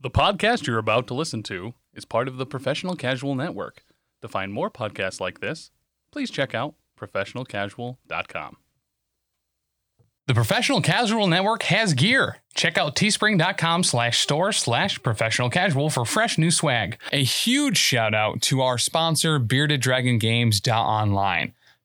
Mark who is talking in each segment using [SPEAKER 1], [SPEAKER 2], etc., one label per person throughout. [SPEAKER 1] The podcast you're about to listen to is part of the Professional Casual Network. To find more podcasts like this, please check out professionalcasual.com. The Professional Casual Network has gear. Check out teespring.com slash store slash professional casual for fresh new swag. A huge shout out to our sponsor, Bearded Dragon Games Online.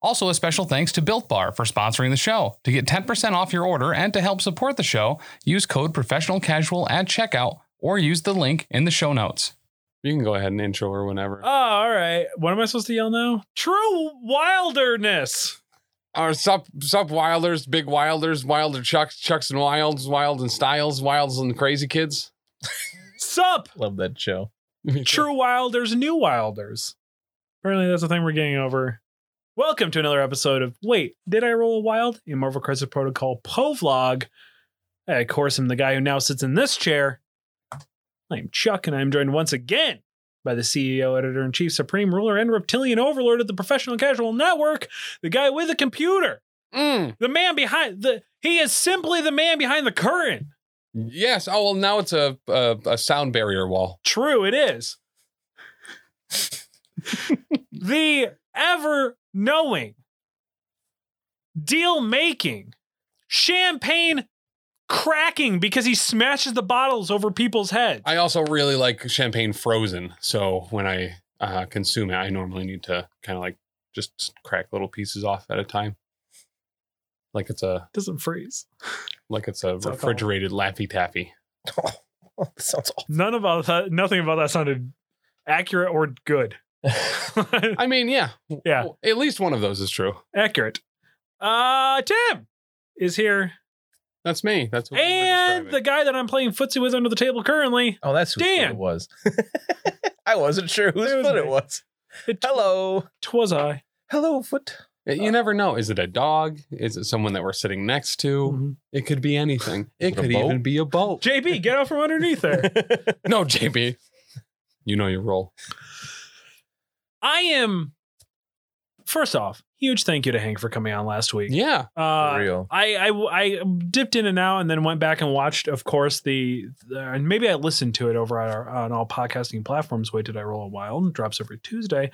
[SPEAKER 1] Also, a special thanks to Built Bar for sponsoring the show. To get 10% off your order and to help support the show, use code professional casual at checkout or use the link in the show notes.
[SPEAKER 2] You can go ahead and intro her whenever.
[SPEAKER 3] Oh, all right. What am I supposed to yell now? True wilderness.
[SPEAKER 2] Our sup sup wilders, big wilders, wilder chucks, chucks and wilds, wild and styles, wilds and crazy kids.
[SPEAKER 3] Sup,
[SPEAKER 4] Love that show.
[SPEAKER 3] true wilders, new wilders. Apparently, that's the thing we're getting over. Welcome to another episode of Wait, Did I Roll a Wild? A Marvel Crisis Protocol PO vlog. I, of course, am the guy who now sits in this chair. I'm Chuck, and I'm joined once again by the CEO, editor in chief, supreme ruler, and reptilian overlord of the Professional Casual Network, the guy with the computer,
[SPEAKER 2] Mm,
[SPEAKER 3] the man behind the. He is simply the man behind the curtain.
[SPEAKER 2] yes. Oh well, now it's a, a a sound barrier wall.
[SPEAKER 3] True, it is. the ever knowing, deal making, champagne cracking because he smashes the bottles over people's heads.
[SPEAKER 2] I also really like champagne frozen, so when I uh, consume it, I normally need to kind of like just crack little pieces off at a time, like it's a
[SPEAKER 3] Doesn't freeze.
[SPEAKER 2] like it's a
[SPEAKER 3] It's alcohol.
[SPEAKER 2] refrigerated laffy taffy.
[SPEAKER 4] that sounds awful.
[SPEAKER 3] None about that. Nothing about that sounded accurate or good.
[SPEAKER 2] I mean, yeah,
[SPEAKER 3] yeah,
[SPEAKER 2] At least one of those is true.
[SPEAKER 3] accurate. Uh, Tim is here,
[SPEAKER 2] That's me. That's what we were
[SPEAKER 3] and the
[SPEAKER 2] describing.
[SPEAKER 3] guy that I'm playing footsie with under the table currently.
[SPEAKER 4] Oh, that's whose
[SPEAKER 3] Dan.
[SPEAKER 4] foot it was. I wasn't sure whose
[SPEAKER 3] It was
[SPEAKER 4] foot
[SPEAKER 3] me.
[SPEAKER 4] it was.
[SPEAKER 3] It
[SPEAKER 4] Hello.
[SPEAKER 3] twas I.
[SPEAKER 4] Hello, foot.
[SPEAKER 2] Eh, you never know. Is it a dog? Is it someone that we're sitting next to?
[SPEAKER 3] Mm-hmm.
[SPEAKER 2] It could be anything. It
[SPEAKER 4] Hmm. Is it a
[SPEAKER 2] could
[SPEAKER 4] boat?
[SPEAKER 2] even be a boat.
[SPEAKER 3] JB, get out from underneath there.
[SPEAKER 2] no, JB. You know your role.
[SPEAKER 3] I am. First off, huge thank you to Hank for coming on last week.
[SPEAKER 2] Yeah.
[SPEAKER 3] Uh,
[SPEAKER 4] For real.
[SPEAKER 3] I, I I dipped in and out and then went back and watched, of course, the, the and maybe I listened to it over on, our, on all podcasting platforms. Wait, did I roll a wild? Drops every Tuesday.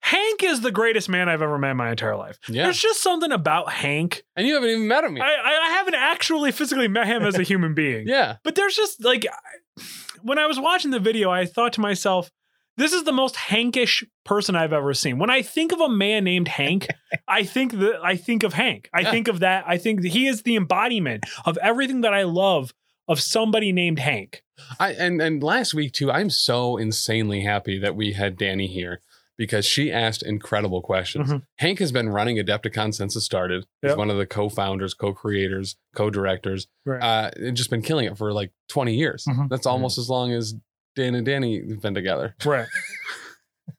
[SPEAKER 3] Hank is the greatest man I've ever met in my entire life.
[SPEAKER 2] Yeah.
[SPEAKER 3] There's just something about Hank.
[SPEAKER 2] And you haven't even met him
[SPEAKER 3] I,
[SPEAKER 2] yet.
[SPEAKER 3] I I haven't actually physically met him as a human being.
[SPEAKER 2] yeah.
[SPEAKER 3] But there's just like I- when I was watching the video, I thought to myself, this is the most Hankish person I've ever seen. When I think of a man named Hank, I think that I think of Hank. I
[SPEAKER 2] Yeah.
[SPEAKER 3] think of that. I think that he is the embodiment of everything that I love of somebody named Hank.
[SPEAKER 2] I and and last week too, I'm so insanely happy that we had Danny here because she asked incredible questions.
[SPEAKER 4] Mm-hmm.
[SPEAKER 3] Mhm.
[SPEAKER 2] Hank has been running Adepticon since it started. He's
[SPEAKER 3] Yep.
[SPEAKER 2] one of the co-founders, co-creators, co-directors.
[SPEAKER 3] Right.
[SPEAKER 2] uh, and just been killing it for like 20 years.
[SPEAKER 4] Mm-hmm.
[SPEAKER 3] Mhm.
[SPEAKER 2] That's almost as long as Dan and Danny have been together.
[SPEAKER 3] right.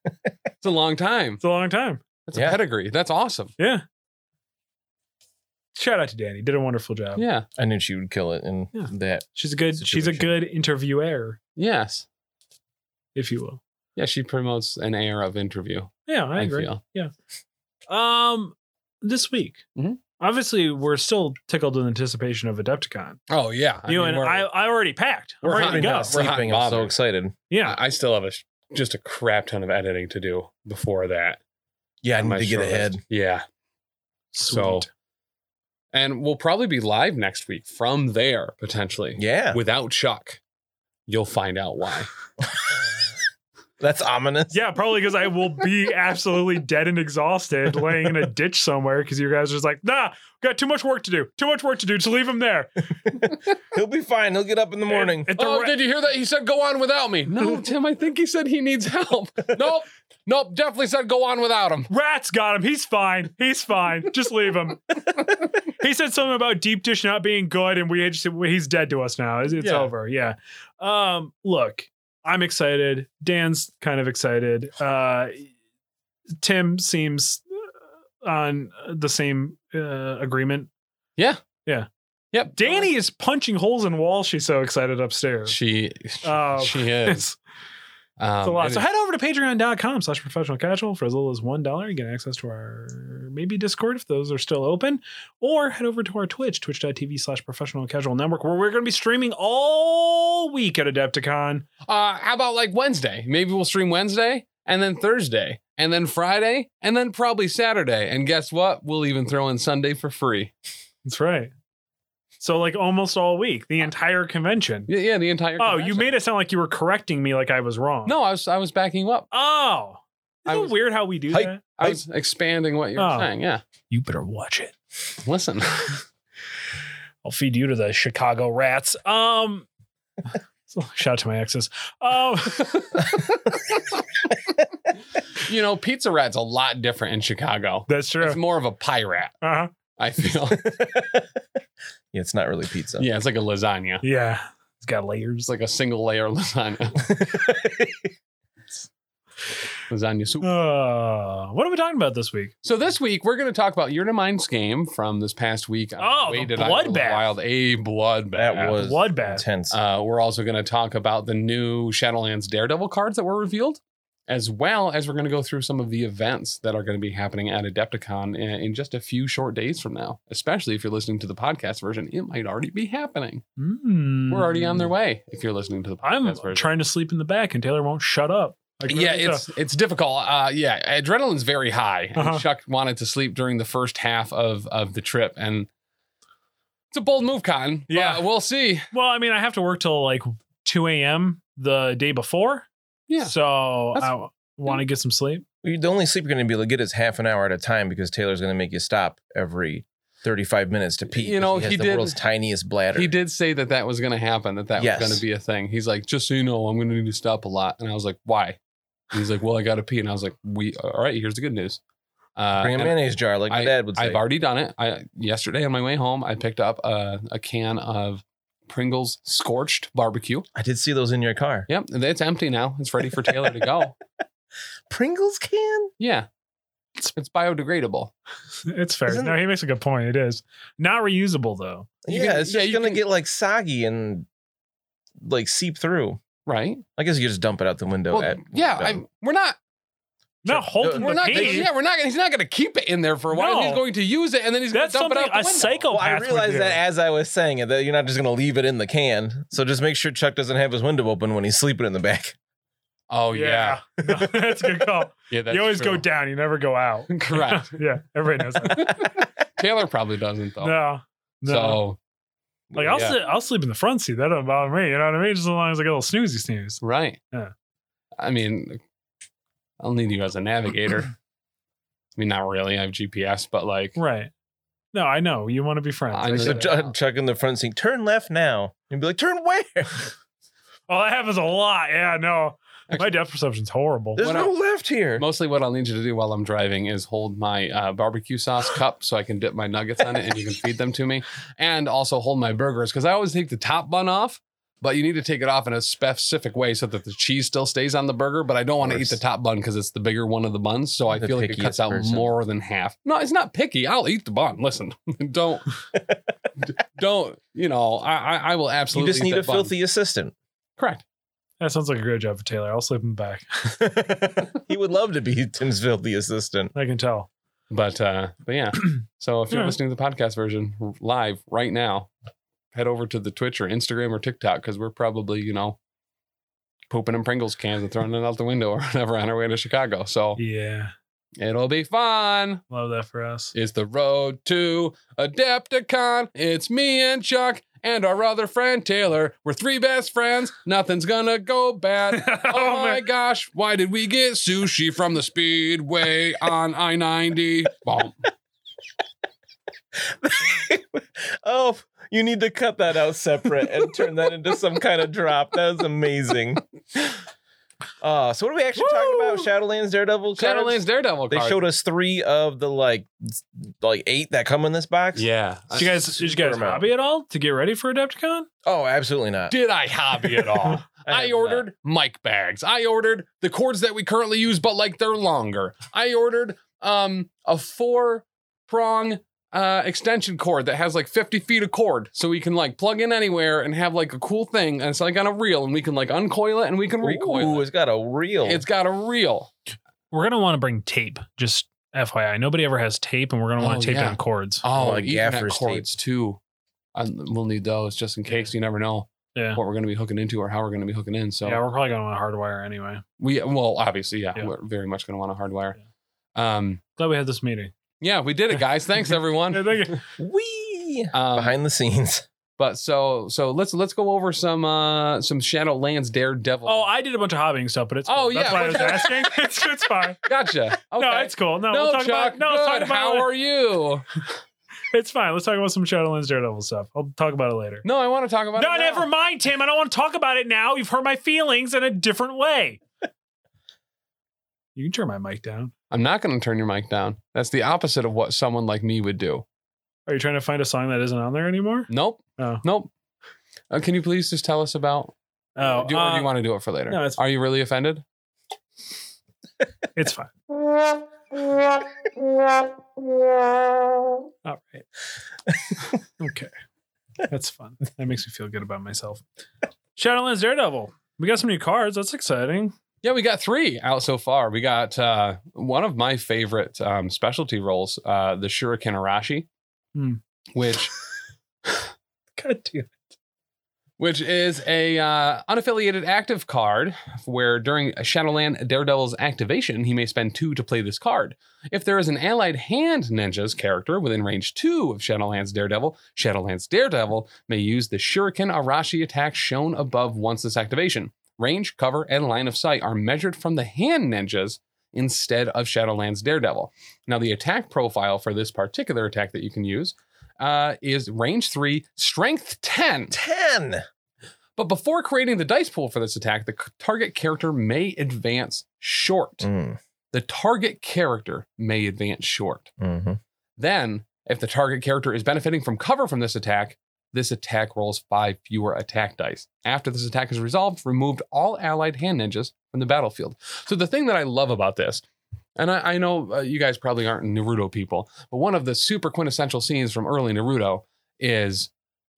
[SPEAKER 2] It's a long time.
[SPEAKER 3] It's a long time.
[SPEAKER 2] That's a
[SPEAKER 4] Yeah.
[SPEAKER 2] pedigree. That's awesome.
[SPEAKER 3] Yeah. Shout out to Danny. Did a wonderful job.
[SPEAKER 2] Yeah.
[SPEAKER 4] I knew she would kill it in
[SPEAKER 3] Yeah.
[SPEAKER 4] that.
[SPEAKER 3] She's a good she's a
[SPEAKER 4] Situation.
[SPEAKER 3] good interviewer,
[SPEAKER 2] Yes.
[SPEAKER 3] if you will.
[SPEAKER 2] Yeah. She promotes an air of interview.
[SPEAKER 3] Yeah, I
[SPEAKER 2] I,
[SPEAKER 3] agree.
[SPEAKER 2] feel.
[SPEAKER 3] Um, this week,
[SPEAKER 2] Mhm.
[SPEAKER 3] obviously, we're still tickled in anticipation of Adepticon.
[SPEAKER 2] Oh yeah.
[SPEAKER 3] you
[SPEAKER 2] mean,
[SPEAKER 3] and
[SPEAKER 2] we're-
[SPEAKER 3] I, I already packed. I'm
[SPEAKER 2] we're
[SPEAKER 3] ready to
[SPEAKER 2] hot
[SPEAKER 3] go.
[SPEAKER 2] enough. We're hot
[SPEAKER 4] Sleeping.
[SPEAKER 2] and
[SPEAKER 4] I'm so
[SPEAKER 2] bothered.
[SPEAKER 4] excited.
[SPEAKER 3] Yeah,
[SPEAKER 2] I I still have a sh- just a crap ton of editing to do before that.
[SPEAKER 4] Yeah, I
[SPEAKER 2] on
[SPEAKER 4] need
[SPEAKER 2] my
[SPEAKER 4] to get
[SPEAKER 2] short
[SPEAKER 4] ahead.
[SPEAKER 2] list. Yeah. So,
[SPEAKER 3] Sweet.
[SPEAKER 2] and we'll probably be live next week from there potentially.
[SPEAKER 4] Yeah.
[SPEAKER 2] Without Chuck, you'll find out why.
[SPEAKER 4] That's ominous.
[SPEAKER 3] yeah, probably because I will be absolutely dead and exhausted, laying in a ditch somewhere. Because you guys are just like, nah, got too much work to do. Too much work to do. Just leave him there.
[SPEAKER 4] He'll be fine. He'll get up in the morning.
[SPEAKER 3] At the
[SPEAKER 2] Oh,
[SPEAKER 3] ra-
[SPEAKER 2] did you hear that? He said, go on without me. No, Tim, I think he said he needs help. Nope. Nope. Definitely said, go on without him.
[SPEAKER 3] Rats got him. He's fine. He's fine. Just leave him. he said something about deep dish not being good, and we just he's dead to us now. It's, it's
[SPEAKER 2] Yeah.
[SPEAKER 3] over. Yeah. Um. Look, I'm excited. Dan's kind of excited. Uh, Tim seems on the same uh, agreement?
[SPEAKER 2] Yeah.
[SPEAKER 3] Yeah.
[SPEAKER 2] Yep.
[SPEAKER 3] Danny is punching holes in walls. She's so excited upstairs.
[SPEAKER 2] She
[SPEAKER 3] Oh,
[SPEAKER 2] she
[SPEAKER 3] It's-
[SPEAKER 2] is. Um,
[SPEAKER 3] It's a lot.
[SPEAKER 2] and
[SPEAKER 3] So head over to patreon.com slash professional casual for as little as $1. You get access to our maybe Discord if those are still open. Or head over to our Twitch, twitch.tv slash professional casual network, where we're going to be streaming all week at Adepticon.
[SPEAKER 2] uh, how about like Wednesday? Maybe we'll stream Wednesday and then Thursday and then Friday and then probably Saturday. And guess what? We'll even throw in Sunday for free.
[SPEAKER 3] That's right. So, like, almost all week, the entire convention.
[SPEAKER 2] Yeah, yeah the entire.
[SPEAKER 3] Oh,
[SPEAKER 2] convention.
[SPEAKER 3] you made it sound like you were correcting me like I was wrong.
[SPEAKER 2] No, I was I was backing you up.
[SPEAKER 3] Oh.
[SPEAKER 2] I
[SPEAKER 3] Isn't
[SPEAKER 2] was-
[SPEAKER 3] it weird how we do
[SPEAKER 4] Hey.
[SPEAKER 3] that?
[SPEAKER 2] I was expanding what you were
[SPEAKER 3] Oh.
[SPEAKER 2] saying. Yeah,
[SPEAKER 3] You better watch it.
[SPEAKER 2] listen.
[SPEAKER 3] I'll feed you to the Chicago rats. Um, so, shout out to my exes. Um,
[SPEAKER 2] you know, Pizza Rat's a lot different in Chicago.
[SPEAKER 3] that's true.
[SPEAKER 2] It's more of a pie rat,
[SPEAKER 3] Uh-huh.
[SPEAKER 2] I feel.
[SPEAKER 4] Yeah, it's not really pizza.
[SPEAKER 2] yeah, it's like a lasagna.
[SPEAKER 3] Yeah. It's got
[SPEAKER 2] It's
[SPEAKER 3] layers.
[SPEAKER 2] like a single layer lasagna. lasagna soup.
[SPEAKER 3] Uh, what are we talking about this week?
[SPEAKER 2] So this week we're going to talk about Your to Mind's game from this past week. on
[SPEAKER 3] Oh,
[SPEAKER 2] Way
[SPEAKER 3] the
[SPEAKER 2] Did I Roll
[SPEAKER 3] bloodbath.
[SPEAKER 2] Wild a bloodbath.
[SPEAKER 4] That was
[SPEAKER 3] Bloodbath.
[SPEAKER 4] intense.
[SPEAKER 2] Uh, we're also going to talk about the new Shadowlands Daredevil cards that were revealed, as well as we're going to go through some of the events that are going to be happening at Adepticon in, in just a few short days from now. Especially if you're listening to the podcast version, it might already be happening.
[SPEAKER 3] Mm.
[SPEAKER 2] We're already on their way if you're listening to the podcast
[SPEAKER 3] I'm
[SPEAKER 2] version.
[SPEAKER 3] trying to sleep in the back, and Taylor won't shut up. Like,
[SPEAKER 2] yeah,
[SPEAKER 3] uh,
[SPEAKER 2] it's it's difficult. Uh, yeah, adrenaline's very high. and
[SPEAKER 3] Uh-huh.
[SPEAKER 2] Chuck wanted to sleep during the first half of of the trip, and it's a bold move, Cotton. but
[SPEAKER 3] Yeah.
[SPEAKER 2] we'll see.
[SPEAKER 3] well, I mean, I have to work till like 2 a.m. the day before.
[SPEAKER 2] Yeah.
[SPEAKER 3] So
[SPEAKER 2] That's-
[SPEAKER 3] I want to get some sleep.
[SPEAKER 4] You- the only sleep you're going to be able to get is half an hour at a time because Taylor's going to make you stop every 35 minutes to pee.
[SPEAKER 2] You know,
[SPEAKER 4] because
[SPEAKER 2] he
[SPEAKER 4] has the
[SPEAKER 2] did-
[SPEAKER 4] world's tiniest bladder.
[SPEAKER 2] He did say that that was going to happen. That that
[SPEAKER 4] Yes.
[SPEAKER 2] was going to be a thing. He's like, just so you know, I'm going to need to stop a lot. And I was like, why? And he's like, well, I got to pee. And I was like, we all right. Here's the good news. Uh,
[SPEAKER 4] Bring a
[SPEAKER 2] and
[SPEAKER 4] mayonnaise jar like my dad would say.
[SPEAKER 2] I've already done it. I yesterday on my way home, I picked up a, a can of Pringles scorched barbecue.
[SPEAKER 4] I did see those in your car.
[SPEAKER 2] Yep, and it's empty now. It's ready for Taylor to go.
[SPEAKER 4] Pringles can?
[SPEAKER 2] Yeah, it's, it's biodegradable.
[SPEAKER 3] It's fair.
[SPEAKER 4] Isn't
[SPEAKER 3] no, he makes a good point. It is not reusable though.
[SPEAKER 2] You
[SPEAKER 4] yeah,
[SPEAKER 2] can-
[SPEAKER 4] it's
[SPEAKER 2] yeah,
[SPEAKER 4] just
[SPEAKER 2] you
[SPEAKER 4] going to
[SPEAKER 2] can-
[SPEAKER 4] get like soggy and like seep through.
[SPEAKER 2] Right?
[SPEAKER 4] I guess you could just dump it out the window.
[SPEAKER 2] Well,
[SPEAKER 4] at,
[SPEAKER 2] yeah, I, we're not.
[SPEAKER 3] Not
[SPEAKER 4] Sure.
[SPEAKER 3] holding
[SPEAKER 2] We're
[SPEAKER 3] the
[SPEAKER 2] not.
[SPEAKER 3] pee.
[SPEAKER 2] Gonna, yeah, we're not. Gonna, he's not going to keep it in there for a while.
[SPEAKER 3] No.
[SPEAKER 2] He's going to use it, and then he's going to
[SPEAKER 3] That's
[SPEAKER 2] dump it
[SPEAKER 3] something
[SPEAKER 2] out the
[SPEAKER 3] a
[SPEAKER 2] window.
[SPEAKER 3] psychopath
[SPEAKER 4] Well, I
[SPEAKER 3] would
[SPEAKER 4] realized
[SPEAKER 3] do.
[SPEAKER 4] that as I was saying it, that you're not just going to leave it in the can. So just make sure Chuck doesn't have his window open when he's sleeping in the back.
[SPEAKER 2] Oh yeah,
[SPEAKER 3] No, that's a good call.
[SPEAKER 2] yeah. that's
[SPEAKER 3] you always
[SPEAKER 2] true.
[SPEAKER 3] go down. You never go out.
[SPEAKER 2] Correct.
[SPEAKER 3] yeah, everybody knows that.
[SPEAKER 2] Taylor probably doesn't though.
[SPEAKER 3] No, no.
[SPEAKER 2] So
[SPEAKER 3] Like I'll
[SPEAKER 2] Yeah.
[SPEAKER 3] sit, I'll sleep in the front seat. That don't bother me. You know what I mean? Just as long as I get a little snoozy snooze.
[SPEAKER 2] right.
[SPEAKER 3] Yeah.
[SPEAKER 2] I mean, I'll need you as a navigator. I mean, not really. I have GPS, but like,
[SPEAKER 3] Right. No, I know you want to be friends.
[SPEAKER 2] I
[SPEAKER 3] I
[SPEAKER 2] know.
[SPEAKER 3] get
[SPEAKER 4] So
[SPEAKER 3] it.
[SPEAKER 4] Chu- Chuck in the front seat, turn left now. And be like, turn where?
[SPEAKER 3] oh, that happens a lot. Yeah, no, my
[SPEAKER 2] Actually-
[SPEAKER 3] depth perception's horrible.
[SPEAKER 4] There's
[SPEAKER 2] What
[SPEAKER 4] no left here.
[SPEAKER 2] Mostly, what I'll need you to do while I'm driving is hold my uh, barbecue sauce cup so I can dip my nuggets on it and you can feed them to me, and also hold my burgers because I always take the top bun off. But you need to take it off in a specific way so that the cheese still stays on the burger. But I don't want to eat
[SPEAKER 4] course.
[SPEAKER 2] the top bun because it's the bigger one of the buns. So I
[SPEAKER 4] The
[SPEAKER 2] feel like it cuts
[SPEAKER 4] pickiest
[SPEAKER 2] out
[SPEAKER 4] person.
[SPEAKER 2] more than half. No, it's not picky. I'll eat the bun. Listen, don't, d- don't. You know, I, I, I will
[SPEAKER 4] You
[SPEAKER 2] absolutely.
[SPEAKER 4] just
[SPEAKER 2] eat
[SPEAKER 4] need
[SPEAKER 2] that
[SPEAKER 4] a
[SPEAKER 2] bun.
[SPEAKER 4] filthy assistant.
[SPEAKER 2] Correct.
[SPEAKER 3] That sounds like a great job for Taylor. I'll sleep in the back.
[SPEAKER 4] he would love to be Tim's filthy assistant.
[SPEAKER 3] I can tell.
[SPEAKER 2] But uh, but yeah. So if you're
[SPEAKER 3] Yeah.
[SPEAKER 2] listening to the podcast version r- live right now, head over to the Twitch or Instagram or TikTok because we're probably you know pooping in Pringles cans and throwing it out the window or whatever on our way to Chicago. So
[SPEAKER 3] Yeah,
[SPEAKER 2] it'll be fun.
[SPEAKER 3] love that for us.
[SPEAKER 2] It's the road to Adepticon. It's me and Chuck and our other friend Taylor. We're three best friends. Nothing's gonna go bad. Oh, my
[SPEAKER 3] man.
[SPEAKER 2] gosh, why did we get sushi from the Speedway on I 90?
[SPEAKER 4] oh, you need to cut that out separate and turn that into some kind of drop. That was amazing. Uh, so what are we actually talking about?
[SPEAKER 3] Woo!
[SPEAKER 4] Shadowlands Daredevil? cards?
[SPEAKER 2] Shadowlands Daredevil
[SPEAKER 4] They
[SPEAKER 2] card.
[SPEAKER 4] showed us three of the like s- like eight that come in this box.
[SPEAKER 2] Yeah.
[SPEAKER 3] Did you guys, did you guys
[SPEAKER 4] amount.
[SPEAKER 3] hobby at all to get ready for Adepticon?
[SPEAKER 4] Oh, absolutely not.
[SPEAKER 2] Did I hobby at all? I,
[SPEAKER 4] have
[SPEAKER 2] ordered mic bags. I ordered the cords that we currently use, but like they're longer. I ordered um, a four prong uh, extension cord that has like 50 feet of cord. So we can like plug in anywhere and have like a cool thing. And it's like on a reel and we can like uncoil it and we can recoil
[SPEAKER 4] Ooh,
[SPEAKER 2] it.
[SPEAKER 4] it's got a reel.
[SPEAKER 2] It's got a reel.
[SPEAKER 3] We're gonna want to bring tape. Just FYI, nobody ever has tape, and we're gonna want
[SPEAKER 2] Oh,
[SPEAKER 3] to tape
[SPEAKER 2] yeah.
[SPEAKER 3] down cords.
[SPEAKER 2] Oh, like
[SPEAKER 4] like
[SPEAKER 2] Ethernet
[SPEAKER 4] gaffer's tape.
[SPEAKER 2] cords too. I, we'll need those just in case. You never know
[SPEAKER 3] Yeah.
[SPEAKER 2] what we're going to be hooking into or how we're going to be hooking in. So
[SPEAKER 3] yeah, we're probably gonna want to hardwire anyway.
[SPEAKER 2] we, well, obviously, yeah,
[SPEAKER 3] Yeah.
[SPEAKER 2] we're very much going to want a hardwire. Um,
[SPEAKER 3] Glad we had this meeting.
[SPEAKER 2] yeah, we did it, guys. Thanks, everyone.
[SPEAKER 3] Yeah, thank you.
[SPEAKER 4] Wee!
[SPEAKER 2] Um,
[SPEAKER 4] Behind the scenes.
[SPEAKER 2] But so so let's let's go over some uh some Shadowlands Daredevil.
[SPEAKER 3] Oh, I did a bunch of hobbying stuff, but it's
[SPEAKER 2] Oh,
[SPEAKER 3] cool. That's
[SPEAKER 2] yeah.
[SPEAKER 3] why I was asking. it's, it's fine.
[SPEAKER 2] gotcha. Okay.
[SPEAKER 3] No, it's cool. No,
[SPEAKER 2] No,
[SPEAKER 3] we'll talk
[SPEAKER 2] Chuck.
[SPEAKER 3] about no. Let's
[SPEAKER 2] good.
[SPEAKER 3] talk about
[SPEAKER 2] How
[SPEAKER 3] it.
[SPEAKER 2] are you?
[SPEAKER 3] It's fine. Let's talk about some Shadowlands Daredevil stuff. I'll talk about it later.
[SPEAKER 2] No, I want to talk
[SPEAKER 3] No,
[SPEAKER 2] about. it now.
[SPEAKER 3] never mind, Tim. I don't want to talk about it now. You've hurt my feelings in a different way. you can turn my mic down.
[SPEAKER 2] I'm not going to turn your mic down. That's the opposite of what someone like me would do.
[SPEAKER 3] Are you trying to find a song that isn't on there anymore?
[SPEAKER 2] Nope.
[SPEAKER 3] Oh.
[SPEAKER 2] Nope. Uh, can you please just tell us about?
[SPEAKER 3] Oh,
[SPEAKER 2] do, or do
[SPEAKER 3] uh,
[SPEAKER 2] you want to do it for later?
[SPEAKER 3] no, it's-
[SPEAKER 2] Are you really offended?
[SPEAKER 3] it's fine. All right. okay. That's fun. That makes me feel good about myself. Shadowlands Daredevil. We got some new cards. That's exciting.
[SPEAKER 2] Yeah, we got three out so far. We got uh, one of my favorite um, specialty roles, uh, the Shuriken Arashi,
[SPEAKER 3] Hmm.
[SPEAKER 2] which
[SPEAKER 3] God damn.
[SPEAKER 2] which is a uh, unaffiliated active card where during Shadowland Daredevil's activation, he may spend two to play this card. If there is an allied hand ninja's character within range two of Shadowland's Daredevil, Shadowland's Daredevil may use the Shuriken Arashi attack shown above once this activation. Range, cover, and line of sight are measured from the hand ninjas instead of Shadowland's Daredevil. Now, the attack profile for this particular attack that you can use uh, is range three, strength 10.
[SPEAKER 4] 10.
[SPEAKER 2] But before creating the dice pool for this attack, the c- target character may advance short.
[SPEAKER 4] Mm,
[SPEAKER 2] The target character may advance short.
[SPEAKER 4] mhm.
[SPEAKER 2] Then, if the target character is benefiting from cover from this attack, this attack rolls five fewer attack dice. After this attack is resolved, removed all allied hand ninjas from the battlefield. So, the thing that I love about this, and I, I know uh, you guys probably aren't Naruto people, but one of the super quintessential scenes from early Naruto is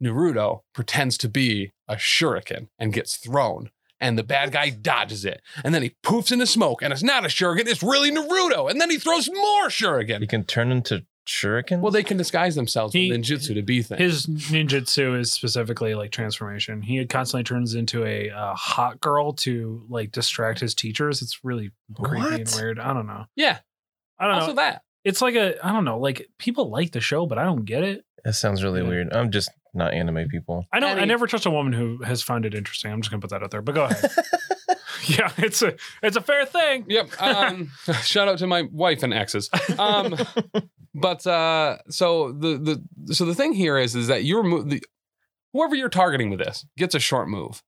[SPEAKER 2] Naruto pretends to be a shuriken and gets thrown. And the bad guy dodges it. And then he poofs into smoke. And it's not a shuriken, it's really Naruto. And then he throws more shuriken.
[SPEAKER 4] You can turn into shuriken?
[SPEAKER 2] Well, they can disguise themselves
[SPEAKER 3] He-
[SPEAKER 2] with ninjutsu to be things.
[SPEAKER 3] His ninjutsu is specifically like transformation. He constantly turns into a uh, hot girl to like distract his teachers. It's really creepy and
[SPEAKER 4] What?
[SPEAKER 3] weird. I don't know.
[SPEAKER 2] yeah.
[SPEAKER 3] I don't
[SPEAKER 2] Also
[SPEAKER 3] know.
[SPEAKER 2] that.
[SPEAKER 3] It's like a I don't know. Like people like the show, but I don't get it.
[SPEAKER 4] that sounds really
[SPEAKER 2] Yeah.
[SPEAKER 4] weird. I'm just not anime people.
[SPEAKER 3] I don't. I
[SPEAKER 2] Eddie.
[SPEAKER 3] never trust a woman who has found it interesting. I'm just gonna put that out there. But go ahead. yeah, it's a it's a fair thing.
[SPEAKER 2] Yep. Um, shout out to my wife and exes. Um, but uh, so the the so the thing here is is that you're mo- the, whoever you're targeting with this gets a short move.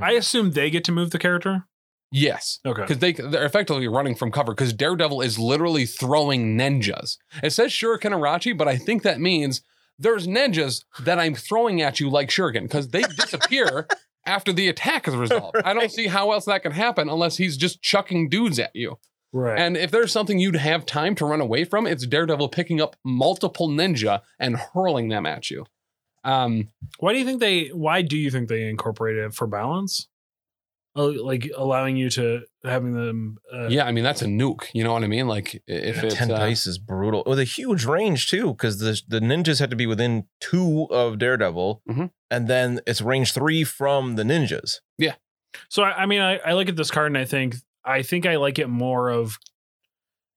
[SPEAKER 3] I assume they get to move the character.
[SPEAKER 2] Yes.
[SPEAKER 3] Okay.
[SPEAKER 2] because they they're effectively running from cover because Daredevil is literally throwing ninjas. It says Shuriken Arashi, but I think that means there's ninjas that I'm throwing at you like Shuriken because they disappear after the attack is resolved. I don't see how else that can happen unless he's just chucking dudes at you.
[SPEAKER 3] Right.
[SPEAKER 2] And if there's something you'd have time to run away from, it's Daredevil picking up multiple ninja and hurling them at you. Um,
[SPEAKER 3] why do you think they? Why do you think they incorporated it for balance? Oh, like allowing you to having them. Uh,
[SPEAKER 2] yeah, I mean that's a nuke. You know what I mean? Like i- if it's
[SPEAKER 4] ten
[SPEAKER 2] uh,
[SPEAKER 4] dice is brutal with a huge range too, because the the ninjas had to be within two of Daredevil,
[SPEAKER 2] Mhm.
[SPEAKER 4] and then it's range three from the ninjas.
[SPEAKER 3] So I, I mean, I, I look at this card and I think I think I like it more of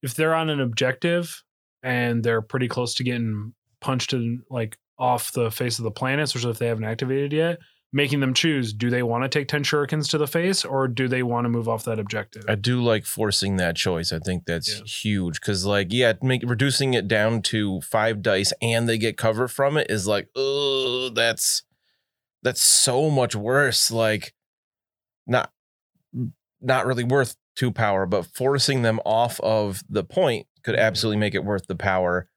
[SPEAKER 3] if they're on an objective and they're pretty close to getting punched and like off the face of the planet, especially if they haven't activated yet, making them choose: do they want to take ten shurikens to the face or do they want to move off that objective?
[SPEAKER 4] I do like forcing that choice. I think that's
[SPEAKER 3] Yeah.
[SPEAKER 4] huge because, like, yeah, make, reducing it down to five dice and they get cover from it is like, oh, that's that's so much worse. Like, not not really worth two power, but
[SPEAKER 2] Mm-hmm.
[SPEAKER 4] forcing them off of the point could absolutely make it worth the power.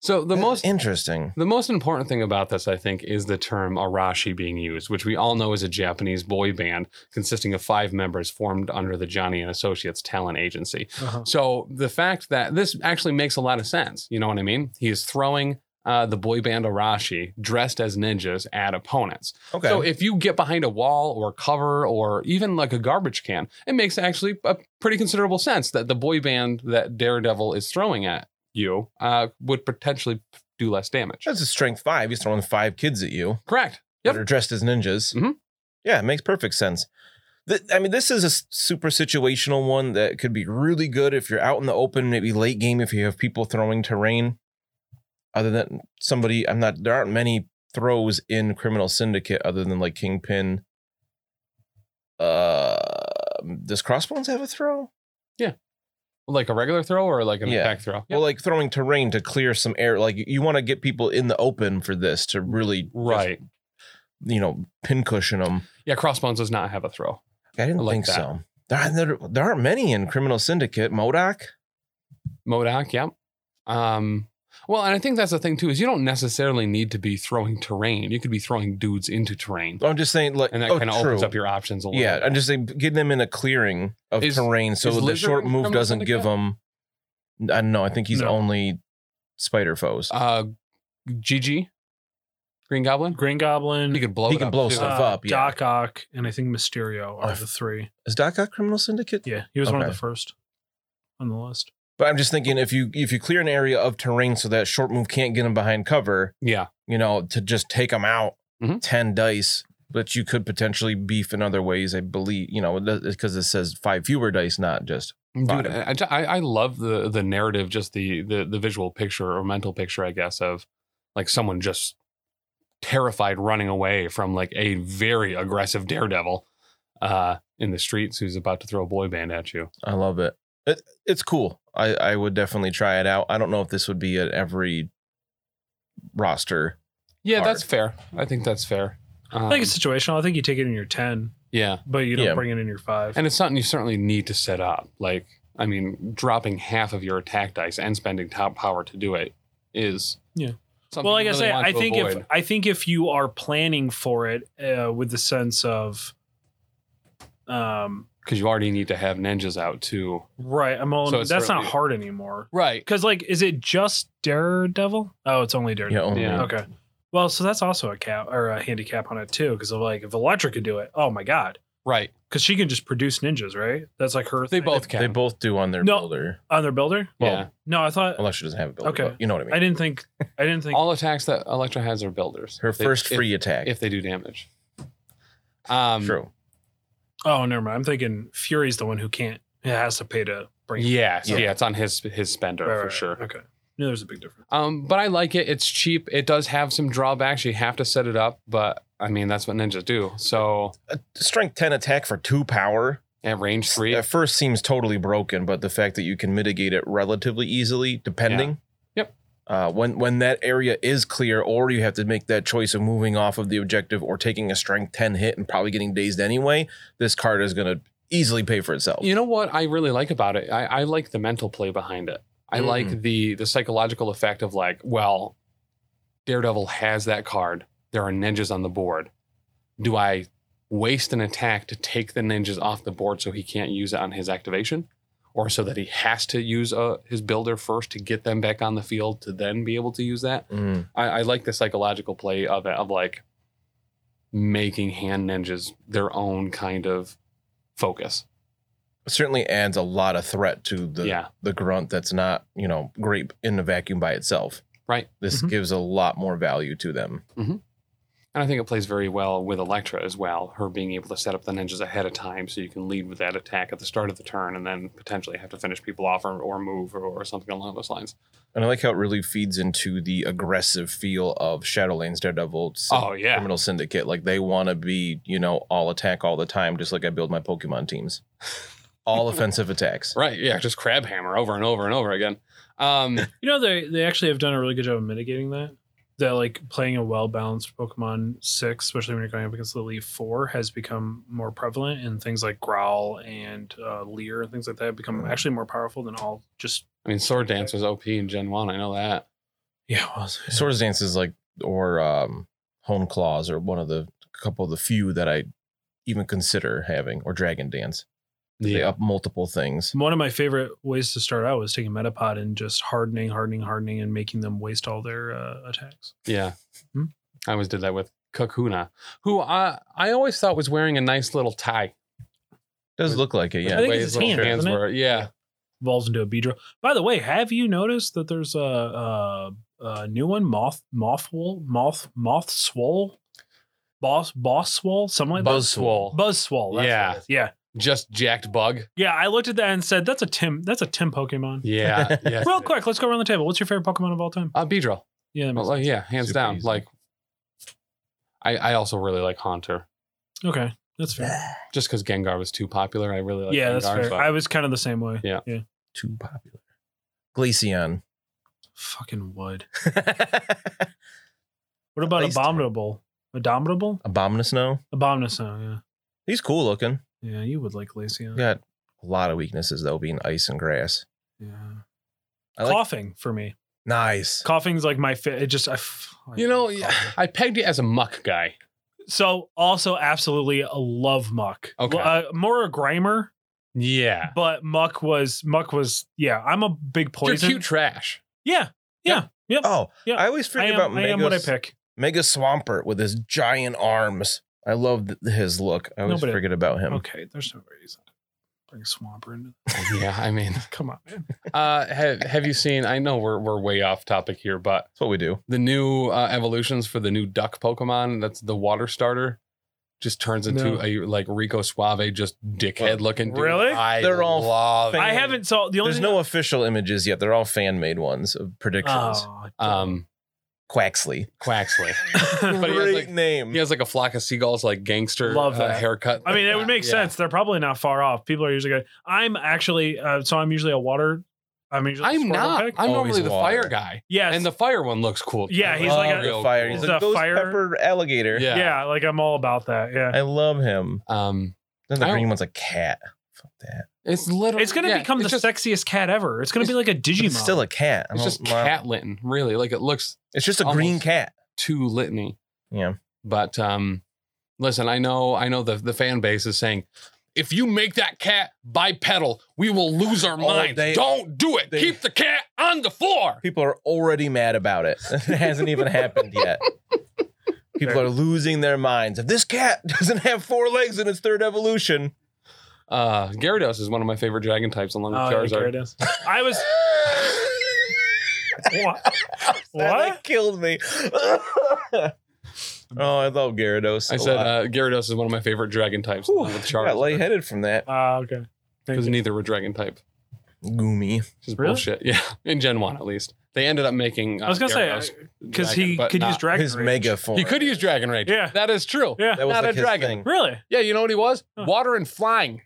[SPEAKER 2] So the
[SPEAKER 4] That's
[SPEAKER 2] most
[SPEAKER 4] interesting.
[SPEAKER 2] the most important thing about this, I think, is the term Arashi being used, which we all know is a Japanese boy band consisting of five members formed under the Johnny and Associates talent agency.
[SPEAKER 3] Uh-huh.
[SPEAKER 2] So the fact that this actually makes a lot of sense, you know what I mean? He is throwing uh, the boy band Arashi dressed as ninjas at opponents.
[SPEAKER 4] Okay.
[SPEAKER 2] So if you get behind a wall or a cover or even like a garbage can, it makes actually a pretty considerable sense that the boy band that Daredevil is throwing at you uh, would potentially do less damage.
[SPEAKER 4] That's a strength five. He's throwing five kids at you
[SPEAKER 2] Correct. Yep.
[SPEAKER 4] that are dressed as ninjas.
[SPEAKER 2] Mhm.
[SPEAKER 4] Yeah, it makes perfect sense. Th- I mean, this is a s- super situational one that could be really good if you're out in the open, maybe late game if you have people throwing terrain. Other than somebody, I'm not. There aren't many throws in Criminal Syndicate other than like Kingpin. Uh, does Crossbones have a throw?
[SPEAKER 2] Like a regular throw or like an
[SPEAKER 4] Yeah.
[SPEAKER 2] attack throw?
[SPEAKER 4] Well, like throwing terrain to clear some air. Like you want to get people in the open for this to really,
[SPEAKER 2] right.
[SPEAKER 4] you know, pincushion them.
[SPEAKER 2] Yeah, Crossbones does not have a throw.
[SPEAKER 4] I didn't
[SPEAKER 2] I like
[SPEAKER 4] think
[SPEAKER 2] that.
[SPEAKER 4] so. There, aren't- there, there aren't many in Criminal Syndicate. Modoc?
[SPEAKER 2] Modoc, yep. Um, well, and I think that's the thing too, is you don't necessarily need to be throwing terrain. You could be throwing dudes into terrain.
[SPEAKER 4] I'm just saying, like,
[SPEAKER 2] And that
[SPEAKER 4] oh,
[SPEAKER 2] kind of
[SPEAKER 4] true.
[SPEAKER 2] opens up your options a little
[SPEAKER 4] Yeah,
[SPEAKER 2] bit.
[SPEAKER 4] I'm just saying, getting them in a clearing of
[SPEAKER 2] Is-
[SPEAKER 4] terrain so
[SPEAKER 2] is
[SPEAKER 4] the
[SPEAKER 2] Lizard
[SPEAKER 4] short
[SPEAKER 2] in
[SPEAKER 4] move
[SPEAKER 2] Criminal
[SPEAKER 4] doesn't give him. I don't know. I think he's
[SPEAKER 3] No.
[SPEAKER 4] only spider foes.
[SPEAKER 2] uh Gigi, Green Goblin.
[SPEAKER 3] Green Goblin, uh,
[SPEAKER 2] He could blow.
[SPEAKER 4] He
[SPEAKER 2] it
[SPEAKER 4] can
[SPEAKER 2] up,
[SPEAKER 4] blow
[SPEAKER 2] too.
[SPEAKER 4] stuff. up, yeah.
[SPEAKER 3] Doc Ock, and I think Mysterio are
[SPEAKER 4] Oh.
[SPEAKER 3] the three.
[SPEAKER 4] Is Doc Ock Criminal Syndicate?
[SPEAKER 3] Yeah, he was one of
[SPEAKER 4] Okay.
[SPEAKER 3] the first on the list.
[SPEAKER 4] But I'm just thinking, if you if you clear an area of terrain so that short move can't get him behind cover,
[SPEAKER 2] Yeah,
[SPEAKER 4] you know, to just take him out,
[SPEAKER 2] Mhm.
[SPEAKER 4] ten dice. But you could potentially beef in other ways, I believe. You know, because it says five fewer dice, not just
[SPEAKER 2] dude,
[SPEAKER 4] Bottom.
[SPEAKER 2] I, I I love the the narrative, just the the the visual picture or mental picture, I guess, of like someone just terrified running away from like a very aggressive daredevil uh in the streets who's about to throw a boy band at you.
[SPEAKER 4] I love it. it it's cool. I, I would definitely try it out. I don't know if this would be at every roster.
[SPEAKER 2] Yeah,
[SPEAKER 4] Hard.
[SPEAKER 2] that's fair. I think that's fair. Um,
[SPEAKER 3] I think it's situational. I think you take it in your ten,
[SPEAKER 2] yeah,
[SPEAKER 3] but you don't
[SPEAKER 4] Yeah.
[SPEAKER 3] bring it in your five.
[SPEAKER 2] and it's something you certainly need to set up. Like, I mean, dropping half of your attack dice and spending top power to do it is
[SPEAKER 3] Yeah.
[SPEAKER 2] something
[SPEAKER 3] well, like
[SPEAKER 2] you
[SPEAKER 3] I
[SPEAKER 2] really
[SPEAKER 3] say,
[SPEAKER 2] want
[SPEAKER 3] I
[SPEAKER 2] to
[SPEAKER 3] think
[SPEAKER 2] avoid.
[SPEAKER 3] if I think if you are planning for it uh, with the sense of, um,
[SPEAKER 2] because you already need to have ninjas out too.
[SPEAKER 3] right, I'm on.
[SPEAKER 2] So it's
[SPEAKER 3] that's not
[SPEAKER 2] really-
[SPEAKER 3] hard anymore.
[SPEAKER 2] Right.
[SPEAKER 3] Because like, is it just Daredevil? Oh, it's only
[SPEAKER 4] Yeah,
[SPEAKER 3] Daredevil.
[SPEAKER 4] only.
[SPEAKER 2] Yeah.
[SPEAKER 3] Okay. Well, so that's also a cap or a handicap on it too, because of like if Electra could do it, oh my god,
[SPEAKER 2] Right.
[SPEAKER 3] because she can just produce ninjas, right? That's like her.
[SPEAKER 2] They
[SPEAKER 3] thing.
[SPEAKER 2] both can.
[SPEAKER 4] They both do on their
[SPEAKER 3] No.
[SPEAKER 4] builder.
[SPEAKER 3] on their builder.
[SPEAKER 2] yeah.
[SPEAKER 4] well,
[SPEAKER 3] No, I thought
[SPEAKER 4] Unless she doesn't have a builder.
[SPEAKER 3] Okay.
[SPEAKER 4] but you know what I mean.
[SPEAKER 3] I didn't think I didn't think.
[SPEAKER 2] All attacks that Electra has are builders.
[SPEAKER 4] Her
[SPEAKER 2] If they-
[SPEAKER 4] first
[SPEAKER 2] if-
[SPEAKER 4] free attack.
[SPEAKER 2] if, they do damage. Um,
[SPEAKER 4] True.
[SPEAKER 3] oh, never mind. I'm thinking Fury's the one who can't. It has to pay to bring. it.
[SPEAKER 2] Yes. Yeah.
[SPEAKER 4] Yeah.
[SPEAKER 2] It's on his his spender
[SPEAKER 3] Right, right,
[SPEAKER 2] Oh, for
[SPEAKER 3] right.
[SPEAKER 2] sure.
[SPEAKER 3] Okay. No, there's a big difference.
[SPEAKER 2] Um, but I like it. It's cheap. It does have some drawbacks. You have to set it up, but I mean that's what ninjas do. So
[SPEAKER 4] A strength 10 attack for two power.
[SPEAKER 2] at range three,
[SPEAKER 4] At first seems totally broken, but the fact that you can mitigate it relatively easily, depending.
[SPEAKER 2] Yep.
[SPEAKER 4] Uh, when when that area is clear, or you have to make that choice of moving off of the objective or taking a strength ten hit and probably getting dazed anyway, this card is going to easily pay for itself.
[SPEAKER 2] You know what I really like about it? I, I like the mental play behind it. I
[SPEAKER 4] Mm.
[SPEAKER 2] like the the psychological effect of like, well, Daredevil has that card. There are ninjas on the board. Do I waste an attack to take the ninjas off the board so he can't use it on his activation? Or so that he has to use uh, his builder first to get them back on the field to then be able to use that?
[SPEAKER 4] Mm.
[SPEAKER 2] I, I like the psychological play of it, of like making hand ninjas their own kind of focus.
[SPEAKER 4] It certainly adds a lot of threat to the
[SPEAKER 2] yeah.
[SPEAKER 4] the grunt that's not you know great in the vacuum by itself.
[SPEAKER 2] Right.
[SPEAKER 4] This
[SPEAKER 3] Mhm.
[SPEAKER 4] gives a lot more value to them.
[SPEAKER 2] And I think it plays very well with Electra as well, her being able to set up the ninjas ahead of time so you can lead with that attack at the start of the turn and then potentially have to finish people off or, or move or, or something along those lines.
[SPEAKER 4] And I like how it really feeds into the aggressive feel of Shadowlands Daredevil syn-
[SPEAKER 2] Oh, yeah.
[SPEAKER 4] Criminal Syndicate. Like they want to be, you know, all attack all the time, just like I build my Pokemon teams. All offensive attacks.
[SPEAKER 2] Right. Yeah. Just crab hammer over and over and over again. Um,
[SPEAKER 3] You know they they actually have done a really good job of mitigating that. That like playing a well balanced Pokemon six, especially when you're going up against the Leaf four, has become more prevalent, and things like Growl and uh, Leer and
[SPEAKER 2] Mm.
[SPEAKER 3] things like that have become actually more powerful than all just
[SPEAKER 2] I mean, Sword Dance was OP in Gen 1. I know that.
[SPEAKER 3] Yeah, well, it's-
[SPEAKER 4] Swords Dance is like, or um, Hone Claws are one of the couple of the few that I even consider having, or Dragon Dance. They up multiple things.
[SPEAKER 3] one of my favorite ways to start out was taking Metapod and just hardening, hardening, hardening, and making them waste all their uh, attacks.
[SPEAKER 2] Yeah.
[SPEAKER 3] Hmm?
[SPEAKER 2] I always did that with Kakuna, who I, I always thought was wearing a nice little tie.
[SPEAKER 4] Does look like it,
[SPEAKER 3] I
[SPEAKER 4] yeah.
[SPEAKER 3] think
[SPEAKER 2] way his
[SPEAKER 3] it's his
[SPEAKER 2] little
[SPEAKER 3] hand,
[SPEAKER 2] hands
[SPEAKER 3] isn't it?
[SPEAKER 2] were. Yeah.
[SPEAKER 3] Evolves into a Beedrill. By the way, have you noticed that there's a, a, a new one, moth, mothwool, moth, moth swole, boss, boss swole, something like
[SPEAKER 2] Buzz
[SPEAKER 3] that. Buzz swole. that's what it
[SPEAKER 2] Yeah.
[SPEAKER 3] is. yeah,
[SPEAKER 2] Just jacked bug.
[SPEAKER 3] yeah. I looked at that and said, "That's a Tim. That's a Tim Pokemon."
[SPEAKER 2] Yeah. yes,
[SPEAKER 3] Real
[SPEAKER 2] it is.
[SPEAKER 3] quick, let's go around the table. What's your favorite Pokemon of all time?
[SPEAKER 2] Uh, Beedrill.
[SPEAKER 3] Yeah, that makes-
[SPEAKER 2] Well, like, yeah, hands
[SPEAKER 4] Super
[SPEAKER 2] down.
[SPEAKER 4] easy.
[SPEAKER 2] Like, I, I also really like Haunter.
[SPEAKER 3] okay, that's fair.
[SPEAKER 2] Just because Gengar was too popular, I really like
[SPEAKER 3] yeah,
[SPEAKER 2] Gengar.
[SPEAKER 3] that's fair.
[SPEAKER 2] but-
[SPEAKER 3] I was kind of the same way.
[SPEAKER 2] Yeah.
[SPEAKER 3] yeah.
[SPEAKER 4] Too popular. Glaceon.
[SPEAKER 3] Fucking wood. What about
[SPEAKER 4] least-
[SPEAKER 3] Abominable? Abominable?
[SPEAKER 4] Abominus No.
[SPEAKER 3] Abominable,
[SPEAKER 4] He's cool looking.
[SPEAKER 3] yeah. Yeah, you would like Glaceon.
[SPEAKER 4] Got a lot of weaknesses though, being ice and grass.
[SPEAKER 3] yeah.
[SPEAKER 4] I like
[SPEAKER 3] Coughing for me.
[SPEAKER 4] nice.
[SPEAKER 3] Coughing's like my fit. It just, I. F- I
[SPEAKER 2] you know,
[SPEAKER 3] love
[SPEAKER 2] yeah,
[SPEAKER 3] coughing.
[SPEAKER 2] I pegged you as a muck guy.
[SPEAKER 3] So also absolutely a love Muck.
[SPEAKER 2] Okay.
[SPEAKER 3] Uh, more a Grimer,
[SPEAKER 2] Yeah.
[SPEAKER 3] but Muck was, Muck was, yeah, I'm a big
[SPEAKER 2] You're
[SPEAKER 3] poison.
[SPEAKER 2] cute trash.
[SPEAKER 3] Yeah. Yeah. Yep.
[SPEAKER 4] Oh,
[SPEAKER 3] Yeah,
[SPEAKER 4] I always
[SPEAKER 3] I
[SPEAKER 4] forget
[SPEAKER 3] am,
[SPEAKER 4] about
[SPEAKER 3] I am what I
[SPEAKER 4] Mega,
[SPEAKER 3] pick.
[SPEAKER 4] Mega Swampert with his giant arms. I love th- his look. I always
[SPEAKER 3] Nobody-
[SPEAKER 4] forget about him.
[SPEAKER 3] Okay. There's no reason to bring Swamper into
[SPEAKER 2] yeah, I mean,
[SPEAKER 3] Come on, man.
[SPEAKER 2] uh, have, have you seen? I know we're, we're way off topic here, but
[SPEAKER 4] That's what we do.
[SPEAKER 2] the new uh, evolutions for the new duck Pokemon that's the water starter just turns into
[SPEAKER 3] No.
[SPEAKER 2] a like Rico Suave, just dickhead looking dude.
[SPEAKER 3] Really?
[SPEAKER 2] I
[SPEAKER 4] They're all
[SPEAKER 2] love
[SPEAKER 4] fake.
[SPEAKER 3] I
[SPEAKER 4] Thing-
[SPEAKER 3] haven't, so the only
[SPEAKER 4] There's
[SPEAKER 3] thing-
[SPEAKER 4] no official images yet. They're all fan made ones of predictions.
[SPEAKER 3] Oh,
[SPEAKER 2] um,
[SPEAKER 4] Quaxley.
[SPEAKER 2] Quaxley. But he has,
[SPEAKER 4] Great
[SPEAKER 2] like-
[SPEAKER 4] name.
[SPEAKER 2] He has like a flock of seagulls, like gangster
[SPEAKER 3] Love
[SPEAKER 2] uh,
[SPEAKER 3] that.
[SPEAKER 2] haircut.
[SPEAKER 3] I mean, it would make
[SPEAKER 2] Yeah.
[SPEAKER 3] sense. They're probably not far off. People are usually going. I'm actually, uh, so I'm usually a water. I'm usually. a
[SPEAKER 2] I'm
[SPEAKER 3] Squirtle
[SPEAKER 2] not.
[SPEAKER 3] pick.
[SPEAKER 2] I'm
[SPEAKER 4] Always
[SPEAKER 2] normally the
[SPEAKER 4] water.
[SPEAKER 2] fire guy,
[SPEAKER 3] Yes.
[SPEAKER 2] and the fire one looks cool. too.
[SPEAKER 3] Yeah, he's
[SPEAKER 2] Like,
[SPEAKER 3] like a-
[SPEAKER 4] Love
[SPEAKER 2] real
[SPEAKER 4] the fire.
[SPEAKER 2] cool.
[SPEAKER 4] He's
[SPEAKER 3] He's
[SPEAKER 4] a,
[SPEAKER 3] a
[SPEAKER 4] ghost
[SPEAKER 3] fire-
[SPEAKER 4] pepper alligator.
[SPEAKER 2] Yeah.
[SPEAKER 3] yeah. Like I'm all about that. Yeah.
[SPEAKER 4] I love him.
[SPEAKER 2] Um,
[SPEAKER 4] Then the
[SPEAKER 2] I
[SPEAKER 4] green
[SPEAKER 2] don't-
[SPEAKER 4] one's a cat. Fuck that.
[SPEAKER 2] it's literally
[SPEAKER 3] it's gonna
[SPEAKER 2] yeah,
[SPEAKER 3] become the
[SPEAKER 2] it's just,
[SPEAKER 3] sexiest cat ever. It's gonna be like a
[SPEAKER 4] But
[SPEAKER 3] Digimon.
[SPEAKER 4] It's still a cat. I
[SPEAKER 2] It's
[SPEAKER 4] don't
[SPEAKER 2] just
[SPEAKER 4] mind-
[SPEAKER 2] cat litten, really. Like it looks
[SPEAKER 4] It's just a
[SPEAKER 2] Almost.
[SPEAKER 4] green cat.
[SPEAKER 2] too litany.
[SPEAKER 4] Yeah.
[SPEAKER 2] But um, listen, I know, I know the the fan base is saying. If you make that cat bipedal, we will lose our minds.
[SPEAKER 4] they-
[SPEAKER 2] Don't do it.
[SPEAKER 4] they-
[SPEAKER 2] Keep the cat on the floor.
[SPEAKER 4] People are already mad about it. It hasn't even happened yet. People are losing their minds. If this cat doesn't have four legs in its third evolution,
[SPEAKER 2] Uh, Gyarados is one of my favorite dragon types, along with
[SPEAKER 3] Oh, yeah,
[SPEAKER 2] Charizard.
[SPEAKER 3] Gyarados. I was. what?
[SPEAKER 4] that
[SPEAKER 3] what?
[SPEAKER 4] like, killed me. oh, I love Gyarados.
[SPEAKER 2] I
[SPEAKER 4] a
[SPEAKER 2] said
[SPEAKER 4] lot.
[SPEAKER 2] uh, Gyarados is one of my favorite dragon types.
[SPEAKER 4] Whew,
[SPEAKER 2] along with
[SPEAKER 4] I got
[SPEAKER 2] Charizard,
[SPEAKER 4] lightheaded from that.
[SPEAKER 3] Ah, okay. Thank
[SPEAKER 2] because
[SPEAKER 3] you.
[SPEAKER 2] neither were dragon type.
[SPEAKER 4] Goomy.
[SPEAKER 2] Which is
[SPEAKER 3] Really?
[SPEAKER 2] bullshit. Yeah, in Gen One at least, they ended up making. Uh,
[SPEAKER 3] I was gonna
[SPEAKER 2] Gyarados
[SPEAKER 3] say because
[SPEAKER 2] dragon,
[SPEAKER 3] he
[SPEAKER 2] but
[SPEAKER 3] could use
[SPEAKER 2] not-
[SPEAKER 3] dragon.
[SPEAKER 4] His
[SPEAKER 3] Rage.
[SPEAKER 4] mega form.
[SPEAKER 2] He could use Dragon Rage.
[SPEAKER 3] Yeah.
[SPEAKER 2] that is true.
[SPEAKER 3] Yeah.
[SPEAKER 4] That was
[SPEAKER 2] not
[SPEAKER 4] like
[SPEAKER 2] a
[SPEAKER 4] his
[SPEAKER 2] dragon.
[SPEAKER 4] thing.
[SPEAKER 3] Really?
[SPEAKER 2] Yeah, you know what he was?
[SPEAKER 3] Huh.
[SPEAKER 2] Water and flying.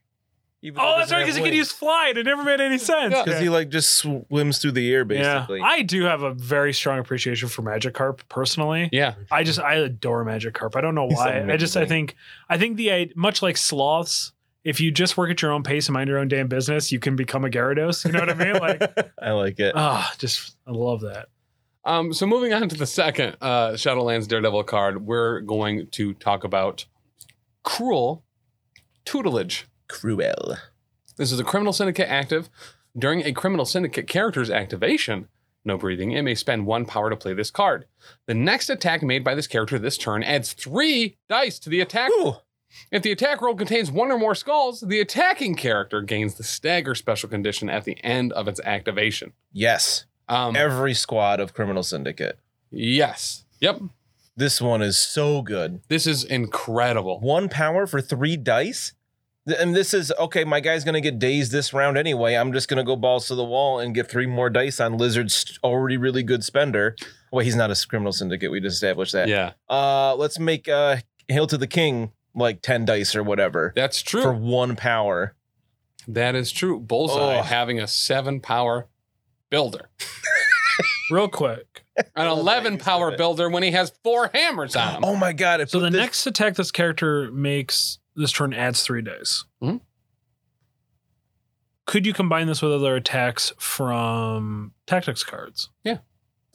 [SPEAKER 3] Oh, that's right. Because he could use fly. and It never made any sense.
[SPEAKER 2] Yeah.
[SPEAKER 4] Because
[SPEAKER 3] Okay.
[SPEAKER 4] he like just swims through the air basically.
[SPEAKER 3] Yeah. I do have a very strong appreciation for Magikarp personally.
[SPEAKER 2] Yeah,
[SPEAKER 3] I just I adore Magikarp. I don't know
[SPEAKER 4] He's
[SPEAKER 3] why. I just I
[SPEAKER 4] amazing.
[SPEAKER 3] think I think the I- much like sloths, if you just work at your own pace and mind your own damn business, you can become a Gyarados. You know what I mean? Like
[SPEAKER 4] I like it.
[SPEAKER 3] ah, just I love that.
[SPEAKER 2] Um, so moving on to the second uh, Shadowlands Daredevil card, we're going to talk about cruel tutelage.
[SPEAKER 4] Cruel.
[SPEAKER 2] This is a criminal syndicate active. During a criminal syndicate character's activation, no breathing, it may spend one power to play this card. The next attack made by this character this turn adds three dice to the attack.
[SPEAKER 4] Ooh.
[SPEAKER 2] If the attack roll contains one or more skulls, the attacking character gains the stagger special condition at the end of its activation.
[SPEAKER 4] Yes.
[SPEAKER 2] Um,
[SPEAKER 4] Every squad of Criminal Syndicate.
[SPEAKER 2] yes. Yep.
[SPEAKER 4] This one is so good.
[SPEAKER 2] This is incredible.
[SPEAKER 4] One power for three dice. Th- And this is okay. My guy's gonna get dazed this round anyway. I'm just gonna go balls to the wall and get three more dice on Lizard's already really good spender. Wait, he's not a criminal syndicate. We just established that.
[SPEAKER 2] Yeah,
[SPEAKER 4] Uh, let's make uh, Hail to the King like ten dice or whatever
[SPEAKER 2] that's true.
[SPEAKER 4] for one power.
[SPEAKER 2] that is true. Bullseye
[SPEAKER 4] Oh.
[SPEAKER 2] having a seven power builder,
[SPEAKER 3] Real quick.
[SPEAKER 2] an
[SPEAKER 4] love that
[SPEAKER 2] 11
[SPEAKER 4] use of
[SPEAKER 2] power
[SPEAKER 4] it.
[SPEAKER 2] builder when he has four hammers on him.
[SPEAKER 4] Oh my god! It
[SPEAKER 3] So
[SPEAKER 4] put
[SPEAKER 3] the
[SPEAKER 4] this-
[SPEAKER 3] next attack this character makes this turn adds three dice.
[SPEAKER 4] Hmm?
[SPEAKER 2] Mhm.
[SPEAKER 3] Could you combine this with other attacks from tactics cards?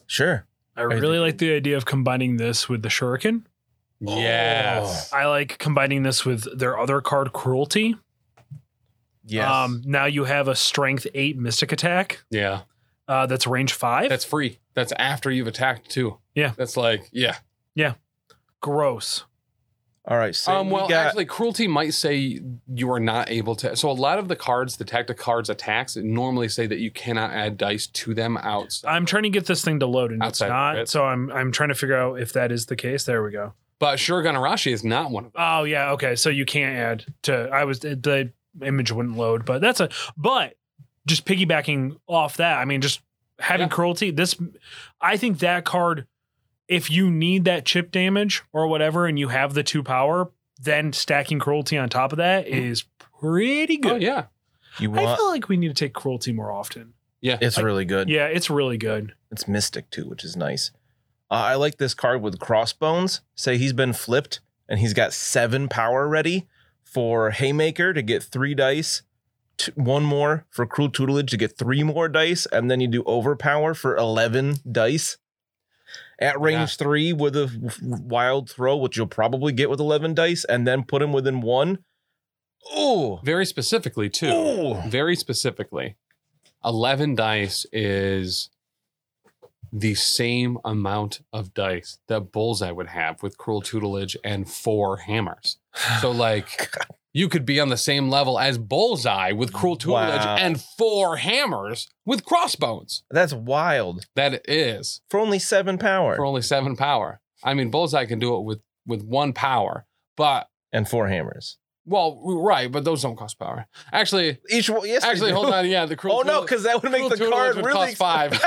[SPEAKER 4] sure
[SPEAKER 3] I really like the idea of combining this with the Shuriken.
[SPEAKER 2] Yes.
[SPEAKER 3] I like combining this with their other card, Cruelty.
[SPEAKER 4] Yes.
[SPEAKER 2] Um,
[SPEAKER 3] Um, now you have a Strength 8 Mystic Attack
[SPEAKER 2] Yeah.
[SPEAKER 3] uh, that's range 5.
[SPEAKER 2] That's free. That's after you've attacked too.
[SPEAKER 3] Yeah.
[SPEAKER 2] That's like, yeah.
[SPEAKER 3] gross.
[SPEAKER 4] All right. So
[SPEAKER 2] um,
[SPEAKER 4] we
[SPEAKER 2] well,
[SPEAKER 4] got-
[SPEAKER 2] actually, cruelty might say you are not able to. So a lot of the cards, the tactic cards, attacks normally say that you cannot add dice to them outside.
[SPEAKER 3] I'm trying to get this thing to load and
[SPEAKER 2] Outside of
[SPEAKER 3] it's not.
[SPEAKER 2] it.
[SPEAKER 3] So I'm I'm trying to figure out if that is the case. There we go.
[SPEAKER 2] But sure, Ganarashi is not one of them.
[SPEAKER 3] Oh yeah, okay. So you can't add to I was the image wouldn't load, but that's a but just piggybacking off that, I mean just having
[SPEAKER 2] Yeah.
[SPEAKER 3] cruelty, this I think that card if you need that chip damage or whatever and you have the two power, then stacking cruelty on top of that
[SPEAKER 2] Mm-hmm.
[SPEAKER 3] is pretty
[SPEAKER 2] Oh
[SPEAKER 3] good.
[SPEAKER 2] yeah,
[SPEAKER 4] you
[SPEAKER 3] I
[SPEAKER 4] want
[SPEAKER 3] feel like we need to take cruelty more often.
[SPEAKER 4] it's really good.
[SPEAKER 3] Yeah, it's really good.
[SPEAKER 4] It's mystic too, which is nice. Uh, I like this card with crossbones. Say he's been flipped and he's got seven power ready for haymaker to get three dice, t- one more for cruel tutelage to get three more dice, and then you do overpower for eleven dice. At range three with a w- wild throw, which you'll probably get with eleven dice, and then put him within one. Oh,
[SPEAKER 2] very specifically too. Very specifically, eleven dice is the same amount of dice that Bullseye would have with cruel tutelage and four hammers. So like. You could be on the same level as Bullseye with cruel tutelage
[SPEAKER 4] Wow.
[SPEAKER 2] and four hammers with crossbones.
[SPEAKER 4] that's wild
[SPEAKER 2] That is
[SPEAKER 4] for only seven power
[SPEAKER 2] for only seven power. I mean, Bullseye can do it with with one power, but
[SPEAKER 4] and four hammers.
[SPEAKER 2] well, right, but those don't cost power. Actually,
[SPEAKER 4] Each one, yes, they
[SPEAKER 2] actually,
[SPEAKER 4] do.
[SPEAKER 2] hold on. Yeah, the cruel.
[SPEAKER 4] Oh no,
[SPEAKER 2] Tutelage-
[SPEAKER 4] because that would make
[SPEAKER 2] cruel
[SPEAKER 4] the
[SPEAKER 2] tutelage
[SPEAKER 4] card
[SPEAKER 2] would
[SPEAKER 4] really
[SPEAKER 2] cost five.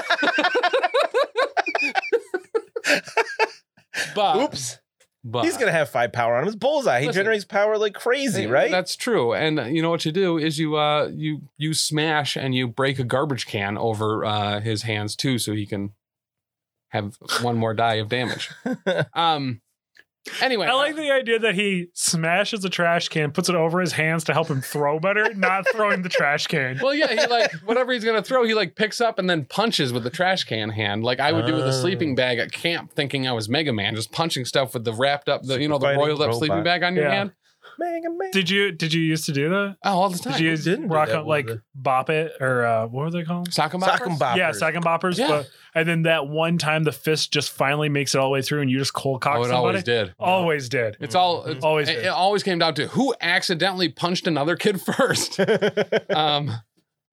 [SPEAKER 2] but
[SPEAKER 4] Oops,
[SPEAKER 2] but
[SPEAKER 4] he's gonna have five power on him. It's bullseye. He
[SPEAKER 2] Listen.
[SPEAKER 4] generates power like crazy,
[SPEAKER 2] Yeah,
[SPEAKER 4] right?
[SPEAKER 2] That's true. And uh, you know what you do is you uh you you smash and you break a garbage can over uh his hands too, so he can have one more die of damage. Um. Anyway,
[SPEAKER 3] I like the idea that he smashes a trash can, puts it over his hands to help him throw better, not throwing the trash can.
[SPEAKER 2] Well, yeah, he like whatever he's gonna throw, he like picks up and then punches with the trash can hand, like I would do with a
[SPEAKER 4] Oh.
[SPEAKER 2] sleeping bag at camp, thinking I was Mega Man, just punching stuff with the wrapped up, the you know, the
[SPEAKER 4] Fighting
[SPEAKER 2] roiled up
[SPEAKER 4] robot.
[SPEAKER 2] sleeping bag on your
[SPEAKER 3] Yeah.
[SPEAKER 2] hand.
[SPEAKER 4] Mega Man.
[SPEAKER 3] Did you did you used to do that?
[SPEAKER 2] Oh, all the
[SPEAKER 3] Did
[SPEAKER 2] time.
[SPEAKER 3] you
[SPEAKER 4] I
[SPEAKER 3] use-
[SPEAKER 4] didn't do
[SPEAKER 3] rock
[SPEAKER 4] that
[SPEAKER 3] out,
[SPEAKER 4] one,
[SPEAKER 3] like
[SPEAKER 4] but-
[SPEAKER 3] bop it or uh, what were they called?
[SPEAKER 2] Sock 'em
[SPEAKER 4] Sock 'em
[SPEAKER 2] boppers?
[SPEAKER 4] boppers.
[SPEAKER 3] Yeah, sock and boppers.
[SPEAKER 2] Yeah.
[SPEAKER 3] But, and then that one time the fist just finally makes it all the way through, and you just cold cock
[SPEAKER 2] Oh, it
[SPEAKER 3] somebody.
[SPEAKER 2] always did.
[SPEAKER 3] Always did.
[SPEAKER 2] It's all it's,
[SPEAKER 3] Mm-hmm. Always
[SPEAKER 2] always it,
[SPEAKER 3] did.
[SPEAKER 2] it always came down to who accidentally punched another kid first. um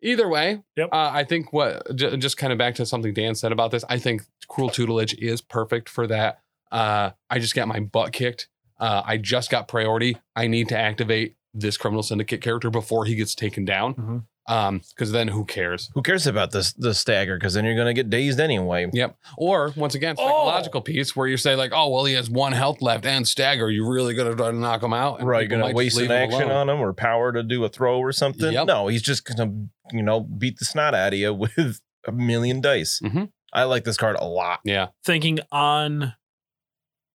[SPEAKER 2] either way,
[SPEAKER 3] Yep.
[SPEAKER 2] uh, I think what j- just kind of back to something Dan said about this, I think cruel tutelage is perfect for that. Uh I just got my butt kicked. Uh I just got priority. I need to activate this criminal syndicate character before he gets taken down.
[SPEAKER 4] Mm-hmm.
[SPEAKER 3] Mhm.
[SPEAKER 2] Um cuz then who cares?
[SPEAKER 4] Who cares about this the stagger? Because then you're gonna get dazed anyway.
[SPEAKER 2] Yep. Or once again,
[SPEAKER 3] Oh.
[SPEAKER 2] psychological piece where you say like, "Oh, well, he has one health left and stagger. You're really gonna try to knock him out, and
[SPEAKER 4] Right,
[SPEAKER 2] people
[SPEAKER 4] you're gonna
[SPEAKER 2] might just
[SPEAKER 4] waste
[SPEAKER 2] leave
[SPEAKER 4] an
[SPEAKER 2] him
[SPEAKER 4] action
[SPEAKER 2] alone.
[SPEAKER 4] on him or power to do a throw or something.
[SPEAKER 2] Yep.
[SPEAKER 4] No, he's just gonna you know beat the snot out of you with a million dice.
[SPEAKER 2] Mhm.
[SPEAKER 4] I like this card a lot.
[SPEAKER 2] Yeah.
[SPEAKER 3] Thinking on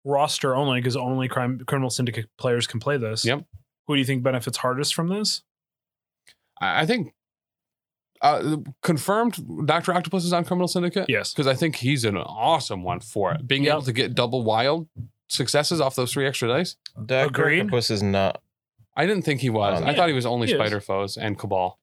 [SPEAKER 3] roster only because only crime criminal syndicate players can play this.
[SPEAKER 2] Yep.
[SPEAKER 3] Who do you think benefits hardest from this?
[SPEAKER 2] I I think uh, confirmed Dr. Octopus is on Criminal Syndicate
[SPEAKER 3] Yes.
[SPEAKER 2] because I think he's an awesome one for it. Being
[SPEAKER 3] Yep.
[SPEAKER 2] able to get double wild successes off those three extra dice.
[SPEAKER 4] Dr.
[SPEAKER 3] Agreed.
[SPEAKER 4] Octopus is not
[SPEAKER 2] I didn't think he was.
[SPEAKER 4] Um,
[SPEAKER 2] I thought he was only
[SPEAKER 3] He is.
[SPEAKER 2] Spider Foes and Cabal.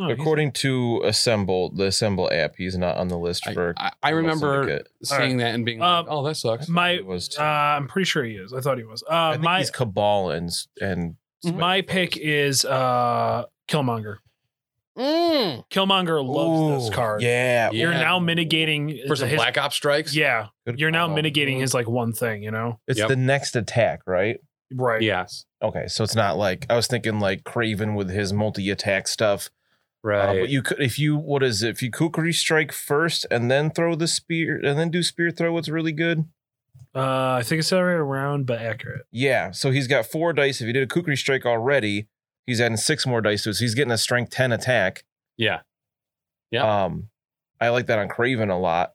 [SPEAKER 3] Oh, he's-
[SPEAKER 4] according to Assemble, the Assemble app, he's not on the list
[SPEAKER 2] I,
[SPEAKER 4] for
[SPEAKER 2] I, I remember seeing that and being like,
[SPEAKER 3] Um,
[SPEAKER 2] oh, that sucks.
[SPEAKER 3] my
[SPEAKER 4] it was
[SPEAKER 3] uh, I'm pretty sure he is. I thought he was. Uh,
[SPEAKER 4] I think
[SPEAKER 3] my
[SPEAKER 4] he's Cabal and s- and
[SPEAKER 3] My pick is uh Killmonger.
[SPEAKER 2] Mm.
[SPEAKER 3] Killmonger loves
[SPEAKER 4] Ooh,
[SPEAKER 3] this card.
[SPEAKER 4] Yeah,
[SPEAKER 3] You're
[SPEAKER 2] Yeah.
[SPEAKER 3] now mitigating
[SPEAKER 2] For some
[SPEAKER 3] his-
[SPEAKER 2] Black Oh, Ops strikes?
[SPEAKER 3] Yeah,
[SPEAKER 4] Good
[SPEAKER 3] you're now
[SPEAKER 4] call.
[SPEAKER 3] mitigating his like one thing. You know,
[SPEAKER 4] It's
[SPEAKER 2] Yep.
[SPEAKER 4] the next attack, right?
[SPEAKER 3] right?
[SPEAKER 2] Yes.
[SPEAKER 4] Okay, so it's not like I was thinking like Craven with his multi-attack stuff. Uh,
[SPEAKER 2] Right.
[SPEAKER 4] but you could if you what is it? If you Kukri strike first and then throw the spear and then do spear throw, it's really good.
[SPEAKER 3] Uh, I think it's the other way around, but accurate.
[SPEAKER 4] Yeah, so he's got four dice. If he did a Kukri strike already, he's adding six more dice to it. So he's getting a strength ten attack.
[SPEAKER 2] yeah. Yep.
[SPEAKER 4] Um, I like that on Craven a lot.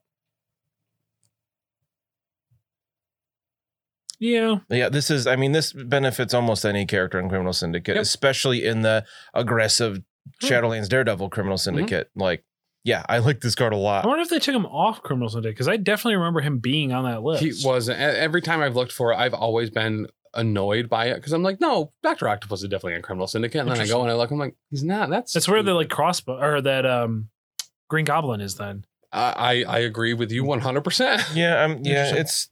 [SPEAKER 3] Yeah,
[SPEAKER 4] Yeah, this is. I mean, this benefits almost any character in Criminal
[SPEAKER 2] Yep.
[SPEAKER 4] Syndicate,
[SPEAKER 2] Mm-hmm.
[SPEAKER 4] especially in the aggressive Shadowlands Daredevil Criminal Syndicate. Like Yeah, I like this card a
[SPEAKER 3] I
[SPEAKER 4] lot.
[SPEAKER 2] Oh,
[SPEAKER 3] wonder if they took him off criminals one day because I definitely remember him being on that list.
[SPEAKER 2] He wasn't. e- Every time I've looked for it, I've always been annoyed by it because I'm like, no, Doctor Octopus is definitely in Criminal Syndicate. And then I go and I look, I'm like, he's not. That's
[SPEAKER 3] That's where the
[SPEAKER 2] stupid.
[SPEAKER 3] like crossbow or that um Green Goblin is then,
[SPEAKER 2] I I, I agree with you 100. percent
[SPEAKER 4] Yeah, I'm yeah,
[SPEAKER 2] Interesting.
[SPEAKER 4] it's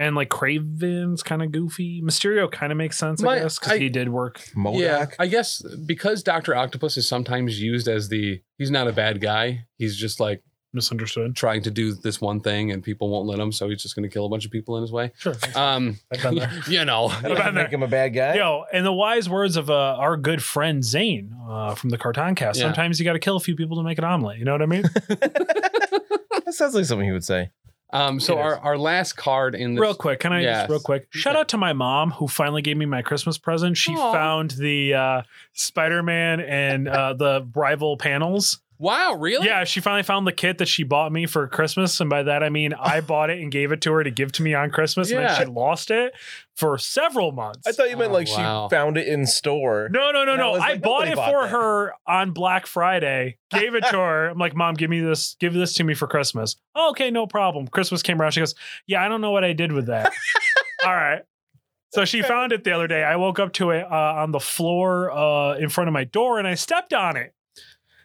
[SPEAKER 3] and like Craven's kind of goofy. Mysterio kind of makes sense,
[SPEAKER 2] My-
[SPEAKER 3] I guess, because
[SPEAKER 2] I-
[SPEAKER 3] he did work.
[SPEAKER 4] Modoc.
[SPEAKER 2] Yeah, I guess because Doctor Octopus is sometimes used as the he's not a bad guy. He's just like
[SPEAKER 3] Misunderstood.
[SPEAKER 2] trying to do this one thing and people won't let him, so he's just going to kill a bunch of people in his way.
[SPEAKER 3] Sure,
[SPEAKER 2] Um,
[SPEAKER 3] I've done that.
[SPEAKER 2] you know,
[SPEAKER 4] That doesn't
[SPEAKER 3] About
[SPEAKER 4] make
[SPEAKER 3] that.
[SPEAKER 4] him a bad guy.
[SPEAKER 3] Yo, and the wise words of uh, our good friend Zane uh, from the Cartoon Cast.
[SPEAKER 2] Yeah.
[SPEAKER 3] Sometimes you got to kill a few people to make an omelet. You know what I mean?
[SPEAKER 4] that sounds like something he would say.
[SPEAKER 2] Um, so
[SPEAKER 3] It
[SPEAKER 2] our, our last card in this
[SPEAKER 3] real quick, can I
[SPEAKER 2] Yes.
[SPEAKER 3] just real quick shout out to my mom who finally gave me my Christmas present. She
[SPEAKER 2] Aw.
[SPEAKER 3] found the uh, Spider Man and uh, the rival panels.
[SPEAKER 2] Wow, really?
[SPEAKER 3] Yeah, she finally found the kit that she bought me for Christmas, and by that I mean I bought it and gave it to her to give to me on Christmas, and
[SPEAKER 2] Yeah.
[SPEAKER 3] then she lost it for several months.
[SPEAKER 4] I thought you meant
[SPEAKER 2] Oh,
[SPEAKER 4] like
[SPEAKER 2] wow.
[SPEAKER 4] she found it in store.
[SPEAKER 3] No, no, no,
[SPEAKER 4] And I
[SPEAKER 3] no.
[SPEAKER 4] was
[SPEAKER 3] I
[SPEAKER 4] like,
[SPEAKER 3] bought
[SPEAKER 4] nobody
[SPEAKER 3] it
[SPEAKER 4] bought
[SPEAKER 3] for
[SPEAKER 4] that.
[SPEAKER 3] her on Black Friday. Gave it to her. I'm like, Mom, give me this. Give this to me for Christmas. "Oh, okay, no problem. Christmas came around. She goes, Yeah, I don't know what I did with that. All right. So she found it the other day. I woke up to it uh, on the floor uh, in front of my door and I stepped on it.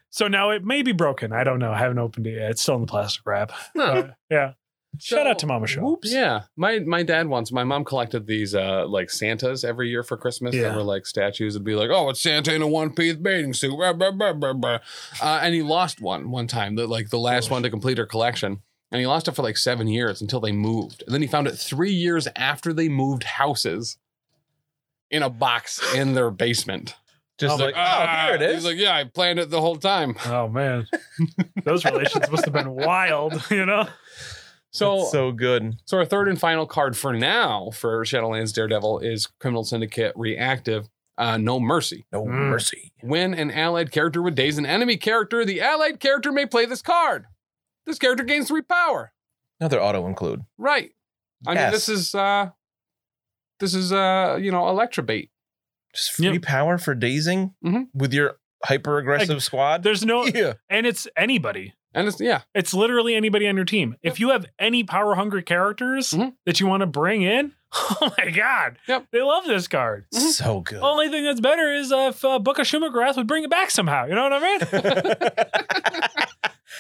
[SPEAKER 3] So now it may be broken. I don't know. I haven't opened it yet. It's still in the plastic wrap.
[SPEAKER 2] Huh.
[SPEAKER 3] But, yeah. Shout
[SPEAKER 2] So-
[SPEAKER 3] out to Mama Show.
[SPEAKER 2] Yeah, my my dad once. My mom collected these uh like Santas every year for Christmas.
[SPEAKER 3] Yeah.
[SPEAKER 2] They were like statues. It'd be like, oh, it's Santa in a one piece bathing suit. Blah, blah, blah, blah, blah. Uh, and he lost one one time. The, like the last one to complete her collection. And he lost it for like seven years until they moved. And then he found it three years after they moved houses in a box in their basement.
[SPEAKER 4] Just
[SPEAKER 3] Oh,
[SPEAKER 4] like,
[SPEAKER 2] Ah,
[SPEAKER 4] oh, here it
[SPEAKER 2] He's
[SPEAKER 4] is.
[SPEAKER 2] like, yeah, I planned it the whole time.
[SPEAKER 3] Oh, man. Those relations must have been wild, you know?
[SPEAKER 2] So,
[SPEAKER 4] It's so good.
[SPEAKER 2] So our third and final card for now for Shadowlands Daredevil is Criminal Syndicate Reactive. Uh, no mercy.
[SPEAKER 4] No
[SPEAKER 3] Mm.
[SPEAKER 4] mercy.
[SPEAKER 2] When an allied character withdays an enemy character, the allied character may play this card. This character gains three power.
[SPEAKER 4] Another auto include.
[SPEAKER 2] Right. I mean,
[SPEAKER 4] Yes.
[SPEAKER 2] this is uh, this is uh, you know, Electrobait.
[SPEAKER 4] Just free
[SPEAKER 3] Yep.
[SPEAKER 4] power for dazing
[SPEAKER 2] Mhm.
[SPEAKER 4] with your hyper aggressive squad.
[SPEAKER 3] There's no,
[SPEAKER 4] yeah.
[SPEAKER 3] and it's anybody.
[SPEAKER 2] And it's yeah,
[SPEAKER 3] It's literally anybody on your team. If you have any power hungry characters
[SPEAKER 2] Mhm.
[SPEAKER 3] that you want to bring in, oh my god,
[SPEAKER 2] Yep.
[SPEAKER 3] they love this card.
[SPEAKER 2] Mhm.
[SPEAKER 4] So good.
[SPEAKER 3] Only thing that's better is uh, if uh, Book of Shumagrath would bring it back somehow. You know what I mean?
[SPEAKER 2] Oh. that's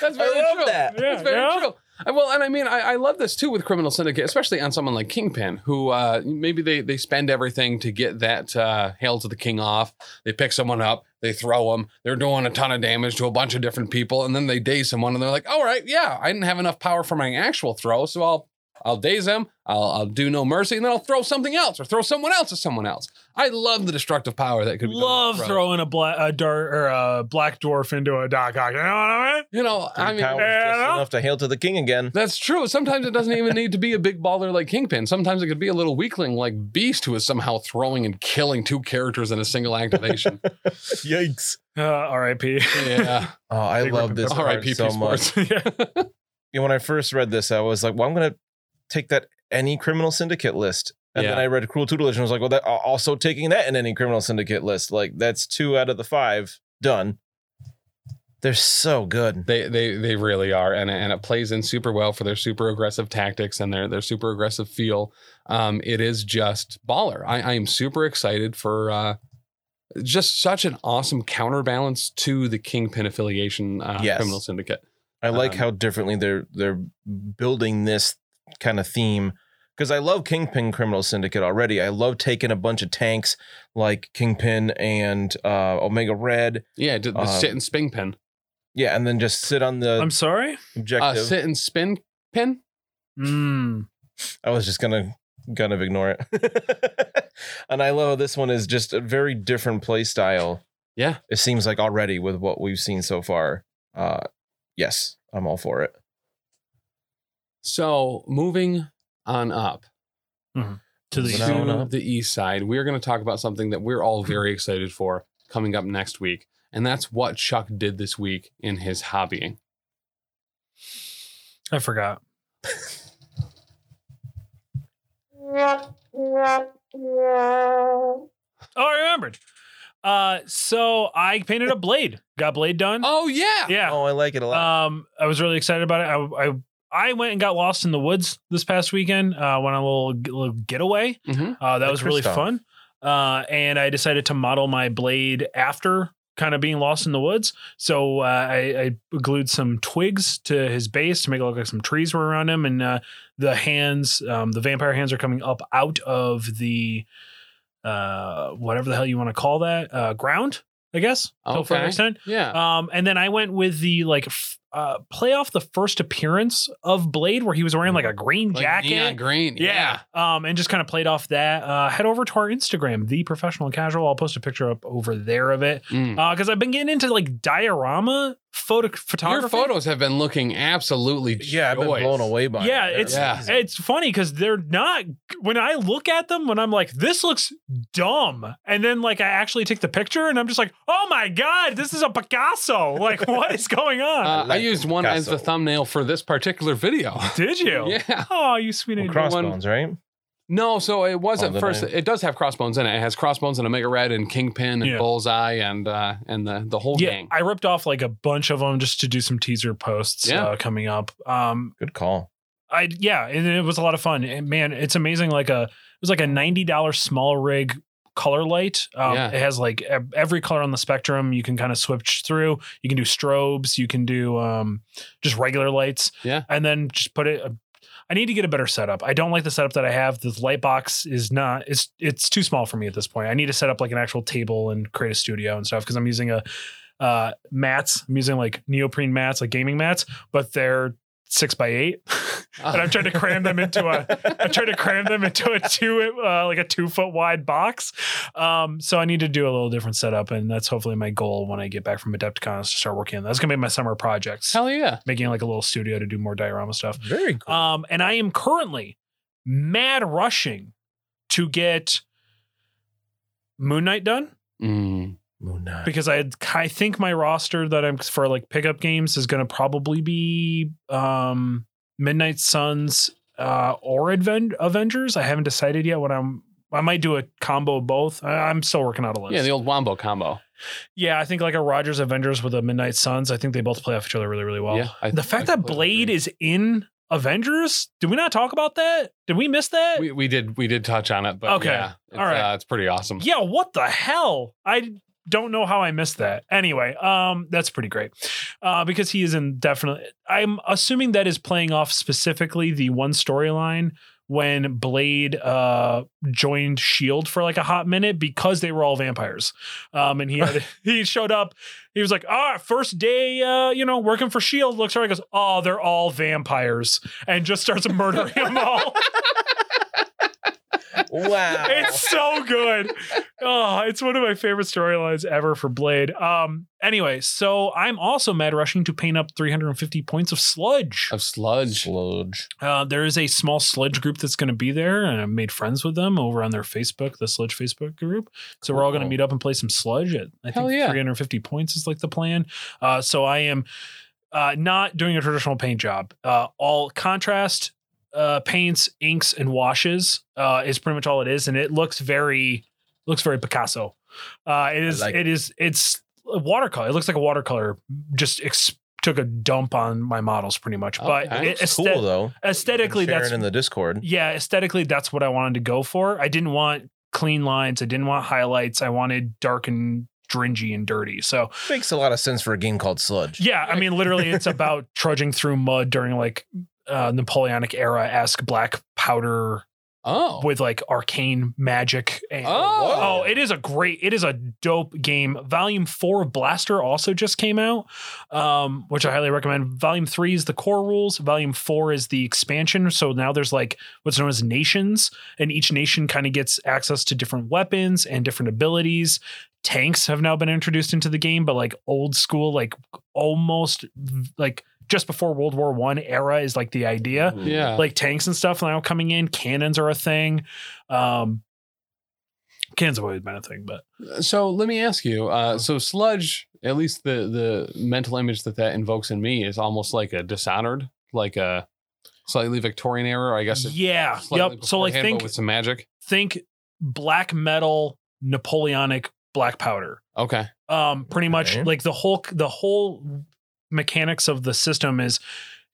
[SPEAKER 4] I
[SPEAKER 2] very
[SPEAKER 4] love
[SPEAKER 2] true.
[SPEAKER 4] that.
[SPEAKER 3] Yeah,
[SPEAKER 2] That's very
[SPEAKER 3] yeah.
[SPEAKER 2] true. I- Well, and I mean, I, I love this too with Criminal Syndicate, especially on someone like Kingpin, who uh, maybe they, they spend everything to get that uh, Hail to the King off. They pick someone up, they throw them, they're doing a ton of damage to a bunch of different people, and then they daze someone, and they're like, all right, yeah, I didn't have enough power for my actual throw, so I'll I'll daze him, I'll, I'll do no mercy, and then I'll throw something else or throw someone else at someone else. I love the destructive power that could be done with
[SPEAKER 3] Love
[SPEAKER 2] throws.
[SPEAKER 3] throwing a, bla- a dart or a black dwarf into a Doc Ock. You know what I mean?
[SPEAKER 2] You know,
[SPEAKER 4] Three
[SPEAKER 2] I mean,
[SPEAKER 4] powers just
[SPEAKER 3] Yeah.
[SPEAKER 4] enough to hail to the king again.
[SPEAKER 2] That's true. Sometimes it doesn't even need to be a big baller like Kingpin. Sometimes it could be a little weakling like Beast who is somehow throwing and killing two characters in a single activation.
[SPEAKER 4] Yikes.
[SPEAKER 3] Uh, R.I.P.
[SPEAKER 2] yeah.
[SPEAKER 4] Oh, I
[SPEAKER 3] Big
[SPEAKER 4] love
[SPEAKER 3] rip-
[SPEAKER 4] this
[SPEAKER 2] All right,
[SPEAKER 4] card
[SPEAKER 2] PP
[SPEAKER 4] so much.
[SPEAKER 2] Sports.
[SPEAKER 3] yeah.
[SPEAKER 4] you know, when I first read this, I was like, well, I'm going to take that any criminal syndicate list. And then
[SPEAKER 2] Yeah.
[SPEAKER 4] I read Cruel Tutelage and was like, well, that also taking that in any criminal syndicate list. Like, that's two out of the five done. They're so good.
[SPEAKER 2] They they they really are, and it- and it plays in super well for their super aggressive tactics and their their super aggressive feel. Um, it is just baller. I, I am super excited for uh, just such an awesome counterbalance to the Kingpin affiliation uh,
[SPEAKER 4] Yes.
[SPEAKER 2] criminal syndicate.
[SPEAKER 4] I like
[SPEAKER 2] Um,
[SPEAKER 4] how differently they're they're building this kind of theme because I love Kingpin Criminal Syndicate already. I love taking a bunch of tanks like Kingpin and uh, Omega Red,
[SPEAKER 2] Yeah, the, the
[SPEAKER 4] Um,
[SPEAKER 2] sit and spin pin.
[SPEAKER 4] yeah, and then just sit on the
[SPEAKER 3] I'm sorry.
[SPEAKER 2] Uh,
[SPEAKER 4] objective.
[SPEAKER 2] sit and spin pin.
[SPEAKER 3] Mm.
[SPEAKER 4] I was just gonna kind of ignore it. and I love this one is just a very different play style.
[SPEAKER 2] Yeah.
[SPEAKER 4] It seems like already with what we've seen so far. Uh yes, I'm all for it.
[SPEAKER 2] So moving on up
[SPEAKER 3] To the
[SPEAKER 4] Moving on
[SPEAKER 2] to
[SPEAKER 4] up.
[SPEAKER 2] the east side, we're going to talk about something that we're all very excited for coming up next week, and that's what Chuck did this week in his hobbying.
[SPEAKER 3] I forgot.
[SPEAKER 5] Yeah.
[SPEAKER 3] Oh, I remembered. Uh, so I painted a blade. Got blade done.
[SPEAKER 2] Oh yeah.
[SPEAKER 3] yeah.
[SPEAKER 4] Oh, I like it a lot.
[SPEAKER 3] Um, I was really excited about it. I, I I went and got lost in the woods this past weekend. Uh, went on a little, little getaway.
[SPEAKER 2] Mhm.
[SPEAKER 3] Uh, that
[SPEAKER 4] Like
[SPEAKER 3] was really
[SPEAKER 4] Kristoff.
[SPEAKER 3] fun. Uh, and I decided to model my blade after kind of being lost in the woods. So uh, I, I glued some twigs to his base to make it look like some trees were around him. And uh, the hands, um, the vampire hands are coming up out of the uh, whatever the hell you want to call that uh, ground, I guess. Till further
[SPEAKER 2] Okay.
[SPEAKER 3] extent.
[SPEAKER 2] Yeah.
[SPEAKER 3] Um, and then I went with the like f- uh, play off the first appearance of Blade, where he was wearing like a green
[SPEAKER 2] Like
[SPEAKER 3] jacket.
[SPEAKER 2] neon green.
[SPEAKER 3] Yeah. Um, and just kind of played off that. Uh, head over to our Instagram, the professional and casual. I'll post a picture up over there of it.
[SPEAKER 2] Mm.
[SPEAKER 3] Uh, because I've been getting into like diorama photo photography.
[SPEAKER 2] Your photos have been looking absolutely
[SPEAKER 4] yeah, I've been
[SPEAKER 2] joyous.
[SPEAKER 4] blown away by.
[SPEAKER 3] Yeah,
[SPEAKER 4] it.
[SPEAKER 3] it's
[SPEAKER 2] Yeah.
[SPEAKER 3] it's funny because they're not when I look at them when I'm like, this looks dumb. And then like I actually take the picture and I'm just like, oh my God, this is a Picasso. Like, what is going on?
[SPEAKER 2] Uh, I
[SPEAKER 4] like
[SPEAKER 2] used one as the
[SPEAKER 4] Picasso.
[SPEAKER 2] thumbnail for this particular video.
[SPEAKER 3] Did you?
[SPEAKER 2] yeah.
[SPEAKER 3] Oh, you sweet
[SPEAKER 4] Well,
[SPEAKER 3] angel.
[SPEAKER 4] crossbones, right?
[SPEAKER 2] No, so it was
[SPEAKER 4] Oh,
[SPEAKER 2] at
[SPEAKER 4] did
[SPEAKER 2] first.
[SPEAKER 4] I?
[SPEAKER 2] It does have crossbones in it. It has crossbones and Omega Red and Kingpin and
[SPEAKER 3] Yeah.
[SPEAKER 2] Bullseye and uh, and the the whole
[SPEAKER 3] yeah,
[SPEAKER 2] gang.
[SPEAKER 3] I ripped off like a bunch of them just to do some teaser posts
[SPEAKER 2] Yeah.
[SPEAKER 3] uh, coming up. Um,
[SPEAKER 4] Good call.
[SPEAKER 3] I yeah, and it was a lot of fun. And man, it's amazing. Like a it was like a ninety dollar small rig color light. Um,
[SPEAKER 2] Yeah.
[SPEAKER 3] It has like ev- every color on the spectrum. You can kind of switch through. You can do strobes. You can do um, just regular lights.
[SPEAKER 2] Yeah.
[SPEAKER 3] and then just put it. uh, I need to get a better setup. I don't like the setup that I have. The light box is not. It's it's too small for me at this point. I need to set up like an actual table and create a studio and stuff because I'm using a uh mats. I'm using like neoprene mats, like gaming mats, but they're six by eight.
[SPEAKER 2] Ah,
[SPEAKER 3] and I'm trying to cram them into a I tried to cram them into a two uh, like a two foot wide box. Um, so I need to do a little different setup, and that's hopefully my goal when I get back from Adepticon is to start working on that. That's gonna be my summer projects,
[SPEAKER 2] Hell yeah!
[SPEAKER 3] making like a little studio to do more diorama stuff.
[SPEAKER 4] Very cool.
[SPEAKER 3] Um, and I am currently mad rushing to get Moon Knight done
[SPEAKER 2] Mm.
[SPEAKER 4] Moon Knight.
[SPEAKER 3] because I I think my roster that I'm for like pickup games is going to probably be um Midnight Suns uh or Adven- Avengers. I haven't decided yet what I'm I might do a combo of both. I, I'm still working out a list.
[SPEAKER 2] Yeah, the old Wombo combo.
[SPEAKER 3] yeah, I think like a Rogers Avengers with a Midnight Suns. I think they both play off each other really really well.
[SPEAKER 2] yeah, I-
[SPEAKER 3] the fact
[SPEAKER 2] I
[SPEAKER 3] that
[SPEAKER 2] completely
[SPEAKER 3] Blade
[SPEAKER 2] agree.
[SPEAKER 3] is in Avengers, did we not talk about that? Did we miss that?
[SPEAKER 2] we, we did we did touch on it, but
[SPEAKER 3] Okay.
[SPEAKER 2] yeah, it's,
[SPEAKER 3] All right.
[SPEAKER 2] uh, it's pretty awesome.
[SPEAKER 3] yeah what the hell i don't know how i missed that anyway um that's pretty great uh because he is in definitely i'm assuming that is playing off specifically the one storyline when blade uh joined shield for like a hot minute because they were all vampires um and he had, he showed up he was like ah first day uh you know working for shield looks around he goes oh they're all vampires and just starts murdering them all
[SPEAKER 4] wow.
[SPEAKER 3] it's so good. Oh, it's one of my favorite storylines ever for Blade. Um, anyway, so I'm also mad rushing to paint up 350 points of sludge.
[SPEAKER 2] Of sludge.
[SPEAKER 4] sludge.
[SPEAKER 3] Uh, there is a small sludge group that's going to be there, and I made friends with them over on their Facebook, the Sludge Facebook group. So we're all going to
[SPEAKER 4] Cool.
[SPEAKER 3] meet up and play some sludge. At I
[SPEAKER 2] Hell
[SPEAKER 3] think
[SPEAKER 2] yeah.
[SPEAKER 3] 350 points is like the plan. Uh, so I am uh, not doing a traditional paint job. Uh, all contrast uh, paints, inks, and washes uh, is pretty much all it is, and it looks very looks very Picasso. Uh, it is
[SPEAKER 4] like
[SPEAKER 3] it is it's watercolor. It looks like a watercolor just. Ex- Took a dump on my models, pretty much, but
[SPEAKER 2] Okay.
[SPEAKER 3] it,
[SPEAKER 4] It's
[SPEAKER 3] aesthet-
[SPEAKER 4] cool though.
[SPEAKER 3] aesthetically
[SPEAKER 4] Sharing
[SPEAKER 3] that's
[SPEAKER 4] in the Discord.
[SPEAKER 3] yeah aesthetically that's what i wanted to go for i didn't want clean lines i didn't want highlights i wanted dark and dringy and dirty so
[SPEAKER 4] Makes a lot of sense for a game called Sludge.
[SPEAKER 3] yeah i mean literally it's about trudging through mud during like uh, napoleonic era-esque black powder
[SPEAKER 2] Oh,
[SPEAKER 3] with like arcane magic and
[SPEAKER 2] Oh.
[SPEAKER 3] Oh, it is a great, it is a dope game. Volume four of Blaster also just came out, um, which I highly recommend. Volume three is the core rules. Volume four is the expansion. So now there's like what's known as nations, and each nation kind of gets access to different weapons and different abilities. Tanks have now been introduced into the game, but like old school, like almost like just before World War One era is like the idea
[SPEAKER 2] yeah.
[SPEAKER 3] like tanks and stuff now coming in. Cannons are a thing. Um, cannons have always been a thing, but
[SPEAKER 2] so let me ask you uh, so sludge at least the the mental image that that invokes in me is almost like a dishonored like a slightly victorian era i guess it's
[SPEAKER 3] yeah,
[SPEAKER 2] slightly
[SPEAKER 3] yep. Ah, So like
[SPEAKER 2] beforehand, but
[SPEAKER 3] think
[SPEAKER 2] with some magic
[SPEAKER 3] think black metal Napoleonic black powder.
[SPEAKER 2] Okay.
[SPEAKER 3] um pretty much
[SPEAKER 4] Okay.
[SPEAKER 3] like the whole the whole mechanics of the system is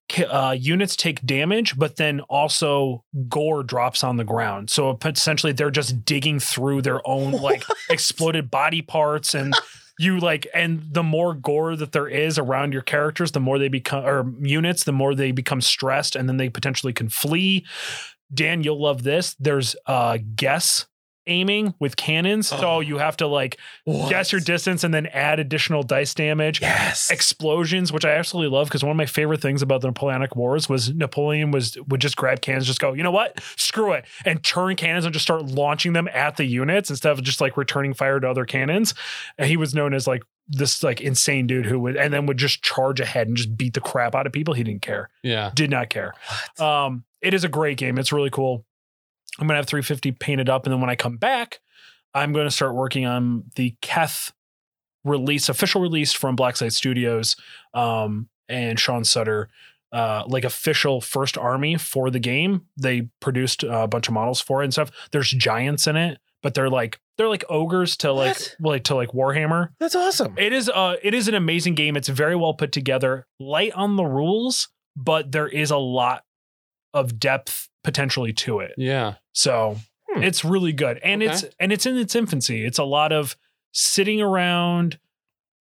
[SPEAKER 3] ca- uh units take damage but then also gore drops on the ground so essentially they're just digging through their own like exploded body parts and you like and the more gore that there is around your characters the more they become or units the more they become stressed and then they potentially can flee dan you'll love this there's uh guess aiming with cannons so
[SPEAKER 4] Oh.
[SPEAKER 3] you have to like guess your distance and then add additional dice damage.
[SPEAKER 4] Yes.
[SPEAKER 3] Explosions, which I absolutely love, because one of my favorite things about the Napoleonic Wars was Napoleon was would just grab cannons, just go, you know what, screw it, and turn cannons and just start launching them at the units instead of just like returning fire to other cannons. And he was known as like this like insane dude who would and then would just charge ahead and just beat the crap out of people. He didn't care
[SPEAKER 2] Yeah.
[SPEAKER 3] did not care. Um, it is a great game. It's really cool. I'm gonna have 350 painted up, and then when I come back, I'm gonna start working on the Keth release, official release from Blackside Studios um, and Sean Sutter, uh, like official first army for the game. They produced a bunch of models for it and stuff. There's giants in it, but they're like they're like ogres to like
[SPEAKER 4] What?
[SPEAKER 3] like to like Warhammer.
[SPEAKER 4] That's awesome.
[SPEAKER 3] It is uh it is an amazing game. It's very well put together, light on the rules, but there is a lot of depth potentially to it.
[SPEAKER 2] Yeah.
[SPEAKER 3] So
[SPEAKER 4] Hmm.
[SPEAKER 3] it's really good. And it's and it's in its infancy. It's a lot of sitting around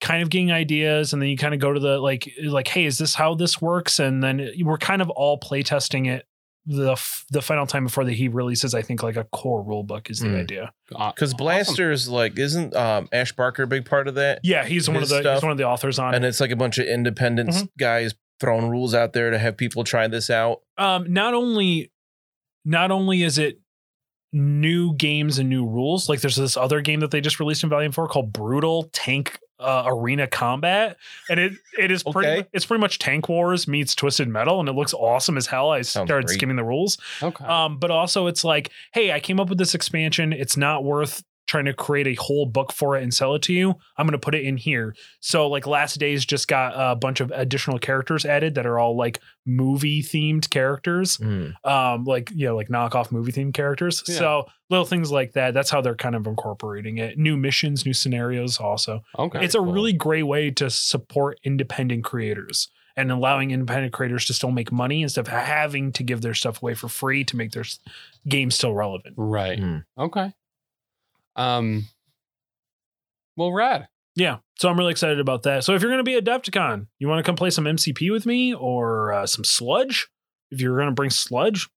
[SPEAKER 3] kind of getting ideas and then you kind of go to the like like hey is this how this works and then we're kind of all playtesting it the f- the final time before that he releases I think like a core rule book is the
[SPEAKER 4] Hmm.
[SPEAKER 3] idea.
[SPEAKER 2] Aw-
[SPEAKER 4] Because
[SPEAKER 2] awesome.
[SPEAKER 4] Blaster's like isn't um, Ash Barker a big part of that?
[SPEAKER 3] Yeah, he's one of
[SPEAKER 4] His
[SPEAKER 3] the he's
[SPEAKER 4] stuff.
[SPEAKER 3] one of the authors on it.
[SPEAKER 4] And it's like a bunch of independent
[SPEAKER 3] Mhm.
[SPEAKER 4] guys throwing rules out there to have people try this out.
[SPEAKER 3] um not only not only is it new games and new rules like there's this other game that they just released in Valiant 4 called Brutal Tank uh, Arena Combat and it it is pretty
[SPEAKER 4] Okay.
[SPEAKER 3] it's pretty much Tank Wars meets Twisted Metal and it looks awesome as hell I started
[SPEAKER 4] great.
[SPEAKER 3] skimming the rules
[SPEAKER 2] Okay.
[SPEAKER 3] um, but also it's like, hey, I came up with this expansion. It's not worth trying to create a whole book for it and sell it to you. I'm gonna put it in here. So like last days just got a bunch of additional characters added that are all like movie themed characters.
[SPEAKER 4] Hmm.
[SPEAKER 3] Um, like you know, like knockoff movie themed characters.
[SPEAKER 2] Yeah.
[SPEAKER 3] So little things like that. That's how they're kind of incorporating it. New missions, new scenarios also.
[SPEAKER 2] okay.
[SPEAKER 3] it's a
[SPEAKER 2] cool.
[SPEAKER 3] really great way to support independent creators and allowing independent creators to still make money instead of having to give their stuff away for free to make their s- game still relevant.
[SPEAKER 2] right.
[SPEAKER 4] Mm.
[SPEAKER 2] Okay. Um. Well, rad.
[SPEAKER 3] Yeah. So I'm really excited about that. So if you're going to be at Adepticon, you want to come play some MCP with me or uh, some sludge? If you're going to bring sludge,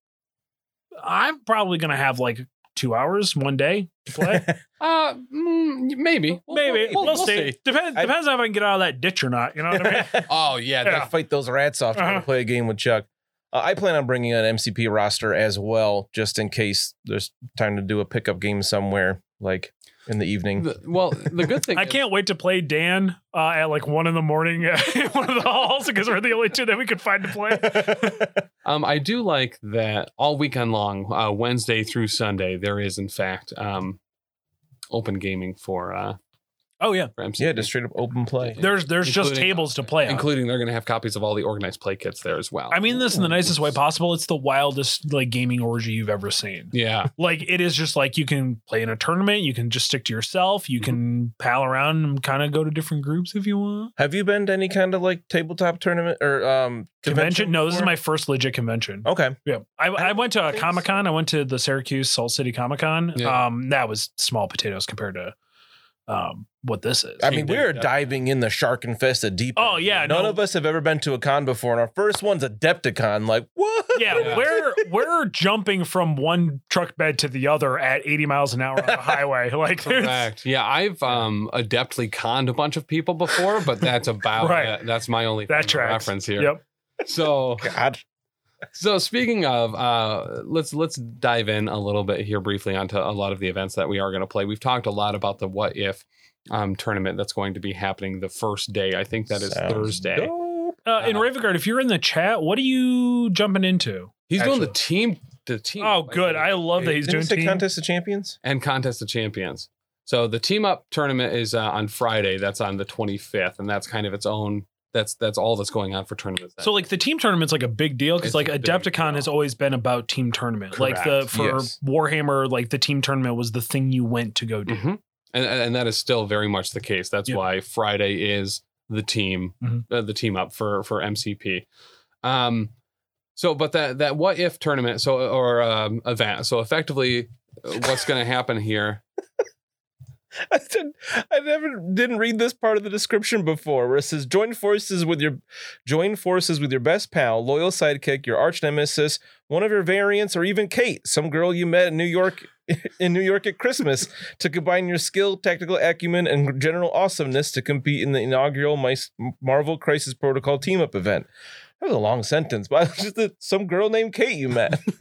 [SPEAKER 3] I'm probably going to have like two hours one day to play.
[SPEAKER 2] Uh, mm, maybe. We'll-
[SPEAKER 3] Maybe. We'll,
[SPEAKER 2] we'll
[SPEAKER 3] see. Depends,
[SPEAKER 4] I-
[SPEAKER 3] depends on if I can get out of that ditch or not. You know what I mean?
[SPEAKER 2] Oh yeah.
[SPEAKER 3] Yeah.
[SPEAKER 2] That,
[SPEAKER 4] I fight those rats off
[SPEAKER 3] Uh-huh.
[SPEAKER 4] to play a game with Chuck. Uh, I plan on bringing an MCP roster as well, just in case there's time to do a pickup game somewhere, like in the evening.
[SPEAKER 2] the- well, the good thing.
[SPEAKER 3] I
[SPEAKER 2] is-
[SPEAKER 3] can't wait to play Dan uh, at like one in the morning in one of the halls because we're the only two that we could find to play.
[SPEAKER 2] Um, I do like that all weekend long, uh, Wednesday through Sunday, there is in fact um, open gaming for uh,
[SPEAKER 3] Oh yeah,
[SPEAKER 2] for MC.
[SPEAKER 4] yeah, just straight up open play.
[SPEAKER 3] there's there's just
[SPEAKER 2] Including-
[SPEAKER 3] tables to play on.
[SPEAKER 2] including they're going to have copies of all the organized play kits there as well.
[SPEAKER 3] I mean this in the nicest way possible. It's the wildest like gaming orgy you've ever seen.
[SPEAKER 2] yeah,
[SPEAKER 3] Like it is just like you can play in a tournament, you can just stick to yourself, you can pal around and kind of go to different groups if you want.
[SPEAKER 4] Have you been to any kind of like tabletop tournament or um
[SPEAKER 3] Convention? No, this is
[SPEAKER 4] before?
[SPEAKER 3] my first legit convention.
[SPEAKER 4] okay.
[SPEAKER 3] Yeah, I, I, went to a
[SPEAKER 4] think
[SPEAKER 3] Comic Con. I went to the Syracuse Salt City Comic Con.
[SPEAKER 2] Yeah.
[SPEAKER 3] Um, that was small potatoes compared to um what this is.
[SPEAKER 4] I
[SPEAKER 2] King
[SPEAKER 4] mean, we are
[SPEAKER 2] Dick.
[SPEAKER 4] diving in the shark infested deep.
[SPEAKER 3] Oh,
[SPEAKER 4] end.
[SPEAKER 3] yeah,
[SPEAKER 4] none
[SPEAKER 3] no.
[SPEAKER 4] of us have ever been to a con before, and our first one's a Adepticon. Like what?
[SPEAKER 3] yeah,
[SPEAKER 2] Yeah.
[SPEAKER 3] we're we're jumping from one truck bed to the other at 80 miles an hour on the highway. Like, there's-
[SPEAKER 2] correct. Yeah, I've um, adeptly conned a bunch of people before, but that's about
[SPEAKER 3] Right.
[SPEAKER 2] it. That's my only
[SPEAKER 3] That
[SPEAKER 2] frame of
[SPEAKER 3] tracks.
[SPEAKER 2] reference here.
[SPEAKER 3] yep.
[SPEAKER 2] So,
[SPEAKER 4] God.
[SPEAKER 2] so speaking of, uh, let's let's dive in a little bit here briefly onto a lot of the events that we are going to play. We've talked a lot about the what if um, tournament that's going to be happening the first day. I think that is
[SPEAKER 4] Sounds
[SPEAKER 2] Thursday.
[SPEAKER 4] dope.
[SPEAKER 3] Uh, and
[SPEAKER 2] Uh,
[SPEAKER 3] Ravengard, if you're in the chat, what are you jumping into?
[SPEAKER 2] He's doing the
[SPEAKER 4] Actually.
[SPEAKER 2] team. The team.
[SPEAKER 3] Oh,
[SPEAKER 2] like,
[SPEAKER 3] good. I love that he's
[SPEAKER 4] Didn't
[SPEAKER 3] doing
[SPEAKER 4] it say
[SPEAKER 3] team.
[SPEAKER 4] contest of champions.
[SPEAKER 2] and contest of champions. So the team up tournament is uh, on Friday. That's on the 25th, and that's kind of its own. That's that's all that's going on for tournaments.
[SPEAKER 3] So like the team tournament's like a big deal because
[SPEAKER 2] It's
[SPEAKER 3] like
[SPEAKER 2] a big
[SPEAKER 3] Adepticon
[SPEAKER 2] deal.
[SPEAKER 3] has always been about team tournament. Like the
[SPEAKER 2] Correct,
[SPEAKER 3] for
[SPEAKER 2] yes.
[SPEAKER 3] Warhammer, like the team tournament was the thing you went to go do.
[SPEAKER 2] Mhm. and and that is still very much the case. That's
[SPEAKER 3] Yeah.
[SPEAKER 2] why Friday is the team
[SPEAKER 3] Mhm.
[SPEAKER 2] uh, the team up for for MCP. Um, so but that that what if tournament so or um, event so effectively uh, what's going to happen here?
[SPEAKER 4] I, did, I never didn't read this part of the description before where it says join forces with your join forces with your best pal, loyal sidekick, your arch nemesis, one of your variants, or even Kate, some girl you met in New York in New York at Christmas, to combine your skill, tactical acumen, and general awesomeness to compete in the inaugural Mice- Marvel Crisis Protocol team up event. That was a long sentence, but it's just that some girl named Kate you met.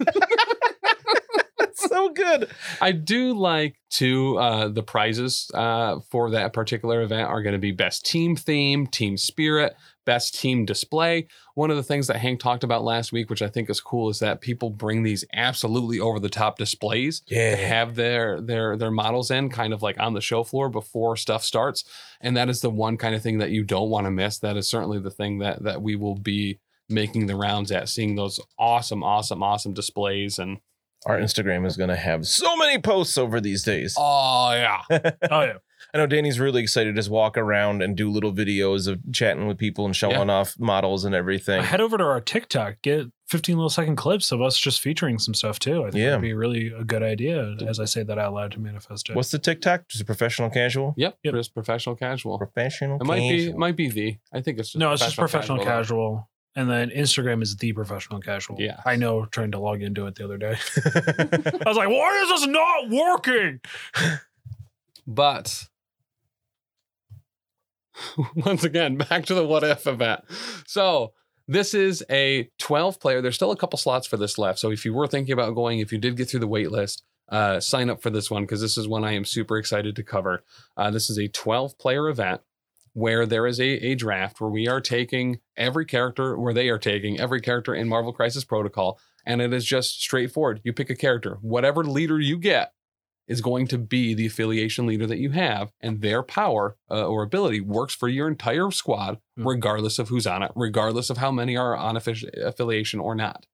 [SPEAKER 4] That's so good.
[SPEAKER 2] I do like to uh, the prizes uh, for that particular event are going to be best team theme, team spirit, best team display. One of the things that Hank talked about last week, which I think is cool, is that people bring these absolutely over the top displays to have their their their models in kind of like on the show floor before stuff starts and that is the one kind of thing that you don't want to miss that is certainly the thing that that we will be making the rounds at seeing those awesome awesome awesome displays and
[SPEAKER 4] our Instagram is going to have so many posts over these days.
[SPEAKER 2] oh yeah
[SPEAKER 3] Oh yeah.
[SPEAKER 4] I know Danny's really excited to just walk around and do little videos of chatting with people and showing off models and everything.
[SPEAKER 3] Head over to our TikTok, get 15 little second clips of us just featuring some stuff too. I think
[SPEAKER 4] Yeah.
[SPEAKER 3] that'd be really a good idea as I say that out loud to manifest it.
[SPEAKER 4] What's the TikTok? Just a professional casual?
[SPEAKER 2] yep,
[SPEAKER 3] Yep.
[SPEAKER 2] just professional casual
[SPEAKER 4] Professional
[SPEAKER 2] it might be
[SPEAKER 4] casual.
[SPEAKER 2] it might be the i think it's just
[SPEAKER 3] no, it's just professional casual. And then Instagram is the professional casual.
[SPEAKER 2] Yeah.
[SPEAKER 3] I know trying to log into it the other day. I was like, why is this not working?
[SPEAKER 2] But once again, back to the what if event. So this is a 12 player. There's still a couple slots for this left. So if you were thinking about going, if you did get through the wait list, uh, sign up for this one because this is one I am super excited to cover. Uh, this is a 12 player event where there is a, a draft where we are taking every character, where they are taking every character in Marvel Crisis Protocol. And it is just straightforward. You pick a character, whatever leader you get, is going to be the affiliation leader that you have, and their power uh, or ability works for your entire squad,
[SPEAKER 3] Hmm.
[SPEAKER 2] regardless of who's on it, regardless of how many are on affish- affiliation or not.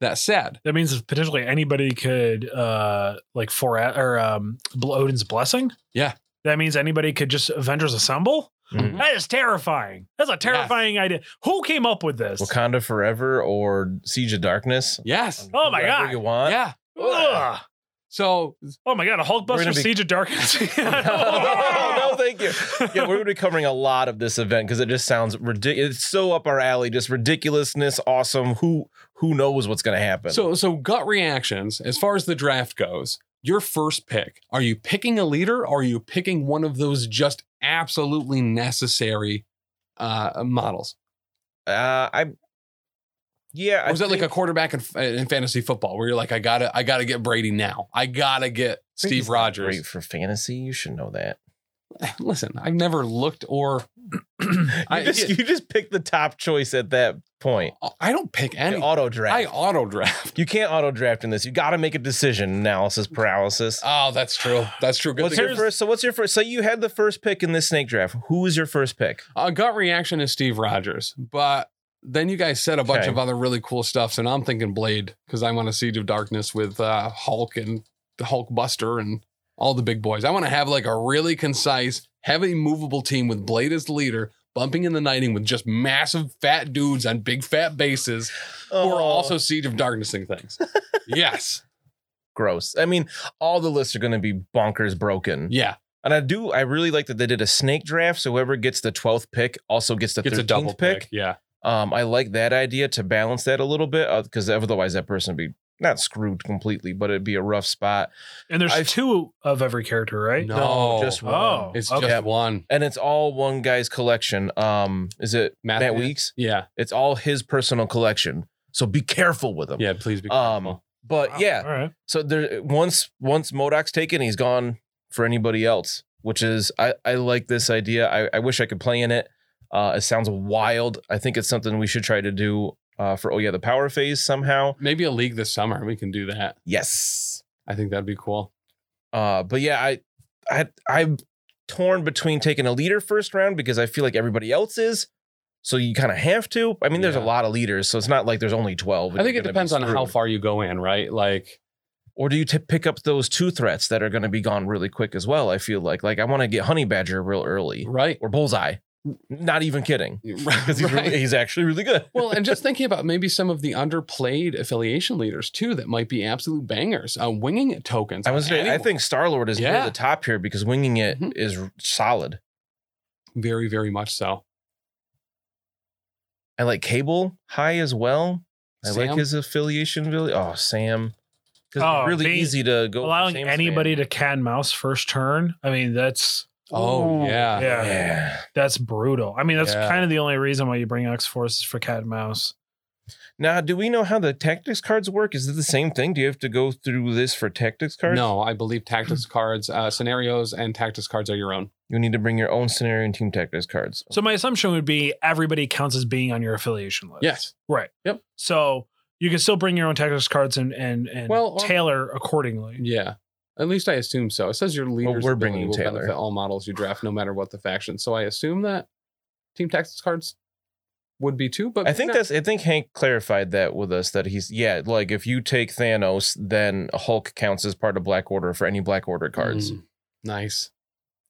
[SPEAKER 2] That said,
[SPEAKER 3] That means if potentially anybody could uh like for or um Bl- Odin's blessing.
[SPEAKER 2] Yeah.
[SPEAKER 3] That means anybody could just Avengers assemble.
[SPEAKER 4] Mhm.
[SPEAKER 3] That is terrifying. That's a terrifying idea. Who came up with this?
[SPEAKER 4] Wakanda Forever or Siege of Darkness?
[SPEAKER 2] yes,
[SPEAKER 3] Oh my
[SPEAKER 4] Whatever
[SPEAKER 3] God.
[SPEAKER 4] You want?
[SPEAKER 2] yeah.
[SPEAKER 3] Ugh.
[SPEAKER 2] So
[SPEAKER 3] Oh my god, a
[SPEAKER 4] We're
[SPEAKER 3] Hulkbuster
[SPEAKER 4] gonna be-
[SPEAKER 3] Siege of Darkness.
[SPEAKER 4] no, no, thank you. Yeah, we're going to be covering a lot of this event because it just sounds ridiculous. It's so up our alley. Just ridiculousness, awesome. Who who knows what's going to happen?
[SPEAKER 2] So so gut reactions as far as the draft goes. Your first pick. Are you picking a leader? Or are you picking one of those just absolutely necessary uh, models?
[SPEAKER 4] uh, I, yeah, I
[SPEAKER 2] Or is it like
[SPEAKER 4] think-
[SPEAKER 2] a quarterback in, uh, in fantasy football where you're like, I gotta, I gotta get Brady now. I gotta get Steve
[SPEAKER 4] Brady's not
[SPEAKER 2] Rogers.
[SPEAKER 4] Great for fantasy. You should know that.
[SPEAKER 2] Listen, I've never looked or I-
[SPEAKER 4] you, just, you just pick the top choice at that point.
[SPEAKER 2] uh, I don't pick any.
[SPEAKER 4] auto
[SPEAKER 2] I
[SPEAKER 4] draft.
[SPEAKER 2] auto draft.
[SPEAKER 4] you can't auto draft in this. You got to make a decision. Analysis paralysis.
[SPEAKER 2] Oh, that's true. That's true. Good
[SPEAKER 4] what's
[SPEAKER 2] thing.
[SPEAKER 4] your first? So what's your first? So you had the first pick in this snake draft. Who is your first pick?
[SPEAKER 2] A Uh, gut reaction is Steve Rogers, but then you guys said a bunch
[SPEAKER 4] Okay.
[SPEAKER 2] of other really cool stuff, and I'm thinking Blade because I want a Siege of Darkness with uh, Hulk and the Hulk Buster and all the big boys. I want to have like a really concise, heavy, movable team with Blade as the leader, bumping in the nighting with just massive fat dudes on big fat bases, who are
[SPEAKER 4] Oh,
[SPEAKER 2] also Siege of Darknessing things. yes,
[SPEAKER 4] gross. I mean, all the lists are going to be bonkers broken.
[SPEAKER 2] yeah,
[SPEAKER 4] And I do. I really like that they did a snake draft. So whoever gets the twelfth pick also gets the
[SPEAKER 2] it's a double
[SPEAKER 4] thirteenth pick.
[SPEAKER 2] pick. Yeah,
[SPEAKER 4] Um, I like that idea to balance that a little bit because otherwise that person would be not screwed completely, but it'd be a rough spot.
[SPEAKER 3] and there's
[SPEAKER 4] I've-
[SPEAKER 3] two of every character, right?
[SPEAKER 2] no,
[SPEAKER 4] just one.
[SPEAKER 3] Oh,
[SPEAKER 2] it's
[SPEAKER 3] okay.
[SPEAKER 2] just one.
[SPEAKER 4] And it's all one guy's collection. Um, is it
[SPEAKER 2] Matt
[SPEAKER 4] Matt,
[SPEAKER 2] Weeks?
[SPEAKER 4] Weeks?
[SPEAKER 2] Yeah,
[SPEAKER 4] It's all his personal collection. So be careful with him.
[SPEAKER 2] yeah. Please be.
[SPEAKER 4] Um, but
[SPEAKER 3] Wow,
[SPEAKER 4] yeah,
[SPEAKER 3] All right.
[SPEAKER 4] so there once once Modoc's taken, he's gone for anybody else, which is I, I like this idea. I, I wish I could play in it. Uh, it sounds wild. I think it's something we should try to do uh, for oh yeah, the power phase somehow.
[SPEAKER 2] Maybe a league this summer. We can do that.
[SPEAKER 4] Yes.
[SPEAKER 2] I think that'd be cool.
[SPEAKER 4] Uh, but yeah, I, I, I'm torn between taking a leader first round because I feel like everybody else is. So you kind of have to. I mean, there's a
[SPEAKER 2] Yeah.
[SPEAKER 4] lot of leaders, so it's not like there's only twelve.
[SPEAKER 2] I think it depends on how far you go in, right? Like,
[SPEAKER 4] Or do you t- pick up those two threats that are going to be gone really quick as well? I feel like like I want to get Honey Badger real early
[SPEAKER 2] Right.
[SPEAKER 4] or Bullseye. Not even kidding, because he's
[SPEAKER 2] Right.
[SPEAKER 4] really, he's actually really good.
[SPEAKER 2] well, and just thinking about maybe some of the underplayed affiliation leaders too that might be absolute bangers. Uh, winging it tokens.
[SPEAKER 4] I
[SPEAKER 2] on
[SPEAKER 4] was saying, I
[SPEAKER 2] anyone.
[SPEAKER 4] think Star Lord is near
[SPEAKER 2] Yeah.
[SPEAKER 4] the top here because winging it
[SPEAKER 2] Mhm.
[SPEAKER 4] is solid.
[SPEAKER 2] very, very much so.
[SPEAKER 4] I like Cable high as well. I
[SPEAKER 2] Sam?
[SPEAKER 4] like his affiliation. Really, oh Sam, because
[SPEAKER 3] Oh,
[SPEAKER 4] really
[SPEAKER 3] me-
[SPEAKER 4] easy to go for
[SPEAKER 3] Allowing
[SPEAKER 4] Sam's
[SPEAKER 3] anybody
[SPEAKER 4] fan.
[SPEAKER 3] to cat and mouse first turn. I mean, that's
[SPEAKER 2] Oh
[SPEAKER 3] Ooh,
[SPEAKER 2] yeah.
[SPEAKER 3] yeah.
[SPEAKER 4] Yeah.
[SPEAKER 3] that's brutal. I mean, that's
[SPEAKER 2] Yeah.
[SPEAKER 3] kind of the only reason why you bring X Force is for cat and mouse.
[SPEAKER 4] Now, do we know how the tactics cards work? Is it the same thing? Do you have to go through this for tactics cards?
[SPEAKER 2] No, I believe tactics cards, uh, scenarios, and tactics cards are your own.
[SPEAKER 4] You need to bring your own scenario and team tactics cards.
[SPEAKER 3] So my assumption would be everybody counts as being on your affiliation list.
[SPEAKER 2] Yes.
[SPEAKER 3] Right.
[SPEAKER 2] Yep.
[SPEAKER 3] So you can still bring your own tactics cards and and and
[SPEAKER 2] Well, or-
[SPEAKER 3] tailor accordingly.
[SPEAKER 2] Yeah. At least I assume so. It says your leaders
[SPEAKER 4] we're
[SPEAKER 2] ability
[SPEAKER 4] bringing
[SPEAKER 2] will
[SPEAKER 4] Taylor.
[SPEAKER 2] benefit all models you draft, no matter what the faction. So I assume that team tactics cards would be too. But
[SPEAKER 4] I think that's I think Hank clarified that with us that he's yeah, like if you take Thanos, then Hulk counts as part of Black Order for any Black Order cards.
[SPEAKER 2] Mm. nice.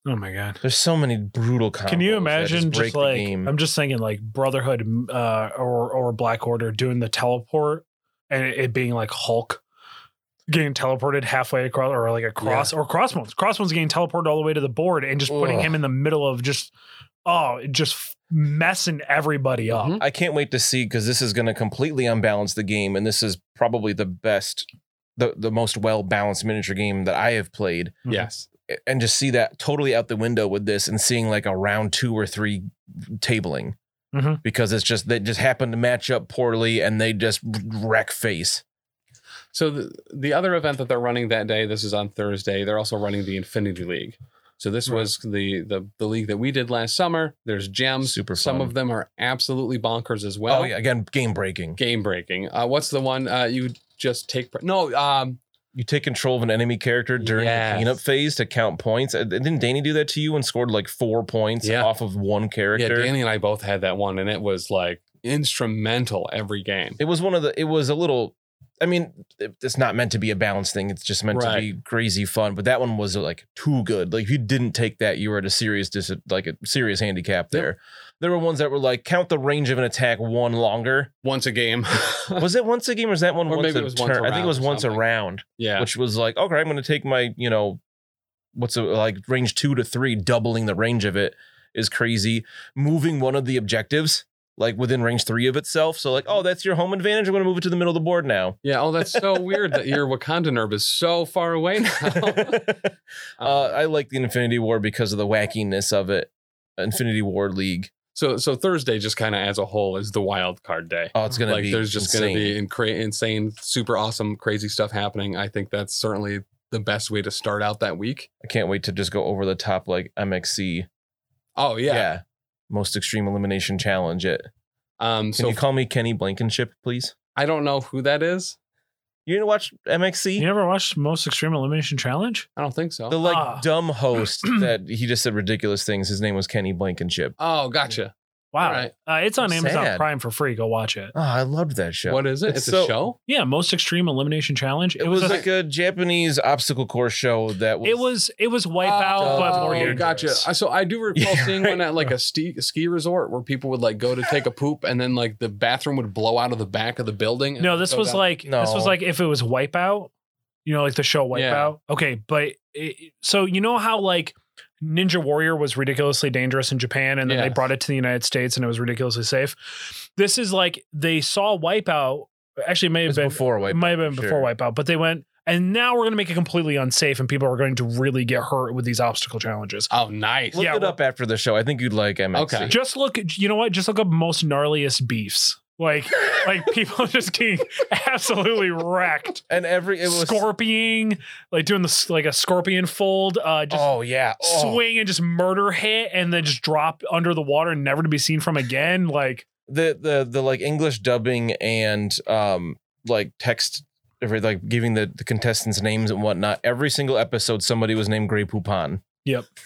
[SPEAKER 3] Oh my god.
[SPEAKER 4] There's so many brutal combos.
[SPEAKER 3] Can you
[SPEAKER 4] that
[SPEAKER 3] imagine just,
[SPEAKER 4] break the
[SPEAKER 3] like
[SPEAKER 4] game.
[SPEAKER 3] I'm just thinking like Brotherhood uh, or or Black Order doing the teleport and it, it being like Hulk getting teleported halfway across or like across or Crossbones. Crossbones getting teleported all the way to the board and just putting
[SPEAKER 4] Ugh.
[SPEAKER 3] him in the middle of just oh just messing everybody up.
[SPEAKER 2] Mhm.
[SPEAKER 4] I can't wait to see because this is going to completely unbalance the game, and this is probably the best, the the most well balanced miniature game that I have played.
[SPEAKER 3] Mhm.
[SPEAKER 2] Yes.
[SPEAKER 4] And just see that totally out the window with this, and seeing like a round two or three tabling
[SPEAKER 2] Mm-hmm.
[SPEAKER 3] Mhm.
[SPEAKER 4] because it's just they just happened to match up poorly, and they just wreck face.
[SPEAKER 2] So the, the other event that they're running that day, this is on Thursday. They're also running the Infinity League. So this
[SPEAKER 3] Right.
[SPEAKER 2] was the, the the league that we did last summer. There's gems.
[SPEAKER 4] Super
[SPEAKER 2] Some
[SPEAKER 4] fun.
[SPEAKER 2] of them are absolutely bonkers as well.
[SPEAKER 4] oh yeah, again, game breaking.
[SPEAKER 2] Game breaking. Uh, what's the one uh, you just take? Pre- no. Um.
[SPEAKER 4] You take control of an enemy character during
[SPEAKER 2] Yes.
[SPEAKER 4] the cleanup phase to count points. Uh, Didn't Danny do that to you and scored like four points
[SPEAKER 2] Yeah.
[SPEAKER 4] off of one
[SPEAKER 2] Yeah.
[SPEAKER 4] character?
[SPEAKER 2] Danny and I both had that one, and it was like instrumental every game.
[SPEAKER 4] It was one of the. It was a little. I mean, it- it's not meant to be a balanced thing. It's just meant
[SPEAKER 2] Right.
[SPEAKER 4] to be crazy fun. But that one was like too good. Like if you didn't take that, you were at a serious dis- like a serious handicap there. There were ones that were like count the range of an attack one longer.
[SPEAKER 2] Once a game.
[SPEAKER 4] Was it once a game or was that one
[SPEAKER 2] Or
[SPEAKER 4] once
[SPEAKER 2] maybe
[SPEAKER 4] a
[SPEAKER 2] it was
[SPEAKER 4] turn?
[SPEAKER 2] once a
[SPEAKER 4] I think it
[SPEAKER 2] round
[SPEAKER 4] was
[SPEAKER 2] or
[SPEAKER 4] once a
[SPEAKER 2] something.
[SPEAKER 4] round,
[SPEAKER 2] yeah.
[SPEAKER 4] which was like okay, I'm going to take my you know, what's a, like range two to three, doubling the range of it is crazy. Moving one of the objectives. Like within range three of itself. So, like, oh, that's your home advantage. I'm going to move it to the middle of the board now.
[SPEAKER 2] yeah. Oh, that's so weird that your Wakandan herb is so far away now.
[SPEAKER 4] uh, I like the Infinity War because of the wackiness of it. Infinity War League.
[SPEAKER 2] So so Thursday just kind of as a whole is the wild card day.
[SPEAKER 4] Oh, it's gonna
[SPEAKER 2] like
[SPEAKER 4] be
[SPEAKER 2] there's just going
[SPEAKER 4] insane.
[SPEAKER 2] to be incra- insane, super awesome, crazy stuff happening. I think that's certainly the best way to start out that week.
[SPEAKER 4] I can't wait to just go over the top like MXC.
[SPEAKER 2] Oh yeah.
[SPEAKER 4] Most extreme elimination challenge. It.
[SPEAKER 2] Um.
[SPEAKER 4] Can
[SPEAKER 2] so
[SPEAKER 4] you call me Kenny Blankenship, please?
[SPEAKER 2] I don't know who that is.
[SPEAKER 4] You didn't watch MXC?
[SPEAKER 3] You never watched Most Extreme Elimination Challenge?
[SPEAKER 2] I don't think so.
[SPEAKER 4] The like
[SPEAKER 3] Ah.
[SPEAKER 4] dumb host that he just said ridiculous things. His name was Kenny Blankenship.
[SPEAKER 2] oh, gotcha.
[SPEAKER 3] Wow.
[SPEAKER 2] All right.
[SPEAKER 3] Uh, it's on
[SPEAKER 4] That's
[SPEAKER 3] Amazon
[SPEAKER 4] sad.
[SPEAKER 3] Prime for free. Go watch it.
[SPEAKER 4] Oh, I loved that show.
[SPEAKER 2] What is it?
[SPEAKER 4] It's
[SPEAKER 2] It's,
[SPEAKER 4] so-
[SPEAKER 2] a show.
[SPEAKER 3] Yeah, Most Extreme Elimination Challenge.
[SPEAKER 4] It, was, like a Japanese obstacle course show that was.
[SPEAKER 3] it was it was wipeout,
[SPEAKER 2] Oh,
[SPEAKER 3] but more
[SPEAKER 4] dangerous.
[SPEAKER 2] gotcha. Uh, So I do recall
[SPEAKER 4] Yeah,
[SPEAKER 2] seeing one at like a ski, ski resort where people would like go to take a poop and then like the bathroom would blow out of the back of the building. and
[SPEAKER 3] No, this
[SPEAKER 2] go
[SPEAKER 3] was
[SPEAKER 2] down.
[SPEAKER 3] like this was
[SPEAKER 4] No.
[SPEAKER 3] like if it was Wipeout, you know, like the show
[SPEAKER 2] Yeah.
[SPEAKER 3] Wipeout. Okay, but it, so you know how like Ninja Warrior was ridiculously dangerous in Japan, and then they
[SPEAKER 2] Yes.
[SPEAKER 3] brought it to the United States, and it was ridiculously safe. This is like they saw Wipeout. Actually, it may
[SPEAKER 4] it
[SPEAKER 3] have
[SPEAKER 4] was
[SPEAKER 3] been
[SPEAKER 4] before Wipeout.
[SPEAKER 3] it might have been
[SPEAKER 4] sure.
[SPEAKER 3] before Wipeout, but they went. And now we're going to make it completely unsafe, and people are going to really get hurt with these obstacle challenges.
[SPEAKER 2] oh nice.
[SPEAKER 4] Look
[SPEAKER 3] Yeah,
[SPEAKER 4] it
[SPEAKER 3] well-
[SPEAKER 4] up after the show. I think you'd like MXC.
[SPEAKER 2] Okay.
[SPEAKER 3] Just look, you know what? Just look up most gnarliest beefs. Like, like people just getting absolutely wrecked.
[SPEAKER 4] And every it was
[SPEAKER 3] Scorpioning, like doing this, like a scorpion fold, uh, just
[SPEAKER 4] oh yeah, oh.
[SPEAKER 3] swing and just murder hit, and then just drop under the water and never to be seen from again. Like,
[SPEAKER 4] the the the like English dubbing and um like text every like giving the, the contestants names and whatnot. Every single episode, somebody was named Grey Poupon.
[SPEAKER 3] Yep.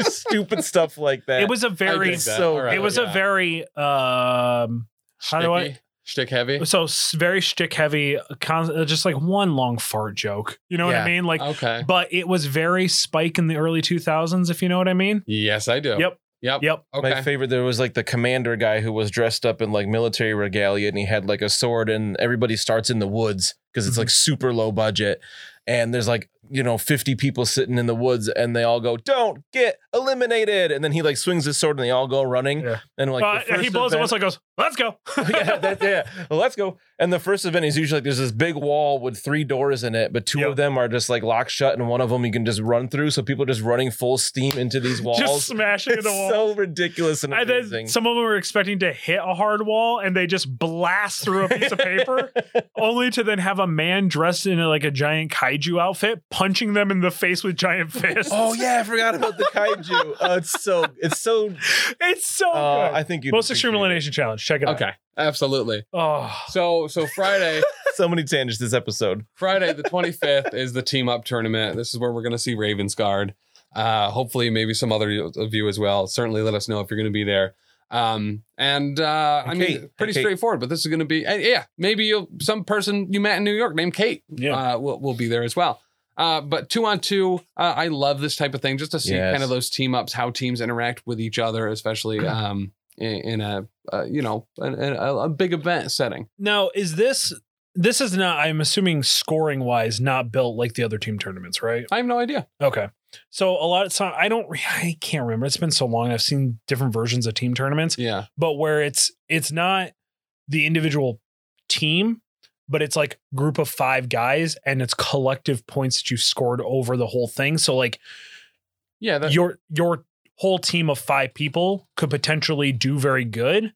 [SPEAKER 4] Stupid stuff like that.
[SPEAKER 3] it was a
[SPEAKER 2] I
[SPEAKER 3] very,
[SPEAKER 2] dig that.
[SPEAKER 4] so-
[SPEAKER 2] All right,
[SPEAKER 3] it was
[SPEAKER 2] yeah.
[SPEAKER 3] a very, um, how do I-
[SPEAKER 2] Sticky. Shtick heavy.
[SPEAKER 3] So s- very shtick heavy, con- uh, just like one long fart joke. You know
[SPEAKER 4] Yeah.
[SPEAKER 3] what I mean? Like,
[SPEAKER 2] Okay.
[SPEAKER 3] but it was very Spike in the early 2000s, if you know what I mean.
[SPEAKER 2] Yes, I do.
[SPEAKER 3] Yep.
[SPEAKER 2] Yep.
[SPEAKER 3] Yep.
[SPEAKER 2] Okay.
[SPEAKER 4] My favorite there was like the commander guy who was dressed up in like military regalia and he had like a sword and everybody starts in the woods because it's like
[SPEAKER 3] Mm-hmm.
[SPEAKER 4] super low budget and there's like you know 50 people sitting in the woods and they all go don't get eliminated and then he like swings his sword and they all go running
[SPEAKER 3] Yeah.
[SPEAKER 4] and like
[SPEAKER 3] Uh,
[SPEAKER 4] the
[SPEAKER 3] he
[SPEAKER 4] first
[SPEAKER 3] blows it
[SPEAKER 4] event-
[SPEAKER 3] once. I goes, let's go.
[SPEAKER 4] yeah, that, yeah. Well, let's go. And the first event is usually like there's this big wall with three doors in it, but two
[SPEAKER 3] Yep.
[SPEAKER 4] of them are just like locked shut, and one of them you can just run through. So people are just running full steam into these walls.
[SPEAKER 3] just smashing
[SPEAKER 4] it's
[SPEAKER 3] the wall.
[SPEAKER 4] so ridiculous and
[SPEAKER 3] and
[SPEAKER 4] amazing.
[SPEAKER 3] then some of them were expecting to hit a hard wall and they just blast through a piece of paper, only to then have a man dressed in like a giant kaiju outfit punching them in the face with giant fists.
[SPEAKER 4] oh yeah, I forgot about the kaiju. Oh, it's so it's so.
[SPEAKER 3] It's
[SPEAKER 2] Oh,
[SPEAKER 3] so
[SPEAKER 4] uh,
[SPEAKER 3] good.
[SPEAKER 4] I think you
[SPEAKER 3] Most Extreme Elimination Challenge. Check it
[SPEAKER 2] Okay. Absolutely.
[SPEAKER 3] out. Oh,
[SPEAKER 2] So so Friday,
[SPEAKER 4] So many tangents this episode.
[SPEAKER 2] Friday the 25th is the team up tournament. This is where we're going to see Ravensguard. Uh, hopefully, maybe some other of you as well. Certainly, let us know if you're going to be there. Um, and uh, I
[SPEAKER 4] And
[SPEAKER 2] mean,
[SPEAKER 4] Kate.
[SPEAKER 2] pretty
[SPEAKER 4] And Kate.
[SPEAKER 2] straightforward. But this is going to be, and yeah, maybe you'll, some person you met in New York named Kate
[SPEAKER 3] yeah.
[SPEAKER 2] uh, will, will be there as well. Uh, but two on two, uh, I love this type of thing just to see
[SPEAKER 4] Yes.
[SPEAKER 2] kind of those team ups, how teams interact with each other, especially um, in, in a uh, you know in, in a, a big event setting.
[SPEAKER 3] Now, is this this is not I'm assuming scoring wise not built like the other team tournaments, right?
[SPEAKER 2] I have no idea.
[SPEAKER 3] Okay. So a lot of time I don't re- I can't remember. It's been so long. I've seen different versions of team tournaments,
[SPEAKER 2] Yeah,
[SPEAKER 3] but where it's it's not the individual team, but it's like group of 5 guys and it's collective points that you've scored over the whole thing. So like
[SPEAKER 2] yeah. That,
[SPEAKER 3] your your whole team of five people could potentially do very good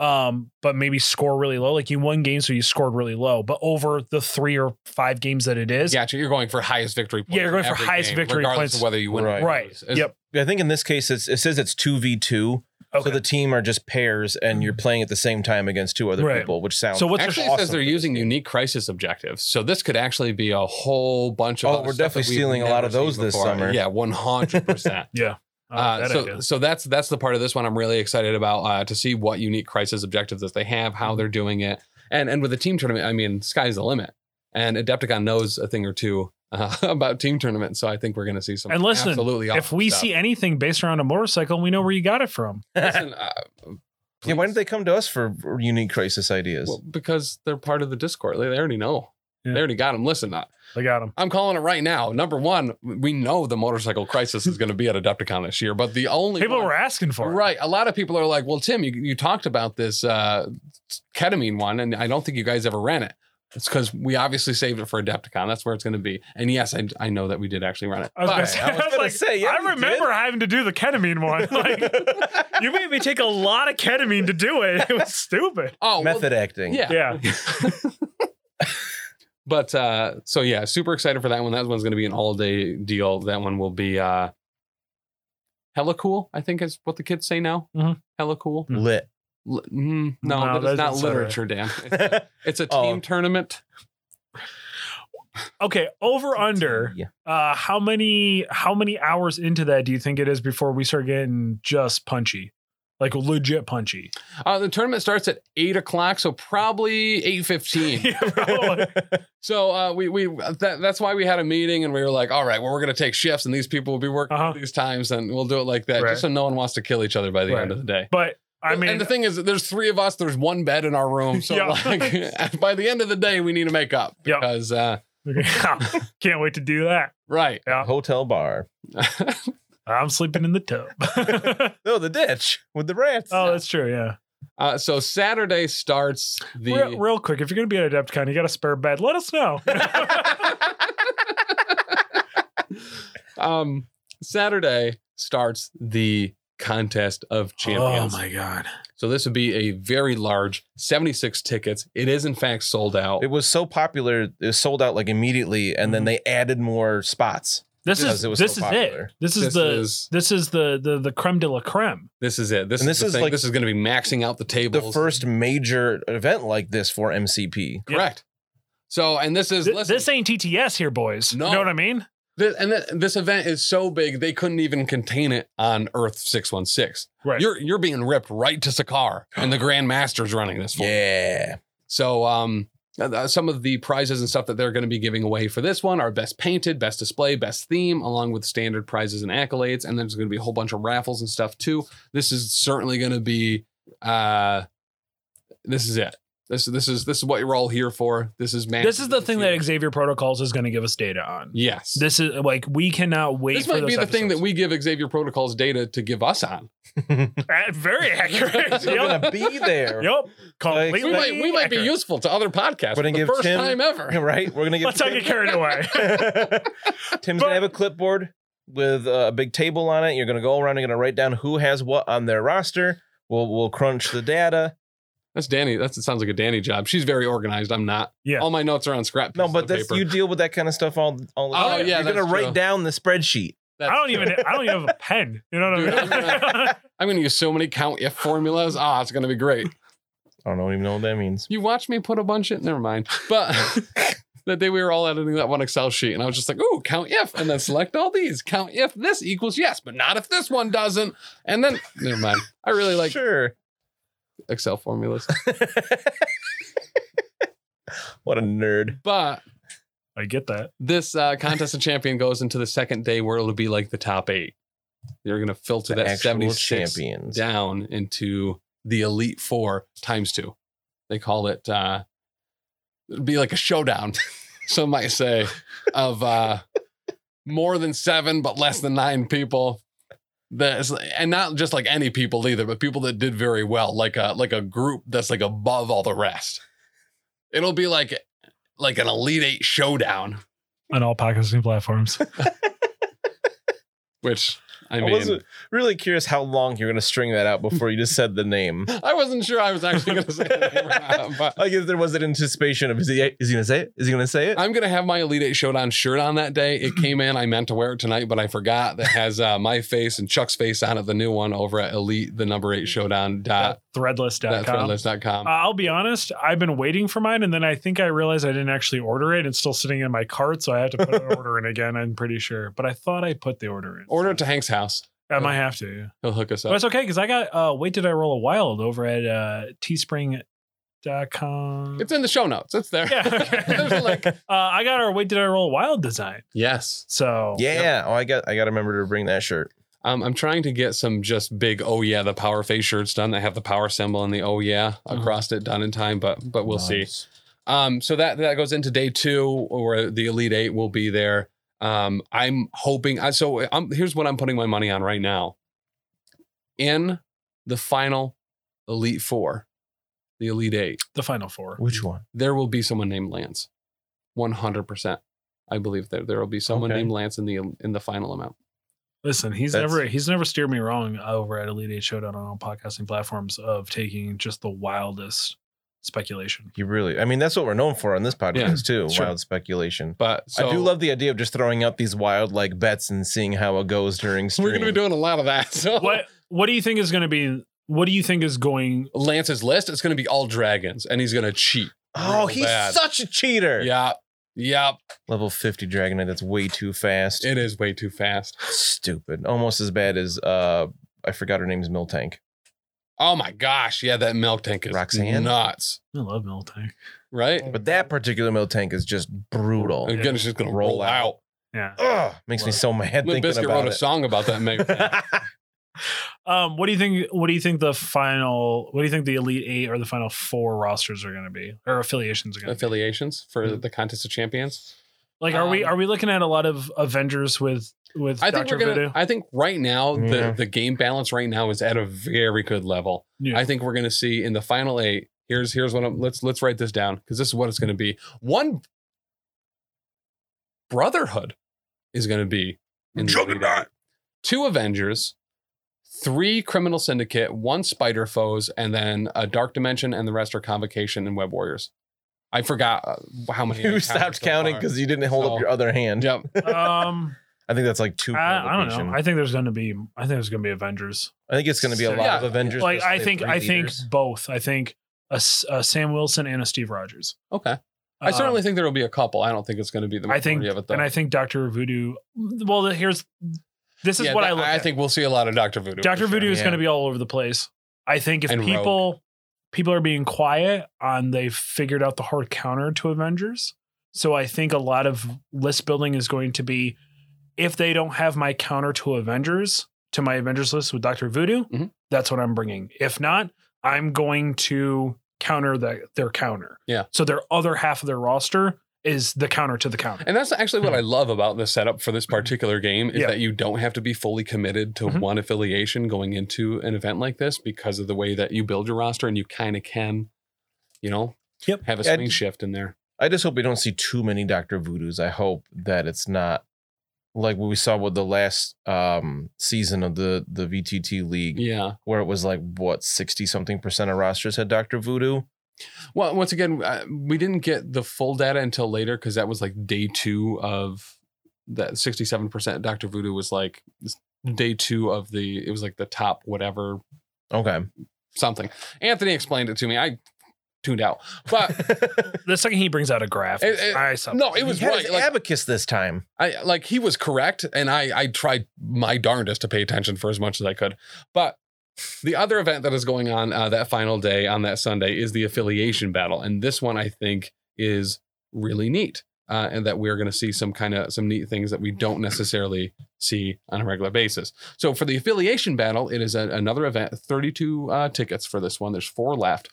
[SPEAKER 3] um but maybe score really low like you won games so you scored really low but over the three or five games that it is
[SPEAKER 2] Gotcha. You're going for highest victory points.
[SPEAKER 3] Yeah, you're going for
[SPEAKER 2] every
[SPEAKER 3] highest victory
[SPEAKER 2] regardless
[SPEAKER 3] points.
[SPEAKER 2] Of whether you win
[SPEAKER 4] Right.
[SPEAKER 2] or
[SPEAKER 3] right
[SPEAKER 2] lose. It's-
[SPEAKER 3] yep
[SPEAKER 4] I think in this case it's it says it's two v two.
[SPEAKER 3] okay
[SPEAKER 4] So the team are just pairs, and
[SPEAKER 2] Mm-hmm.
[SPEAKER 4] you're playing at the same time against two other
[SPEAKER 3] Right.
[SPEAKER 4] people, which sounds
[SPEAKER 3] so what's
[SPEAKER 2] actually,
[SPEAKER 3] your
[SPEAKER 2] it
[SPEAKER 4] awesome
[SPEAKER 2] says they're
[SPEAKER 4] for this
[SPEAKER 2] using
[SPEAKER 4] game.
[SPEAKER 2] unique crisis objectives. So this could actually be a whole bunch of.
[SPEAKER 4] Oh,
[SPEAKER 2] other
[SPEAKER 4] we're
[SPEAKER 2] stuff that
[SPEAKER 4] definitely
[SPEAKER 2] we've
[SPEAKER 4] stealing a
[SPEAKER 2] never
[SPEAKER 4] lot of
[SPEAKER 2] seen
[SPEAKER 4] those this
[SPEAKER 2] before.
[SPEAKER 4] summer.
[SPEAKER 2] Yeah, one hundred percent.
[SPEAKER 3] I like
[SPEAKER 2] Uh,
[SPEAKER 3] Oh, that
[SPEAKER 2] so,
[SPEAKER 3] idea.
[SPEAKER 2] so that's that's the part of this one I'm really excited about uh, to see what unique crisis objectives that they have,
[SPEAKER 3] Mm-hmm.
[SPEAKER 2] how they're doing it, and and with the team tournament, I mean, sky's the limit. And Adepticon knows a thing or two uh, about team tournaments, so I think we're going to see some.
[SPEAKER 3] And listen,
[SPEAKER 2] absolutely
[SPEAKER 3] if
[SPEAKER 2] awesome
[SPEAKER 3] we
[SPEAKER 2] stuff.
[SPEAKER 3] see anything based around a motorcycle we know where you got it from
[SPEAKER 2] Listen, uh,
[SPEAKER 4] Yeah, why
[SPEAKER 2] please.
[SPEAKER 4] didn't they come to us for unique crisis ideas?
[SPEAKER 2] Well, because they're part of the Discord. They, they already know.
[SPEAKER 3] Yeah.
[SPEAKER 2] They already got them. Listen, I,
[SPEAKER 3] i got them
[SPEAKER 2] I'm calling it right now. Number one, we know the motorcycle crisis is going to be at Adepticon this year, but the only
[SPEAKER 3] people
[SPEAKER 2] one-
[SPEAKER 3] were asking for it
[SPEAKER 2] right. A lot of people are like, "Well, Tim, you, you talked about this uh, ketamine one, and I don't think you guys ever ran it." It's because we obviously saved it for Adepticon. That's where it's going to be. And yes, I, I know that we did actually run it.
[SPEAKER 3] I was, gonna
[SPEAKER 2] But-
[SPEAKER 3] say,
[SPEAKER 4] I
[SPEAKER 3] I
[SPEAKER 4] was
[SPEAKER 3] was
[SPEAKER 4] gonna
[SPEAKER 3] like,
[SPEAKER 4] say, yeah, you
[SPEAKER 3] I remember having to do the ketamine one. Like, you made me take a lot of ketamine to do it. It was stupid.
[SPEAKER 2] oh, well,
[SPEAKER 4] Method acting.
[SPEAKER 2] yeah.
[SPEAKER 3] Yeah.
[SPEAKER 2] But uh, so yeah, super excited for that one. That one's going to be an all day deal. That one will be uh, hella cool. I think is what the kids say now.
[SPEAKER 3] Mhm.
[SPEAKER 2] Hella cool.
[SPEAKER 4] Lit.
[SPEAKER 2] L- mm, no,
[SPEAKER 3] No,
[SPEAKER 2] that is
[SPEAKER 3] that
[SPEAKER 2] not
[SPEAKER 3] doesn't sound
[SPEAKER 2] literature, Dan. It's,
[SPEAKER 4] yeah.
[SPEAKER 2] it's a team
[SPEAKER 4] Oh.
[SPEAKER 2] tournament.
[SPEAKER 3] Okay, over under. Uh, how many how many hours into that do you think it is before we start getting just punchy, like legit punchy?
[SPEAKER 2] Uh, the tournament starts at eight o'clock, so probably eight fifteen.
[SPEAKER 3] Yeah, probably.
[SPEAKER 2] So uh, we we that, that's why we had a meeting and we were like, all right, well we're gonna take shifts and these people will be working
[SPEAKER 3] Uh-huh.
[SPEAKER 2] these times and we'll do it like that,
[SPEAKER 3] Right.
[SPEAKER 2] just so no one wants to kill each other by the
[SPEAKER 3] Right.
[SPEAKER 2] end of the day.
[SPEAKER 3] but I mean,
[SPEAKER 2] and the thing is, there's three of us. There's one bed in our room, so
[SPEAKER 3] Yeah.
[SPEAKER 2] like by the end of the day, we need to make up
[SPEAKER 3] Yeah.
[SPEAKER 2] because uh,
[SPEAKER 3] can't wait to do that.
[SPEAKER 2] right.
[SPEAKER 4] Hotel bar.
[SPEAKER 3] I'm sleeping in the tub.
[SPEAKER 4] No, the ditch with the rats.
[SPEAKER 3] oh, that's true. Yeah.
[SPEAKER 2] Uh, so Saturday starts the.
[SPEAKER 3] Re- real quick, if you're gonna be at AdeptCon, you got a spare bed. Let us know.
[SPEAKER 2] um, Saturday starts the contest
[SPEAKER 3] Oh
[SPEAKER 2] of champions.
[SPEAKER 3] god.
[SPEAKER 2] so this would be a very large 76 tickets. It is in fact sold out.
[SPEAKER 4] It was so popular, it was sold out like immediately, and then they added more spots.
[SPEAKER 3] This
[SPEAKER 4] Because
[SPEAKER 3] is
[SPEAKER 4] it was
[SPEAKER 3] this is
[SPEAKER 4] so
[SPEAKER 3] it.
[SPEAKER 4] popular.
[SPEAKER 3] This is
[SPEAKER 2] This
[SPEAKER 3] the
[SPEAKER 2] is-
[SPEAKER 3] this is the the the creme de la creme.
[SPEAKER 2] this is it. This
[SPEAKER 4] And
[SPEAKER 2] is
[SPEAKER 4] this
[SPEAKER 2] the
[SPEAKER 4] is
[SPEAKER 2] thing.
[SPEAKER 4] like
[SPEAKER 2] this is going to be maxing out the
[SPEAKER 4] The
[SPEAKER 2] tables.
[SPEAKER 4] first major event like this for MCP.
[SPEAKER 2] correct. So and this is
[SPEAKER 3] Th-
[SPEAKER 2] listen,
[SPEAKER 3] this ain't TTS here, boys.
[SPEAKER 2] No.
[SPEAKER 3] You know what I mean?
[SPEAKER 2] This, and th- this event is so big they couldn't even contain it on Earth six one six.
[SPEAKER 3] Right.
[SPEAKER 2] You're you're being ripped right to Sakar, and the Grand Master's running this. fool.
[SPEAKER 4] Yeah.
[SPEAKER 2] So um, uh, some of the prizes and stuff that they're going to be giving away for this one are best painted, best display, best theme, along with standard prizes and accolades. And then there's going to be a whole bunch of raffles and stuff too. This is certainly going to be. Uh, this is it. This this is this is what you're all here for. This is man.
[SPEAKER 3] this is the thing that Xavier Protocols is going to give us data on.
[SPEAKER 2] Yes. This,
[SPEAKER 3] This is like we cannot wait. for
[SPEAKER 2] might
[SPEAKER 3] those
[SPEAKER 2] be the thing that
[SPEAKER 3] episodes.
[SPEAKER 2] we give Xavier Protocols data to give us on.
[SPEAKER 3] Uh, very accurate.
[SPEAKER 4] You're
[SPEAKER 3] yep.
[SPEAKER 4] gonna be there.
[SPEAKER 3] Yep. Completely.
[SPEAKER 2] We might we might be
[SPEAKER 3] accurate.
[SPEAKER 2] useful to other podcasts for
[SPEAKER 4] Wouldn't
[SPEAKER 2] the
[SPEAKER 4] give
[SPEAKER 2] first
[SPEAKER 4] Tim-
[SPEAKER 2] time ever.
[SPEAKER 4] Right? We're gonna get
[SPEAKER 3] Let's not get carried away.
[SPEAKER 4] Tim's
[SPEAKER 3] But-
[SPEAKER 4] gonna have a clipboard with uh, a big table on it. You're gonna go around and gonna write down who has what on their roster. We'll we'll crunch the data.
[SPEAKER 2] That's Danny. That's it sounds like a Danny job. She's very organized. I'm not.
[SPEAKER 3] Yeah.
[SPEAKER 2] All my notes are on scrap.
[SPEAKER 4] No,
[SPEAKER 2] pieces
[SPEAKER 4] but
[SPEAKER 2] of
[SPEAKER 4] that's
[SPEAKER 2] paper.
[SPEAKER 4] you deal with that kind of stuff all all the
[SPEAKER 2] Oh,
[SPEAKER 4] time.
[SPEAKER 2] yeah,
[SPEAKER 4] You're gonna
[SPEAKER 2] that's
[SPEAKER 4] write
[SPEAKER 2] true.
[SPEAKER 4] down the spreadsheet.
[SPEAKER 2] That's
[SPEAKER 3] I don't even. I don't even have a pen. You know what
[SPEAKER 2] Dude, I'm
[SPEAKER 3] I mean?
[SPEAKER 2] gonna- I'm going to use so many count if formulas. Ah, it's going to be great.
[SPEAKER 4] I don't even know what that means.
[SPEAKER 2] You watch me put a bunch in. Never mind. But that day we were all editing that one Excel sheet, and I was just like, "Ooh, count if," and then select all these. Count if this equals yes, but not if this one doesn't. And then never mind. I really like
[SPEAKER 4] sure.
[SPEAKER 2] Excel formulas,
[SPEAKER 4] What a nerd.
[SPEAKER 2] but
[SPEAKER 3] I get that.
[SPEAKER 2] this uh, contest of champion goes into the second day where it'll be like the top eight. You're going to filter
[SPEAKER 4] The
[SPEAKER 2] that
[SPEAKER 4] actual
[SPEAKER 2] 76
[SPEAKER 4] champions.
[SPEAKER 2] down into the elite four times two. They call it uh it'd be like a showdown, some might say, of uh more than seven but less than nine people. That's and not just like any people either, but people that did very well, like a like a group that's like above all the rest. It'll be like like an elite eight showdown,
[SPEAKER 3] On all podcasting platforms.
[SPEAKER 2] which I
[SPEAKER 4] I,
[SPEAKER 2] mean
[SPEAKER 4] was really curious how long you're gonna string that out before you just said the name.
[SPEAKER 2] I wasn't sure I was actually gonna say that or not, but
[SPEAKER 4] Like if there was an anticipation of is he is he gonna say it? Is he gonna say it?
[SPEAKER 2] I'm gonna have my Elite Eight Showdown shirt on that day. It came in. I meant to wear it tonight, but I forgot. That has uh, my face and Chuck's face on it. The new one over at Elite, the number eight Showdown dot dot
[SPEAKER 3] Threadless.com.
[SPEAKER 2] threadless.com.
[SPEAKER 3] Uh, I'll be honest, I've been waiting for mine, and then I think I realized I didn't actually order it. It's still sitting in my cart, so I have to put an order in again, I'm pretty sure. But I thought I put the order in.
[SPEAKER 2] Order it to Hank's house.
[SPEAKER 3] I might have to. yeah.
[SPEAKER 2] He'll hook us
[SPEAKER 3] But
[SPEAKER 2] up.
[SPEAKER 3] it's okay, because I got uh, Wait Did I Roll a Wild over at uh, teespring.com.
[SPEAKER 2] It's in the show notes. It's there.
[SPEAKER 3] yeah, okay.
[SPEAKER 2] There's a link.
[SPEAKER 3] uh, I got our Wait Did I Roll a Wild design.
[SPEAKER 2] Yes.
[SPEAKER 3] So
[SPEAKER 4] yeah. Oh, I got I got to remember to bring that shirt.
[SPEAKER 2] Um, I'm trying to get some just big oh yeah the power face shirts done that have the power symbol and the oh yeah across it done in time, but but we'll see. Um, so that that goes into day two, where the elite eight will be there. Um, I'm hoping. I, so I'm, here's what I'm putting my money on right now. In the final elite four, the elite eight,
[SPEAKER 3] the final four.
[SPEAKER 4] Which one?
[SPEAKER 2] there will be someone named Lance. One hundred percent, I believe there there will be someone
[SPEAKER 4] Okay.
[SPEAKER 2] named Lance in the in the final amount.
[SPEAKER 3] Listen, he's
[SPEAKER 4] That's-
[SPEAKER 3] never he's never steered me wrong over at Elite Eight Showdown on all podcasting platforms of taking just the wildest speculation.
[SPEAKER 4] You really? I mean, that's what we're known for on this podcast too.
[SPEAKER 3] sure.
[SPEAKER 4] Wild speculation.
[SPEAKER 2] But so
[SPEAKER 4] I do love the idea of just throwing out these wild like bets and seeing how it goes during stream.
[SPEAKER 2] we're gonna be doing a lot of that. So
[SPEAKER 3] What what do you think is going to be? What do you think is going?
[SPEAKER 2] Lance's list, it's gonna be all dragons, and he's gonna cheat.
[SPEAKER 4] oh,
[SPEAKER 2] real
[SPEAKER 4] he's
[SPEAKER 2] bad.
[SPEAKER 4] such a cheater.
[SPEAKER 2] Yep, yep.
[SPEAKER 4] Level fifty Dragonite. That's way too fast.
[SPEAKER 2] It is way too fast.
[SPEAKER 4] Stupid. Almost as bad as uh, I forgot her name's Miltank.
[SPEAKER 2] Oh my gosh, yeah, that milk tank is
[SPEAKER 4] Roxanne?
[SPEAKER 2] nuts,
[SPEAKER 3] I love Miltank.
[SPEAKER 2] right?
[SPEAKER 4] But that particular Miltank is just
[SPEAKER 3] Oh,
[SPEAKER 4] brutal.
[SPEAKER 2] Again, it's just gonna roll,
[SPEAKER 4] Roll
[SPEAKER 2] out.
[SPEAKER 4] out.
[SPEAKER 3] Yeah.
[SPEAKER 4] Ugh, makes me so mad
[SPEAKER 2] Limp
[SPEAKER 4] thinking
[SPEAKER 2] Bizkit
[SPEAKER 4] about
[SPEAKER 2] wrote a
[SPEAKER 4] it.
[SPEAKER 2] song about that milk tank.
[SPEAKER 3] Um. What do you think? What do you think the final? What do you think the Elite Eight or the final four rosters are going to be, or affiliations are going to be?
[SPEAKER 2] affiliations for
[SPEAKER 4] Mm-hmm.
[SPEAKER 2] the contest of champions.
[SPEAKER 3] Like, are we
[SPEAKER 2] Um,
[SPEAKER 3] are we looking at a lot of Avengers with with
[SPEAKER 2] I think
[SPEAKER 3] Doctor
[SPEAKER 2] we're gonna.
[SPEAKER 3] Voodoo?
[SPEAKER 2] I think right now
[SPEAKER 4] Yeah.
[SPEAKER 2] the the game balance right now is at a very good level.
[SPEAKER 3] Yeah.
[SPEAKER 2] I think we're gonna see in the final eight. Here's here's what I'm. Let's let's write this down because this is what it's gonna be. One brotherhood is gonna be in the Juggernaut. Two Avengers, three Criminal Syndicate, one Spider Foes, and then a Dark Dimension, and the rest are Convocation and Web Warriors. I forgot uh, how many. I
[SPEAKER 4] you
[SPEAKER 2] counted
[SPEAKER 4] stopped
[SPEAKER 2] so
[SPEAKER 4] counting
[SPEAKER 2] far.
[SPEAKER 4] because you didn't hold
[SPEAKER 2] So-
[SPEAKER 4] up your other hand.
[SPEAKER 2] Yep.
[SPEAKER 3] um.
[SPEAKER 4] I think that's like two.
[SPEAKER 3] I, I don't
[SPEAKER 4] publication.
[SPEAKER 3] know. I think there's going to be. I think there's going to be Avengers.
[SPEAKER 4] I think it's going to be a lot
[SPEAKER 2] Yeah.
[SPEAKER 4] of Avengers.
[SPEAKER 3] like
[SPEAKER 4] versus
[SPEAKER 3] I
[SPEAKER 4] the
[SPEAKER 3] think
[SPEAKER 4] three
[SPEAKER 3] I think
[SPEAKER 4] leaders.
[SPEAKER 3] both. I think a, S- a Sam Wilson and a Steve Rogers.
[SPEAKER 2] Okay. I certainly think there will be a couple. I don't think it's going to be the
[SPEAKER 3] Um, I
[SPEAKER 2] majority
[SPEAKER 3] think,
[SPEAKER 2] of it, though.
[SPEAKER 3] and I think Doctor Voodoo. Well, here's this is
[SPEAKER 2] Yeah,
[SPEAKER 3] what
[SPEAKER 2] that-
[SPEAKER 3] I look.
[SPEAKER 2] I
[SPEAKER 3] at.
[SPEAKER 2] think we'll see a lot of Doctor Voodoo.
[SPEAKER 3] Doctor
[SPEAKER 2] for sure.
[SPEAKER 3] Voodoo is
[SPEAKER 4] yeah.
[SPEAKER 3] going to be all over the place. I think if
[SPEAKER 2] And Rogue.
[SPEAKER 3] people people are being quiet on they've figured out the hard counter to Avengers, so I think a lot of list building is going to be if they don't have my counter to Avengers to my Avengers list with Doctor Voodoo,
[SPEAKER 2] Mhm.
[SPEAKER 3] that's what I'm bringing. If not, I'm going to counter the, their counter.
[SPEAKER 2] Yeah.
[SPEAKER 3] So their other half of their roster is the counter to the counter.
[SPEAKER 2] And that's actually what I love about the setup for this particular game is
[SPEAKER 3] Yeah.
[SPEAKER 2] that you don't have to be fully committed to
[SPEAKER 3] Mhm.
[SPEAKER 2] one affiliation going into an event like this because of the way that you build your roster and you kind of can, you know,
[SPEAKER 3] Yep.
[SPEAKER 2] have a
[SPEAKER 4] Yeah,
[SPEAKER 2] swing shift in there.
[SPEAKER 4] I just hope we don't see too many Doctor Voodoos. I hope that it's not like what we saw with the last um, season of the the VTT League,
[SPEAKER 2] Yeah.
[SPEAKER 4] where it was like what sixty something percent of rosters had Doctor Voodoo.
[SPEAKER 2] Well, once again, uh, we didn't get the full data until later because that was like day two of that 67%. Dr. Voodoo was like day two of the, it was like the top whatever
[SPEAKER 4] Okay,
[SPEAKER 2] something. Anthony explained it to me. I tuned out. But
[SPEAKER 3] The second he brings out a
[SPEAKER 4] Eh,
[SPEAKER 3] graph,
[SPEAKER 2] It- it-
[SPEAKER 3] I saw
[SPEAKER 2] no, Uh, it
[SPEAKER 4] he
[SPEAKER 2] was
[SPEAKER 4] had
[SPEAKER 2] right.
[SPEAKER 4] his
[SPEAKER 2] Like,
[SPEAKER 4] abacus this time.
[SPEAKER 2] I like he was correct, and I I tried my darndest to pay attention for as much as I could. But the other event that is going on uh, that final day on that Sunday is the affiliation battle, and this one I think is really neat, uh, and that we're going to see some kind of some neat things that we don't necessarily see on a regular basis. So for the affiliation battle, it is a, another event. Thirty two uh, tickets for this one. There's four left.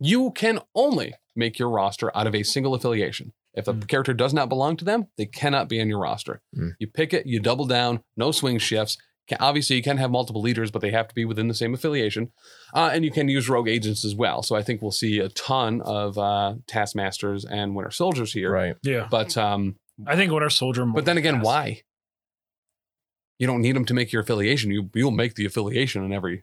[SPEAKER 2] You can only make your roster out of a single affiliation. If the
[SPEAKER 3] Mm.
[SPEAKER 2] character does not belong to them, they cannot be on your roster.
[SPEAKER 4] Mm.
[SPEAKER 2] You pick it, you double down, no swing shifts. Can, obviously, you can have multiple leaders, but they have to be within the same affiliation. Uh, and you can use rogue agents as well. So I think we'll see a ton of uh, Taskmasters and Winter Soldiers here.
[SPEAKER 4] Right.
[SPEAKER 3] Yeah.
[SPEAKER 2] But um,
[SPEAKER 3] I think Winter Soldier. more
[SPEAKER 2] but then
[SPEAKER 3] than
[SPEAKER 2] again,
[SPEAKER 3] Task.
[SPEAKER 2] why? You don't need them to make your affiliation. You you'll make the affiliation in every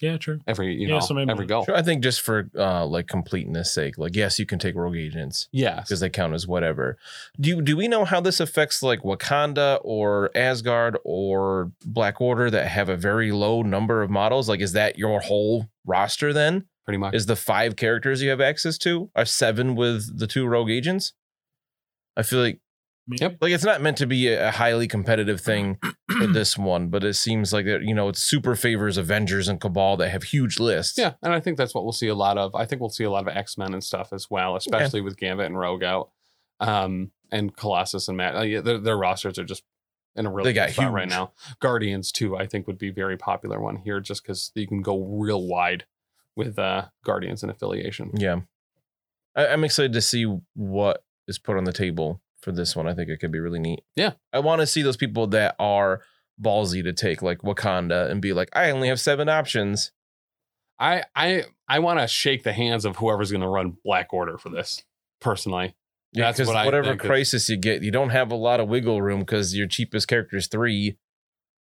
[SPEAKER 3] Yeah, true.
[SPEAKER 2] every you
[SPEAKER 3] Yeah,
[SPEAKER 2] know
[SPEAKER 3] so maybe-
[SPEAKER 2] every go.
[SPEAKER 4] Sure, I think just for uh, like completeness sake, like yes, you can take rogue agents
[SPEAKER 2] Yeah.
[SPEAKER 4] because they count as whatever. Do you, do we know how this affects like Wakanda or Asgard or Black Order that have a very low number of models? Like, is that your whole roster then?
[SPEAKER 2] Pretty much.
[SPEAKER 4] Is the five characters you have access to are seven with the two rogue agents? I feel like
[SPEAKER 2] Yep.
[SPEAKER 4] like it's not meant to be a a highly competitive thing with this one, but it seems like that you know it super favors Avengers and Cabal that have huge lists.
[SPEAKER 2] Yeah, and I think that's what we'll see a lot of. I think we'll see a lot of X Men and stuff as well, especially with Gambit and Rogue out, um, and Colossus and Matt. Uh, yeah, their, their rosters are just in a really
[SPEAKER 4] They got
[SPEAKER 2] good spot right
[SPEAKER 4] huge.
[SPEAKER 2] now. Guardians too, I think, would be a very popular one here, just because you can go real wide with uh, Guardians and affiliation.
[SPEAKER 4] Yeah. I, I'm excited to see what is put on the table for this one. I think it could be really neat.
[SPEAKER 2] Yeah.
[SPEAKER 4] I want to see those people that are ballsy to take like Wakanda and be like, I only have seven options.
[SPEAKER 2] I I I want to shake the hands of whoever's going to run Black Order for this. Personally,
[SPEAKER 4] Yeah,
[SPEAKER 2] That's
[SPEAKER 4] because
[SPEAKER 2] what I
[SPEAKER 4] whatever
[SPEAKER 2] think is-
[SPEAKER 4] crisis you get, you don't have a lot of wiggle room because your cheapest character is three,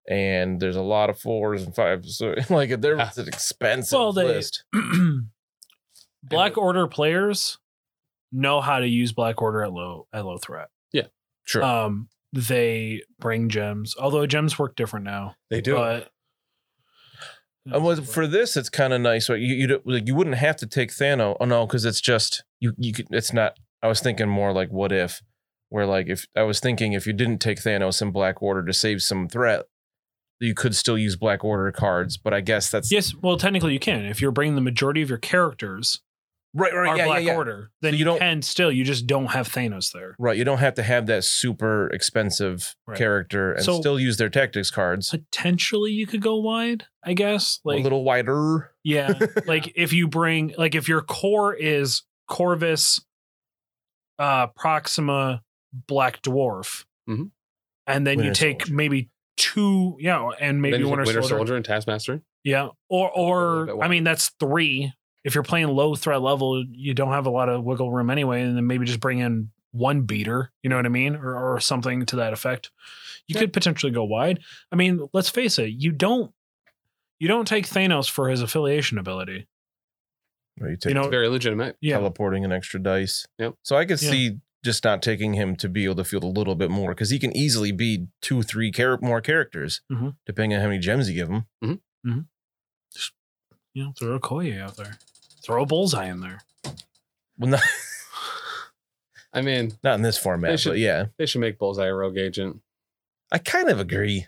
[SPEAKER 4] and there's a lot of fours and fives. So, like, there was an expensive
[SPEAKER 3] Well, they-
[SPEAKER 4] list.
[SPEAKER 3] Black Order players know how to use Black Order at low at low threat.
[SPEAKER 4] Sure.
[SPEAKER 3] Um, they bring gems, although gems work different now.
[SPEAKER 2] they
[SPEAKER 3] But
[SPEAKER 4] And was- for this, it's kind of nice. Right? You you don't- like you wouldn't have to take Thanos. Oh no, because it's just you you could. It's not. I was thinking more like what if, where like if I was thinking if you didn't take Thanos and Black Order to save some threat, you could still use Black Order cards. But I guess that's
[SPEAKER 3] yes, well, technically you can if you're bringing the majority of your characters
[SPEAKER 4] right,
[SPEAKER 3] are Black Order, then
[SPEAKER 4] So you
[SPEAKER 3] you
[SPEAKER 4] don't-
[SPEAKER 3] can still you just don't have Thanos there.
[SPEAKER 4] Right, you don't have to have that super expensive
[SPEAKER 3] Right.
[SPEAKER 4] character and
[SPEAKER 3] So-
[SPEAKER 4] still use their tactics cards.
[SPEAKER 3] Potentially you could go wide, I guess.
[SPEAKER 4] a
[SPEAKER 3] Like
[SPEAKER 4] little wider.
[SPEAKER 3] yeah, like if you bring like if your core is Corvus, uh, Proxima, Black Dwarf,
[SPEAKER 2] Mhm.
[SPEAKER 3] and then you
[SPEAKER 4] Winter
[SPEAKER 3] take
[SPEAKER 4] Soldier.
[SPEAKER 3] maybe two, yeah, and maybe
[SPEAKER 2] Maybe
[SPEAKER 3] Winter,
[SPEAKER 2] Winter,
[SPEAKER 3] Soldier.
[SPEAKER 2] Soldier. and Taskmaster.
[SPEAKER 3] yeah, or
[SPEAKER 2] A bit
[SPEAKER 3] or I
[SPEAKER 2] wide.
[SPEAKER 3] mean that's three. If you're playing low threat level, you don't have a lot of wiggle room anyway, and then maybe just bring in one beater, you know what I mean, or or something to that effect. You could potentially go wide. I mean, let's face it, you don't you don't take Thanos for his affiliation ability.
[SPEAKER 4] Or you take
[SPEAKER 3] You know,
[SPEAKER 2] Very legitimate.
[SPEAKER 3] Yeah.
[SPEAKER 4] teleporting an extra dice.
[SPEAKER 2] Yep.
[SPEAKER 4] So I could
[SPEAKER 3] Yeah.
[SPEAKER 4] see just not taking him to be able to field a little bit more because he can easily be two, three char- more characters
[SPEAKER 3] Mhm.
[SPEAKER 4] depending on how many gems you give him.
[SPEAKER 3] you know, throw a Koye out there, throw a bullseye in there.
[SPEAKER 4] Well, not,
[SPEAKER 2] I mean,
[SPEAKER 4] not in this
[SPEAKER 2] They
[SPEAKER 4] format,
[SPEAKER 2] should-
[SPEAKER 4] but yeah,
[SPEAKER 2] they should make Bullseye a rogue agent.
[SPEAKER 4] I kind of agree.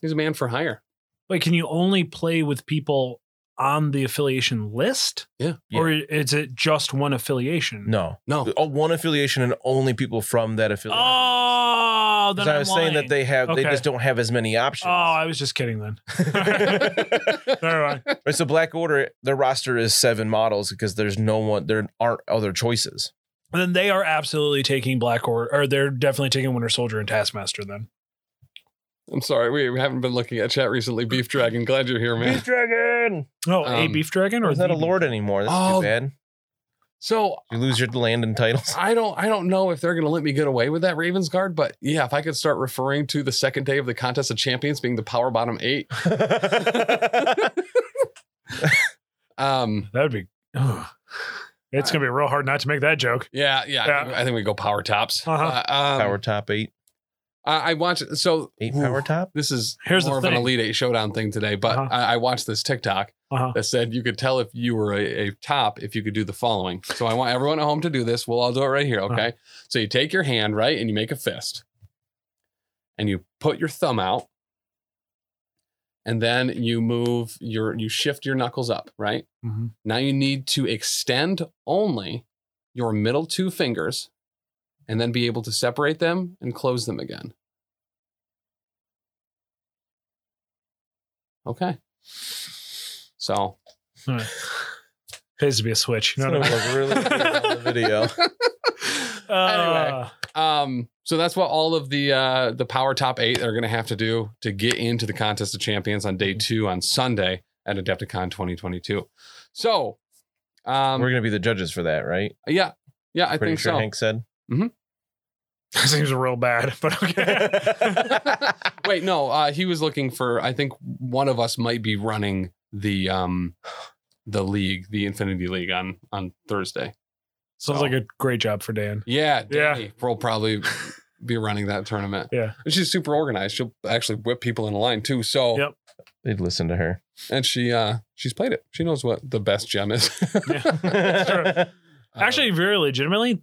[SPEAKER 2] He's a man for hire.
[SPEAKER 3] Wait, can you only play with people on the affiliation list?
[SPEAKER 2] Yeah.
[SPEAKER 3] Or is it just one affiliation?
[SPEAKER 4] No,
[SPEAKER 2] No,
[SPEAKER 4] Oh, one affiliation and only people from that affiliation.
[SPEAKER 3] Oh, then
[SPEAKER 4] Because I was
[SPEAKER 3] I'm
[SPEAKER 4] saying that
[SPEAKER 3] lying.
[SPEAKER 4] they have, they
[SPEAKER 3] Okay.
[SPEAKER 4] just don't have as many
[SPEAKER 3] Oh,
[SPEAKER 4] options.
[SPEAKER 3] I was just kidding then. Oh. Never mind.
[SPEAKER 4] Right, so Black Order, their roster is seven models because there's no one, there aren't other choices.
[SPEAKER 3] And then they are absolutely taking Black or or they're definitely taking Winter Soldier and Taskmaster then.
[SPEAKER 2] I'm sorry. We, we haven't been looking at chat recently. Beef Dragon, glad you're here, man.
[SPEAKER 4] Beef Dragon,
[SPEAKER 3] Oh, a
[SPEAKER 2] Um,
[SPEAKER 3] Beef Dragon or
[SPEAKER 4] or is that
[SPEAKER 3] the
[SPEAKER 4] a lord anymore? That's
[SPEAKER 2] Oh.
[SPEAKER 4] too bad.
[SPEAKER 2] So
[SPEAKER 4] You lose your land and titles.
[SPEAKER 2] I don't I don't know if they're gonna let me get away with that Ravens guard, but yeah, if I could start referring to the second day of the contest of champions being the power bottom eight. Um
[SPEAKER 3] That would be. ugh. It's gonna be real hard not to make that joke.
[SPEAKER 2] yeah, yeah. I, think,
[SPEAKER 3] Yeah.
[SPEAKER 2] I think we go power tops.
[SPEAKER 3] Uh-huh.
[SPEAKER 2] Uh, um,
[SPEAKER 4] power top eight,
[SPEAKER 2] I, I watched so
[SPEAKER 4] eight
[SPEAKER 2] Ooh,
[SPEAKER 4] power top.
[SPEAKER 2] This is
[SPEAKER 3] Here's the
[SPEAKER 2] more of an
[SPEAKER 3] thing.
[SPEAKER 2] Elite Eight showdown thing today, but
[SPEAKER 3] Uh-huh.
[SPEAKER 2] I, I watched this TikTok
[SPEAKER 3] Uh-huh.
[SPEAKER 2] that said you could tell if you were a, a top if you could do the following. So I want everyone at home to do this. We'll all do it right here,
[SPEAKER 3] Uh-huh.
[SPEAKER 2] okay? So you take your hand, right, and you make a fist, and you put your thumb out, and then you move your you shift your knuckles up, right?
[SPEAKER 3] Mhm.
[SPEAKER 2] Now you need to extend only your middle two fingers, and then be able to separate them and close them again. Okay. So
[SPEAKER 3] Pays to be a switch. You know what I mean?
[SPEAKER 4] It's gonna look really weird on the video.
[SPEAKER 3] Uh,
[SPEAKER 2] Anyway. Um, so that's what all of the uh, the power top eight are going to have to do to get into the contest of champions on
[SPEAKER 4] Mm-hmm.
[SPEAKER 2] day two on Sunday at Adepticon 2022. So, um,
[SPEAKER 4] We're gonna be the judges for that, right?
[SPEAKER 2] yeah, yeah, I
[SPEAKER 4] Pretty
[SPEAKER 2] think
[SPEAKER 4] sure
[SPEAKER 2] so.
[SPEAKER 4] Hank said.
[SPEAKER 3] That seems real bad, but okay.
[SPEAKER 2] Wait, no, uh, he was looking for. I think one of us might be running the um, the league, the Infinity League on on Thursday.
[SPEAKER 3] Sounds like a great job for Dan.
[SPEAKER 2] Yeah,
[SPEAKER 3] Yeah.
[SPEAKER 2] Danny will probably be running that tournament.
[SPEAKER 3] Yeah.
[SPEAKER 2] and she's super organized. She'll actually whip people in line too. So.
[SPEAKER 3] Yep.
[SPEAKER 4] They'd listen to her.
[SPEAKER 2] and she uh she's played it. She knows what the best gem is. Uh,
[SPEAKER 3] true.
[SPEAKER 2] Um,
[SPEAKER 3] Actually, very legitimately,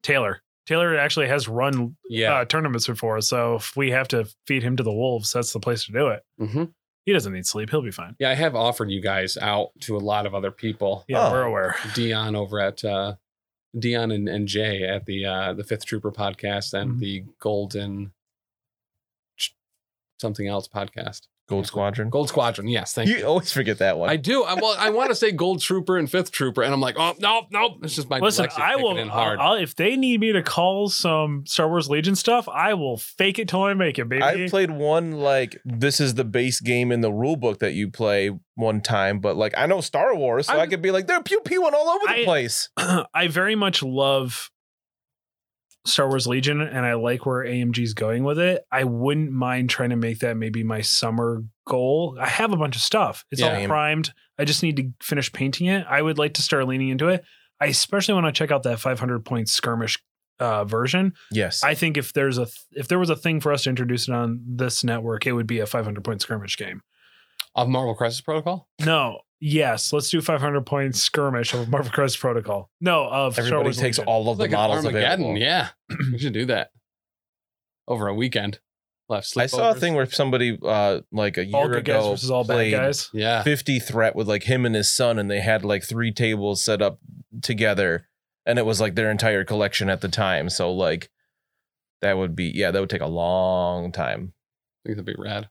[SPEAKER 3] Taylor. Taylor actually has run
[SPEAKER 2] yeah.
[SPEAKER 3] uh, tournaments before, so if we have to feed him to the wolves, that's the place to do it.
[SPEAKER 2] Mhm.
[SPEAKER 3] He doesn't need sleep; he'll be fine.
[SPEAKER 2] Yeah, I have offered you guys out to a lot of other people.
[SPEAKER 3] Yeah,
[SPEAKER 4] Oh.
[SPEAKER 3] we're aware.
[SPEAKER 2] Dion over at uh Dion and, and Jay at the uh the Fifth Trooper podcast and
[SPEAKER 3] Mhm.
[SPEAKER 2] the Golden Ch- something else podcast.
[SPEAKER 4] Gold Squadron.
[SPEAKER 2] Gold Squadron. Yes, thank you.
[SPEAKER 4] You always forget that one.
[SPEAKER 2] I do. I well, I want to say Gold Trooper and Fifth Trooper, and I'm like, oh no, no, it's just my
[SPEAKER 3] Listen,
[SPEAKER 2] dyslexia
[SPEAKER 3] I
[SPEAKER 2] kicking
[SPEAKER 3] will.
[SPEAKER 2] In hard.
[SPEAKER 3] I'll, if they need me to call some Star Wars Legion stuff, I will fake it till I make it, baby.
[SPEAKER 4] I played one like this is the base game in the rule book that you play one time, but like I know Star Wars, so i
[SPEAKER 2] I'm-
[SPEAKER 4] could be like they're pew pewing all over the
[SPEAKER 3] I-
[SPEAKER 4] place.
[SPEAKER 3] I very much love Star Wars Legion and I like where AMG's going with it. I wouldn't mind trying to make that maybe my summer goal. I have a bunch of stuff. It's
[SPEAKER 4] Yeah.
[SPEAKER 3] all primed. I just need to finish painting it. I would like to start leaning into it. I especially want to check out that 500 point skirmish uh, version.
[SPEAKER 4] Yes,
[SPEAKER 3] I think if there's a th- if there was a thing for us to introduce it on this network, it would be a 500 point skirmish game.
[SPEAKER 2] of Marvel Crisis Protocol.
[SPEAKER 3] No, yes, let's do 500 point skirmish of Marvel Crisis Protocol. No, of Star
[SPEAKER 4] everybody
[SPEAKER 3] Wars
[SPEAKER 4] takes
[SPEAKER 3] Legion.
[SPEAKER 4] all of the
[SPEAKER 2] like an
[SPEAKER 4] models
[SPEAKER 2] Armageddon.
[SPEAKER 4] available.
[SPEAKER 2] Yeah, we should do that over a weekend. Left.
[SPEAKER 4] I saw a
[SPEAKER 2] sleepovers.
[SPEAKER 4] thing where somebody uh like a year
[SPEAKER 3] all good guys
[SPEAKER 4] ago
[SPEAKER 3] versus all bad
[SPEAKER 4] played
[SPEAKER 3] guys.
[SPEAKER 2] Yeah,
[SPEAKER 4] 50 threat with like him and his son and they had like three tables set up together and it was like their entire collection at the time. So like that would be yeah, that would take a long time.
[SPEAKER 2] I think that'd be rad.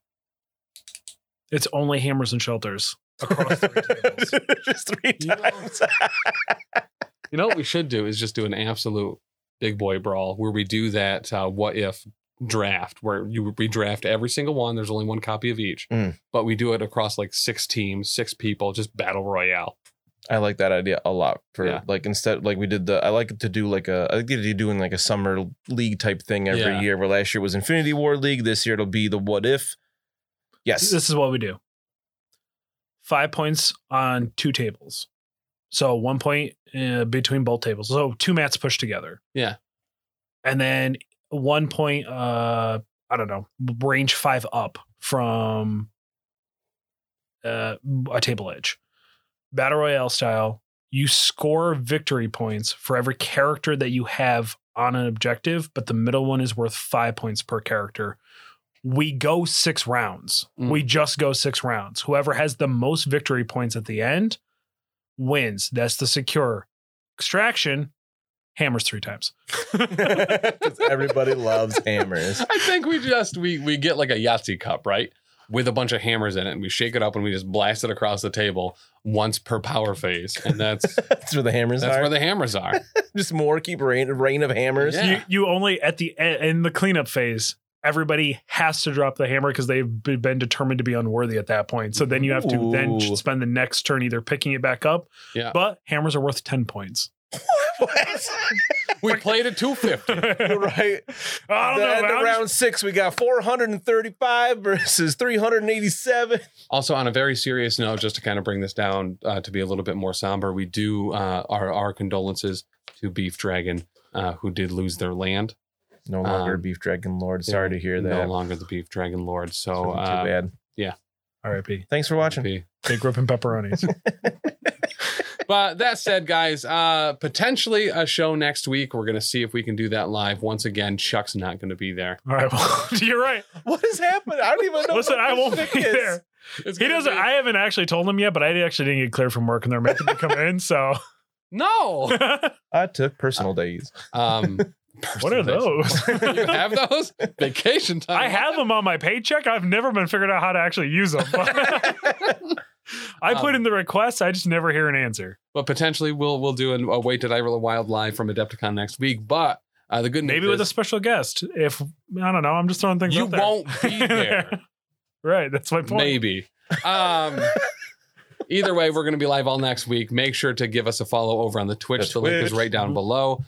[SPEAKER 3] It's only hammers and shelters across three tables.
[SPEAKER 4] Just three
[SPEAKER 2] You know-
[SPEAKER 4] times.
[SPEAKER 2] You know what we should do is just do an absolute big boy brawl where we do that uh, what if draft where you we draft every single one. There's only one copy of each,
[SPEAKER 4] Mm.
[SPEAKER 2] but we do it across like six teams, six people, just battle royale.
[SPEAKER 4] I like that idea a lot. For
[SPEAKER 2] Yeah.
[SPEAKER 4] like instead, like we did the, I like to do like a, I think they're doing like a summer league type thing every
[SPEAKER 2] Yeah.
[SPEAKER 4] year. Where last year was Infinity War League, this year it'll be the What If. Yes,
[SPEAKER 3] This is what we do. Five points on two tables. So one point uh, between both tables. So two mats pushed together.
[SPEAKER 2] Yeah.
[SPEAKER 3] And then one point, uh, I don't know, range five up from uh, a table edge. Battle Royale style. you score victory points for every character that you have on an objective, but the middle one is worth five points per character. We go six rounds.
[SPEAKER 4] Hmm.
[SPEAKER 2] Mm.
[SPEAKER 3] We just go six rounds. Whoever has the most victory points at the end wins. That's the secure. Extraction hammers three times.
[SPEAKER 4] 'Cause everybody loves hammers.
[SPEAKER 2] I think we just we we get like a Yahtzee cup, right? With a bunch of hammers in it, and we shake it up and we just blast it across the table once per power phase, and that's
[SPEAKER 4] That's where the hammers
[SPEAKER 2] that's
[SPEAKER 4] are.
[SPEAKER 2] where the hammers are.
[SPEAKER 4] Just more keep rain, rain of hammers.
[SPEAKER 2] Yeah.
[SPEAKER 3] You you only at the e- in the cleanup phase. Everybody has to drop the hammer because they've b- been determined to be unworthy at that point. So then you have to then
[SPEAKER 4] Ooh. Uh,
[SPEAKER 3] spend the next turn either picking it back up.
[SPEAKER 2] Yeah.
[SPEAKER 3] But hammers are worth ten points.
[SPEAKER 2] We
[SPEAKER 4] What?
[SPEAKER 2] played at two fifty.
[SPEAKER 4] right.
[SPEAKER 3] I don't
[SPEAKER 4] the,
[SPEAKER 3] know.
[SPEAKER 4] end
[SPEAKER 3] man.
[SPEAKER 4] of
[SPEAKER 3] I'm
[SPEAKER 4] round six, we got 435 versus 387.
[SPEAKER 2] Also, on a very serious note, just to kind of bring this down uh, to be a little bit more somber, we do uh, our our condolences to Beef Dragon, uh, who did lose their land.
[SPEAKER 4] No longer
[SPEAKER 2] Um,
[SPEAKER 4] Beef Dragon Lord. Sorry to hear
[SPEAKER 2] No
[SPEAKER 4] that.
[SPEAKER 2] longer the Beef Dragon Lord. So,
[SPEAKER 4] Too
[SPEAKER 2] uh,
[SPEAKER 4] bad.
[SPEAKER 3] just- R.I.P.
[SPEAKER 4] Thanks for watching.
[SPEAKER 2] be-
[SPEAKER 3] They grew up in pepperonis.
[SPEAKER 2] But that said, guys, uh, potentially a show next week. We're gonna see if we can do that live once again. Chuck's not gonna be there.
[SPEAKER 3] All right. Well, you're right.
[SPEAKER 4] What is happening? I don't even know.
[SPEAKER 3] Listen,
[SPEAKER 4] what
[SPEAKER 3] I
[SPEAKER 4] this
[SPEAKER 3] won't
[SPEAKER 4] shtick
[SPEAKER 3] be
[SPEAKER 4] is.
[SPEAKER 3] there. He doesn't. I haven't actually told him yet, but I actually didn't get cleared from work, and they're making me come in. So
[SPEAKER 2] no.
[SPEAKER 3] what
[SPEAKER 4] I took personal days.
[SPEAKER 2] Um,
[SPEAKER 3] are
[SPEAKER 2] personal
[SPEAKER 3] those?
[SPEAKER 2] days. you have those vacation time.
[SPEAKER 3] I have them on my paycheck. I've never been figured out how to actually use them. I put
[SPEAKER 2] Um,
[SPEAKER 3] in the request. I just never hear an answer.
[SPEAKER 2] but potentially we'll we'll do an, a wait did I roll a wild live from Adepticon next week. But uh, the good news
[SPEAKER 3] Maybe with a
[SPEAKER 2] is
[SPEAKER 3] special guest. If I don't know, I'm just throwing things.
[SPEAKER 2] you
[SPEAKER 3] out there.
[SPEAKER 2] won't be there.
[SPEAKER 3] right. That's my point.
[SPEAKER 2] Maybe. Um, either way, we're going to be live all next week. Make sure to give us a follow over on the Twitch.
[SPEAKER 4] The
[SPEAKER 2] the link is
[SPEAKER 4] Twitch.
[SPEAKER 2] right down
[SPEAKER 3] Mhm.
[SPEAKER 2] below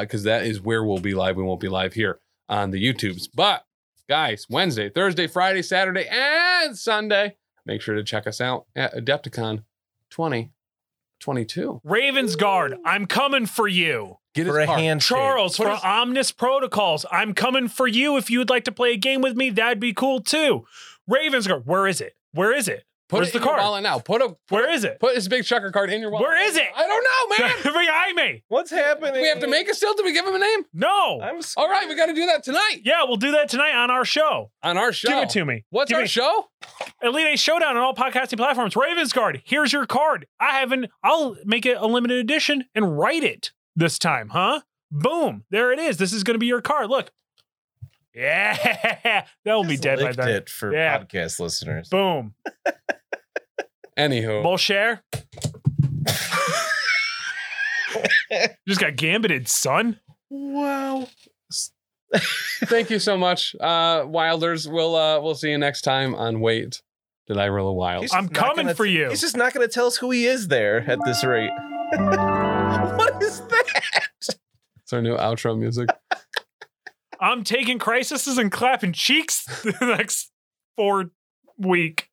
[SPEAKER 2] because that is where we'll be live. We won't be live here on the YouTubes. But guys, Wednesday, Thursday, Friday, Saturday, and Sunday, make sure to check us out at Adepticon 2022.
[SPEAKER 3] Ravens guard. I'm coming for you.
[SPEAKER 2] Get
[SPEAKER 4] For a
[SPEAKER 2] his card.
[SPEAKER 4] handshake.
[SPEAKER 3] Charles
[SPEAKER 2] What
[SPEAKER 3] from
[SPEAKER 2] is-
[SPEAKER 3] Omnis Protocols. I'm coming for you. If you would like to play a game with me, that'd be cool too. Ravens guard. Where is it? Where is it?
[SPEAKER 2] Put
[SPEAKER 3] Where's
[SPEAKER 2] it
[SPEAKER 3] the
[SPEAKER 2] in your
[SPEAKER 3] card?
[SPEAKER 2] wallet now. Put a
[SPEAKER 3] Where is it?
[SPEAKER 2] put his big checker card in your wallet.
[SPEAKER 3] Where is it?
[SPEAKER 2] I don't know, man.
[SPEAKER 3] Behind me.
[SPEAKER 4] What's happening?
[SPEAKER 2] we have to make it still. Did we give him a name?
[SPEAKER 3] No.
[SPEAKER 4] I'm scared.
[SPEAKER 2] All right, we got to do that tonight
[SPEAKER 3] yeah, we'll do that tonight on our show.
[SPEAKER 2] on our show.
[SPEAKER 3] Give it to me.
[SPEAKER 2] What's
[SPEAKER 3] Give
[SPEAKER 2] our
[SPEAKER 3] me-
[SPEAKER 2] show?
[SPEAKER 3] Elite Eight Showdown on all podcasting platforms. Ravens Guard, here's your card. I haven't, I'll make it a limited edition and write it this time, huh? Boom. There it is. This is going to be your card. Look. Yeah. That'll be
[SPEAKER 4] Just
[SPEAKER 3] dead by
[SPEAKER 4] licked
[SPEAKER 3] then.
[SPEAKER 4] it for
[SPEAKER 3] Yeah.
[SPEAKER 4] podcast listeners.
[SPEAKER 3] Boom.
[SPEAKER 2] Anywho,
[SPEAKER 3] Bull share. Just got gambited, son.
[SPEAKER 4] Wow.
[SPEAKER 2] thank you so much, uh, Wilders. We'll uh, we'll see you next time on Wait. Did I roll a wild?
[SPEAKER 4] He's
[SPEAKER 3] I'm
[SPEAKER 4] just not
[SPEAKER 3] coming
[SPEAKER 4] gonna-
[SPEAKER 3] for you.
[SPEAKER 4] He's just not going to tell us who he is there at this rate. what is that?
[SPEAKER 2] It's our new outro music.
[SPEAKER 3] I'm taking crises and clapping cheeks the next four week.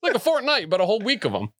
[SPEAKER 2] like a fortnight, but a whole week of them.